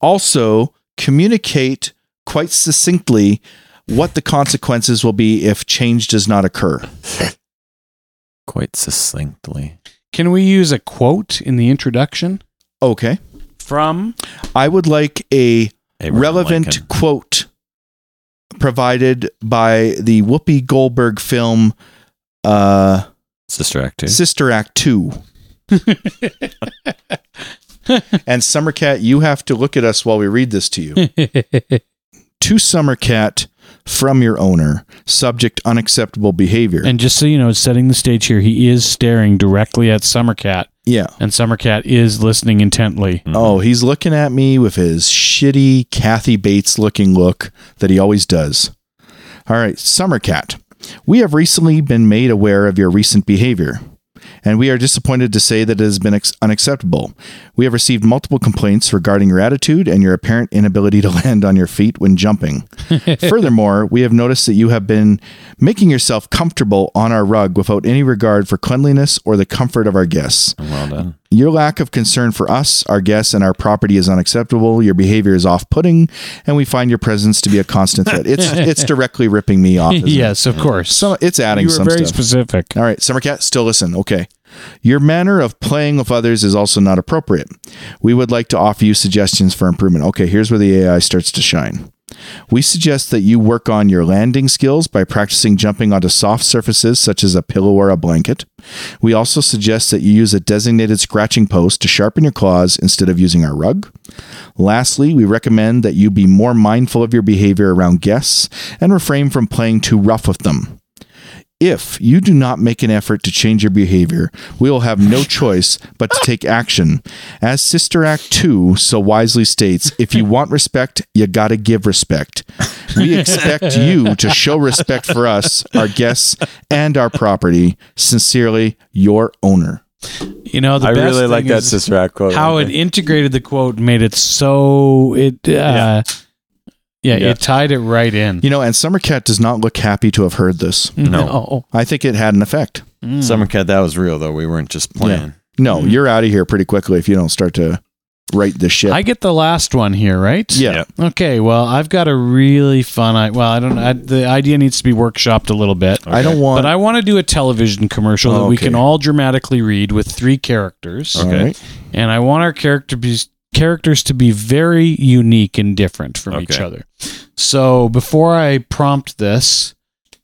Speaker 3: Also, communicate quite succinctly what the consequences will be if change does not occur.
Speaker 4: quite succinctly.
Speaker 2: Can we use a quote in the introduction
Speaker 3: Okay.
Speaker 2: from?
Speaker 3: I would like a
Speaker 4: Abraham
Speaker 3: relevant
Speaker 4: Lincoln.
Speaker 3: quote provided by the Whoopi Goldberg film uh,
Speaker 4: Sister Act two.
Speaker 3: Sister Act 2. and Summercat, you have to look at us while we read this to you.
Speaker 2: and
Speaker 3: to Summercat from your owner, subject unacceptable behavior.
Speaker 2: just so you know, setting the stage here, he is staring directly at Summercat,
Speaker 3: yeah.
Speaker 2: and Summercat is listening intently.
Speaker 4: Mhm.
Speaker 3: Oh, he's looking at me with his shitty Kathy Bates looking look that he always does. All right, Summercat. We have recently been made aware of your recent behavior, and we are disappointed to say that it has been ex- unacceptable. We have received multiple complaints regarding your attitude and your apparent inability to land on your feet when jumping. Furthermore, we have noticed that you have been making yourself comfortable on our rug without any regard for cleanliness or the comfort of our guests.
Speaker 4: Well done.
Speaker 3: Your lack of concern for us, our guests, and our property is unacceptable. Your behavior is off-putting, and we find your presence to be a constant threat. It's it's directly ripping me off. isn't it?
Speaker 2: yes, of course.
Speaker 3: So it's adding
Speaker 2: you were
Speaker 3: some
Speaker 2: very
Speaker 3: stuff.
Speaker 2: specific.
Speaker 3: All right, Summercat, still listen. Okay. Your manner of playing with others is also not appropriate. We would like to offer you suggestions for improvement. Okay, here's where the AI starts to shine. We suggest that you work on your landing skills by practicing jumping onto soft surfaces such as a pillow or a blanket. We also suggest that you use a designated scratching post to sharpen your claws instead of using our rug. Lastly, we recommend that you be more mindful of your behavior around guests and refrain from playing too rough with them. If you do not make an effort to change your behavior, we will have no choice but to take action. As Sister Act 2 so wisely states, if you want respect, you gotta give respect. We expect you to show respect for us, our guests, and our property. Sincerely, your owner.
Speaker 2: You know, the
Speaker 4: I
Speaker 2: best
Speaker 4: really
Speaker 2: thing
Speaker 4: like that
Speaker 2: is
Speaker 4: Sister Act quote.
Speaker 2: How it integrated the quote and made it so it uh, yeah.
Speaker 4: Yeah.
Speaker 2: it tied it right in.
Speaker 3: You know, and Summer Cat does not look happy to have heard this.
Speaker 4: No.
Speaker 3: I think it had an effect.
Speaker 2: Mm.
Speaker 4: Summer Cat, that was real though. We weren't just playing.
Speaker 2: Hmm.
Speaker 3: No, you're out of here pretty quickly if you don't start to write this shit.
Speaker 2: I get the last one here, right?
Speaker 3: yeah.
Speaker 4: Yeah.
Speaker 2: Okay, well, I've got a really fun. I well, I don't. I, the idea needs to be workshopped a little bit,
Speaker 3: I don't want.
Speaker 2: but I want to do a television commercial that we
Speaker 3: Okay.
Speaker 2: can all dramatically read with three characters,
Speaker 3: All
Speaker 4: Okay.
Speaker 3: right.
Speaker 2: and I want our character be, characters to be very unique and different from each
Speaker 4: Okay.
Speaker 2: other. So before I prompt this,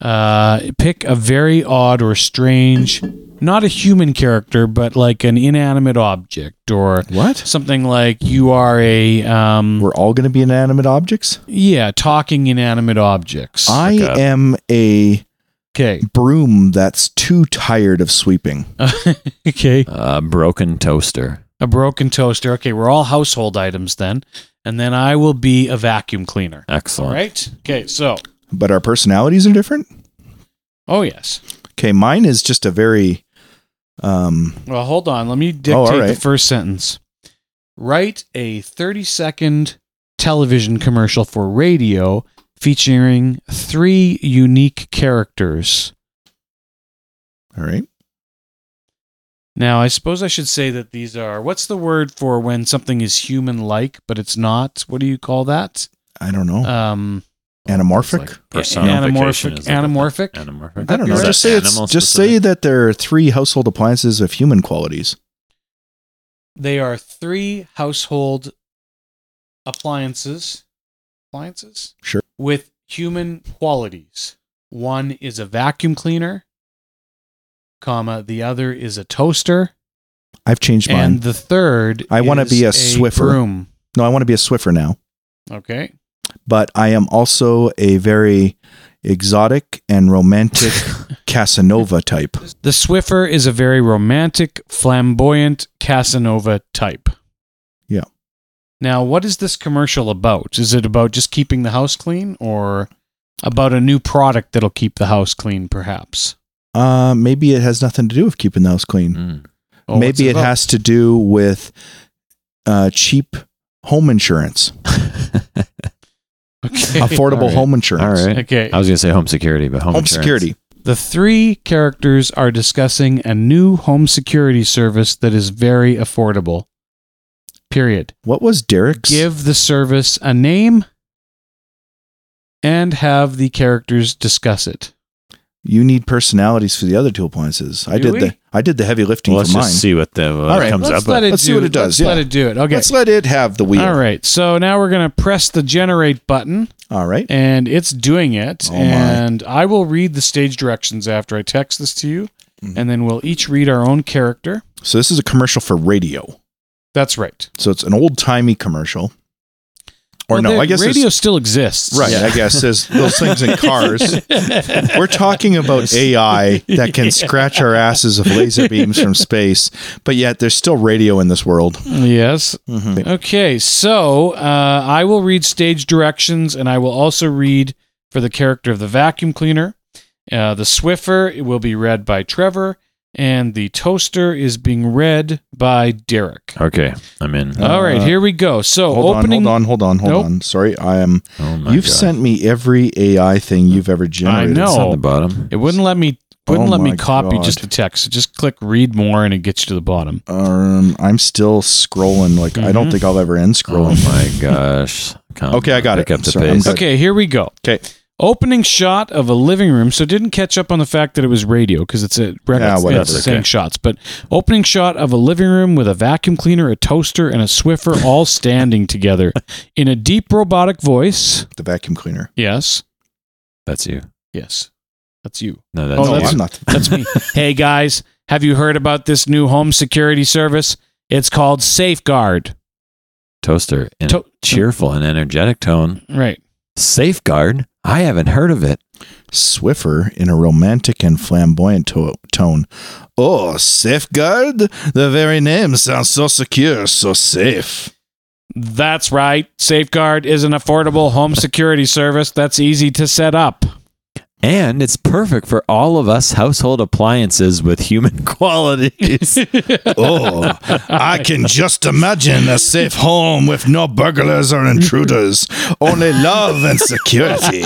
Speaker 2: uh, pick a very odd or strange, not a human character, but like an inanimate object or
Speaker 3: What?
Speaker 2: something like you are a um,
Speaker 3: We're all going to be inanimate objects?
Speaker 2: yeah, talking inanimate objects.
Speaker 3: I
Speaker 4: a-
Speaker 3: am a
Speaker 2: okay.
Speaker 3: broom that's too tired of sweeping.
Speaker 2: okay.
Speaker 4: Uh, broken toaster.
Speaker 2: A broken toaster. Okay, we're all household items then. And then I will be a vacuum cleaner. All
Speaker 4: Excellent.
Speaker 2: right? Okay, so.
Speaker 3: But our personalities are different.
Speaker 2: Oh, yes.
Speaker 3: Okay, mine is just a very um
Speaker 2: Well, hold on. Let me dictate
Speaker 3: all right.
Speaker 2: the first sentence. Write a 30 second television commercial for radio featuring three unique characters.
Speaker 3: all right.
Speaker 2: Now, I suppose I should say that these are what's the word for when something is human like, but it's not? What do you call that?
Speaker 3: I don't
Speaker 4: Uh,
Speaker 3: know.
Speaker 2: Um,
Speaker 3: Anamorphic?
Speaker 4: Personification.
Speaker 2: Anamorphic-
Speaker 4: is that
Speaker 2: anamorphic?
Speaker 4: what that- Anamorphic.
Speaker 3: I don't know.
Speaker 4: Is that
Speaker 3: Just say it's,
Speaker 4: animal
Speaker 3: just
Speaker 4: specific?
Speaker 3: say that there are three household appliances of human qualities.
Speaker 2: They are three household appliances. Appliances?
Speaker 3: Sure.
Speaker 2: With human qualities. One is a vacuum cleaner, comma, the other is a toaster,
Speaker 3: I've changed mine.
Speaker 2: and the third
Speaker 3: I wanna
Speaker 2: is
Speaker 3: be a Swiffer.
Speaker 2: broom.
Speaker 3: no, I want to be a Swiffer now,
Speaker 2: Okay.
Speaker 3: but I am also a very exotic and romantic Casanova type.
Speaker 2: The Swiffer is a very romantic, flamboyant Casanova type.
Speaker 3: Yeah.
Speaker 2: Now, what is this commercial about? Is it about just keeping the house clean or about a new product that'll keep the house clean, perhaps?
Speaker 3: Uh, maybe it has nothing to do with keeping the house clean.
Speaker 4: Mm.
Speaker 2: Oh, what's
Speaker 3: maybe it
Speaker 2: about?
Speaker 3: has to do with uh, cheap home insurance,
Speaker 2: Okay.
Speaker 3: affordable
Speaker 4: All right.
Speaker 3: home insurance,
Speaker 4: All right.
Speaker 2: Okay.
Speaker 4: I was gonna say home security, but home,
Speaker 3: home
Speaker 4: insurance.
Speaker 3: security.
Speaker 2: The three characters are discussing a new home security service that is very affordable. Period.
Speaker 3: What was Derek's?
Speaker 2: Give the service a name and have the characters discuss it.
Speaker 3: You need personalities for the other two appliances. I
Speaker 2: Do
Speaker 3: did
Speaker 2: we?
Speaker 3: the I did the heavy lifting
Speaker 4: Well, let's
Speaker 3: for mine.
Speaker 4: just see what the what
Speaker 3: All right,
Speaker 4: comes
Speaker 2: Let's
Speaker 4: up.
Speaker 2: let
Speaker 4: with.
Speaker 2: it
Speaker 3: Let's
Speaker 2: do,
Speaker 3: see what it does,
Speaker 2: Let's
Speaker 3: yeah.
Speaker 2: let it do it. Okay.
Speaker 3: Let's let it have the wheel.
Speaker 2: All right. So now we're going to press the generate button,
Speaker 3: All right.
Speaker 2: and it's doing it.
Speaker 3: Oh, my.
Speaker 2: and I will read the stage directions after I text this to you,
Speaker 3: Mm-hmm.
Speaker 2: and then we'll each read our own character.
Speaker 3: So this is a commercial for radio.
Speaker 2: That's right.
Speaker 3: So it's an old timey commercial. Or
Speaker 2: Well,
Speaker 3: no,
Speaker 2: the
Speaker 3: I guess it's-
Speaker 2: radio still exists.
Speaker 3: Right, I guess there's those things in cars. We're talking about AI that can scratch our asses of laser beams from space, but yet there's still radio in this world.
Speaker 2: Yes.
Speaker 3: Mm-hmm.
Speaker 2: Okay. So uh, I will read stage directions, and I will also read for the character of the vacuum cleaner. Uh, the Swiffer it will be read by Trevor, and the toaster is being read by Derek.
Speaker 4: Okay, I'm in.
Speaker 2: All right, here we go. So
Speaker 3: Uh, Hold
Speaker 2: Oh, opening.
Speaker 3: on, hold on, hold on, hold
Speaker 2: Nope.
Speaker 3: on. Sorry, I am.
Speaker 4: Oh my
Speaker 3: You've
Speaker 4: God.
Speaker 3: sent me every AI thing you've ever generated.
Speaker 2: know.
Speaker 4: It's on the bottom.
Speaker 2: It wouldn't let me. Wouldn't
Speaker 3: Oh
Speaker 2: let me
Speaker 3: my
Speaker 2: copy
Speaker 3: God.
Speaker 2: just the text. So just click read more, and it gets you to the bottom.
Speaker 3: Um, I'm still scrolling. Like I don't
Speaker 2: Mhm.
Speaker 3: think I'll ever end
Speaker 4: Oh
Speaker 3: scrolling.
Speaker 4: my gosh. Come
Speaker 3: Okay, I got
Speaker 4: pick
Speaker 3: it.
Speaker 4: Up the
Speaker 3: Sorry, I'm
Speaker 4: pace.
Speaker 3: good.
Speaker 2: Okay, here we go.
Speaker 3: Okay.
Speaker 2: Opening shot of a living room, so didn't catch up on the fact that it was radio because it's a
Speaker 3: Ah,
Speaker 2: record.
Speaker 3: whatever,
Speaker 2: it's the same
Speaker 4: okay.
Speaker 2: shots, but opening shot of a living room with a vacuum cleaner, a toaster, and a Swiffer all standing together in a deep robotic voice.
Speaker 3: The vacuum cleaner.
Speaker 2: Yes,
Speaker 4: That's you.
Speaker 2: yes, that's you.
Speaker 4: No, that's
Speaker 2: Oh,
Speaker 4: you.
Speaker 3: no,
Speaker 2: that's-
Speaker 3: I'm not.
Speaker 2: That's me. hey guys, have you heard about this new home security service? It's called Safeguard.
Speaker 4: Toaster in
Speaker 2: To-
Speaker 4: a cheerful and energetic tone.
Speaker 2: Right.
Speaker 4: Safeguard? I haven't heard of it.
Speaker 3: Swiffer in a romantic and flamboyant to- tone. Oh, safeguard? The very name sounds so secure, so safe.
Speaker 2: That's right. Safeguard is an affordable home security service that's easy to set up.
Speaker 4: And it's perfect for all of us household appliances with human qualities.
Speaker 3: Oh, I can just imagine a safe home with no burglars or intruders, only love and security.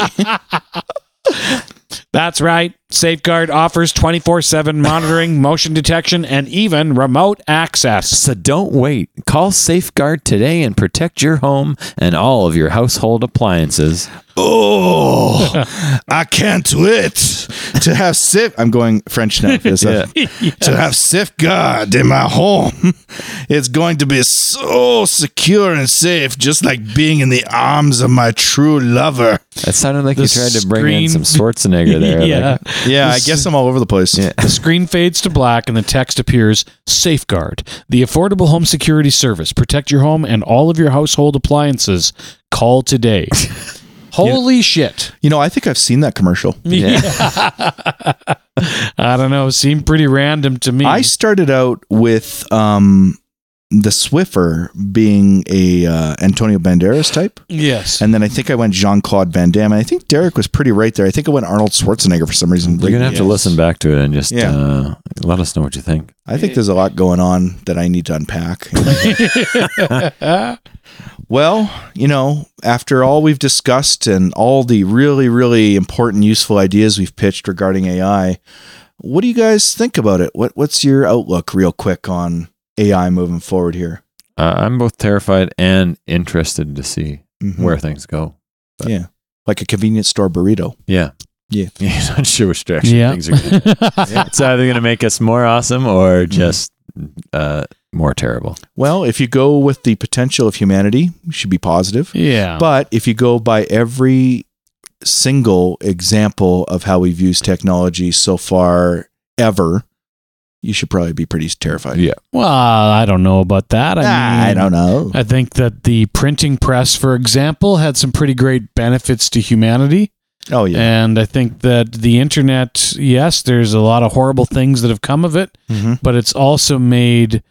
Speaker 2: That's right. Safeguard offers 24 7 monitoring, motion detection, and even remote access.
Speaker 4: so don't wait. Call Safeguard today and protect your home and all of your household appliances.
Speaker 3: Oh, I can't wait to have safe. I'm going French now. For this uh, To have safeguard in my home, it's going to be so secure and safe, just like being in the arms of my true lover.
Speaker 4: That sounded like
Speaker 2: The
Speaker 4: you tried to bring in some
Speaker 2: screen-
Speaker 4: Schwarzenegger there.
Speaker 2: yeah.
Speaker 4: Like,
Speaker 3: Yeah, I guess I'm all over the place.
Speaker 4: Yeah.
Speaker 2: The screen fades to black and the text appears Safeguard, the affordable home security service. Protect your home and all of your household appliances. Call today. Holy shit.
Speaker 3: You know, I think I've seen that commercial.
Speaker 2: I don't know. Seemed pretty random to me.
Speaker 3: I started out with um, the Swiffer being a uh, Antonio Banderas type,
Speaker 2: yes.
Speaker 3: and then I think I went Jean Claude Van Damme. And I think Derek was pretty right there. I think I went Arnold Schwarzenegger for some reason.
Speaker 4: You're going to have to listen back to it and just
Speaker 3: Yeah.
Speaker 4: uh, let us know what you think.
Speaker 3: I think there's a lot going on that I need to unpack. well, you know, after all we've discussed and all the really, really important, useful ideas we've pitched regarding AI, what do you guys think about it? What What's your outlook, real quick, on AI moving forward here?
Speaker 4: Uh, I'm both terrified and interested to see
Speaker 3: Mhm.
Speaker 4: Mm-hmm. where things go.
Speaker 3: like a convenience store burrito.
Speaker 4: Yeah.
Speaker 3: Yeah.
Speaker 4: You're not sure which direction
Speaker 2: Yeah.
Speaker 4: things are going. It's either going to make us more awesome or
Speaker 3: Hmm.
Speaker 4: just uh, more terrible.
Speaker 3: Well, if you go with the potential of humanity, you should be positive.
Speaker 2: yeah.
Speaker 3: But if you go by every single example of how we've used technology so far ever, you should probably be pretty terrified.
Speaker 4: Yeah.
Speaker 2: well, I don't know about that. I,
Speaker 3: Ah, I
Speaker 2: mean,
Speaker 3: don't know.
Speaker 2: I think that the printing press, for example, had some pretty great benefits to humanity.
Speaker 3: Oh yeah.
Speaker 2: And I think that the internet, yes, there's a lot of horrible things that have come of it,
Speaker 3: Mhm.
Speaker 2: but it's also made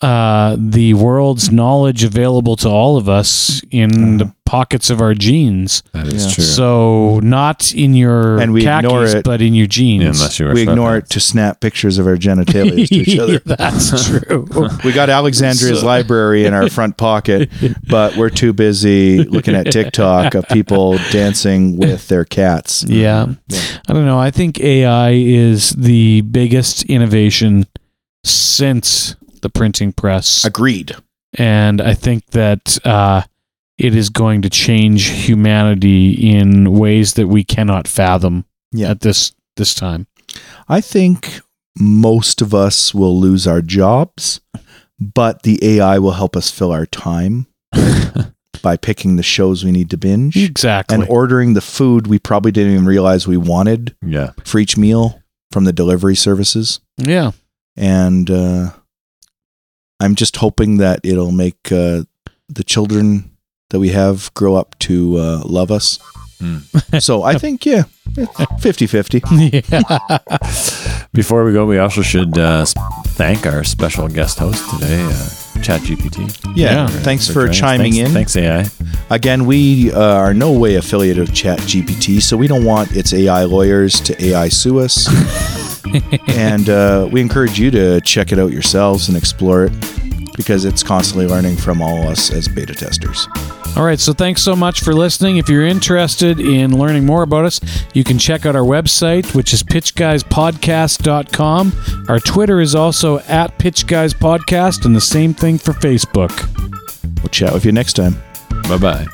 Speaker 2: uh, the world's knowledge available to all of us in the pockets of our genes.
Speaker 4: That
Speaker 3: is Uh-huh. Yeah. true.
Speaker 2: So not in your
Speaker 3: And we
Speaker 2: khakis,
Speaker 3: ignore it.
Speaker 2: but in your jeans.
Speaker 4: unless you were
Speaker 3: We ignore it to snap pictures of our genitalia to each other.
Speaker 2: That's true.
Speaker 3: We got Alexandria's library in our front pocket, but we're too busy looking at TikTok of people dancing with their cats.
Speaker 2: Yeah. I don't know. I think AI is the biggest innovation since the printing press.
Speaker 3: Agreed.
Speaker 2: and I think that uh, it is going to change humanity in ways that we cannot fathom
Speaker 3: Yeah.
Speaker 2: at this this time.
Speaker 3: I think most of us will lose our jobs, but the AI will help us fill our time by picking the shows we need to binge
Speaker 2: Exactly.
Speaker 3: and ordering the food we probably didn't even realize we wanted
Speaker 4: Yeah.
Speaker 3: for each meal from the delivery services.
Speaker 2: yeah.
Speaker 3: And uh, I'm just hoping that it'll make uh, the children that we have grow up to uh, love us.
Speaker 4: Hmm.
Speaker 3: so I think, yeah, 50 50.
Speaker 2: yeah.
Speaker 4: Before we go, we also should uh, s- thank our special guest host today, uh, ChatGPT.
Speaker 3: Yeah.
Speaker 2: Yeah.
Speaker 3: Thanks for
Speaker 4: joining us.
Speaker 3: chiming
Speaker 4: Thanks-
Speaker 3: in.
Speaker 4: Thanks, AI.
Speaker 3: Again, we uh, are no way affiliated with ChatGPT, so we don't want its AI lawyers to AI sue us. and uh, we encourage you to check it out yourselves and explore it because it's constantly learning from all us as beta testers.
Speaker 2: All right, so thanks so much for listening. If you're interested in learning more about us, you can check out our website, which is pitchguyspodcast.com. Our Twitter is also at pitchguyspodcast, and the same thing for Facebook.
Speaker 3: We'll chat with you next time.
Speaker 4: Bye bye.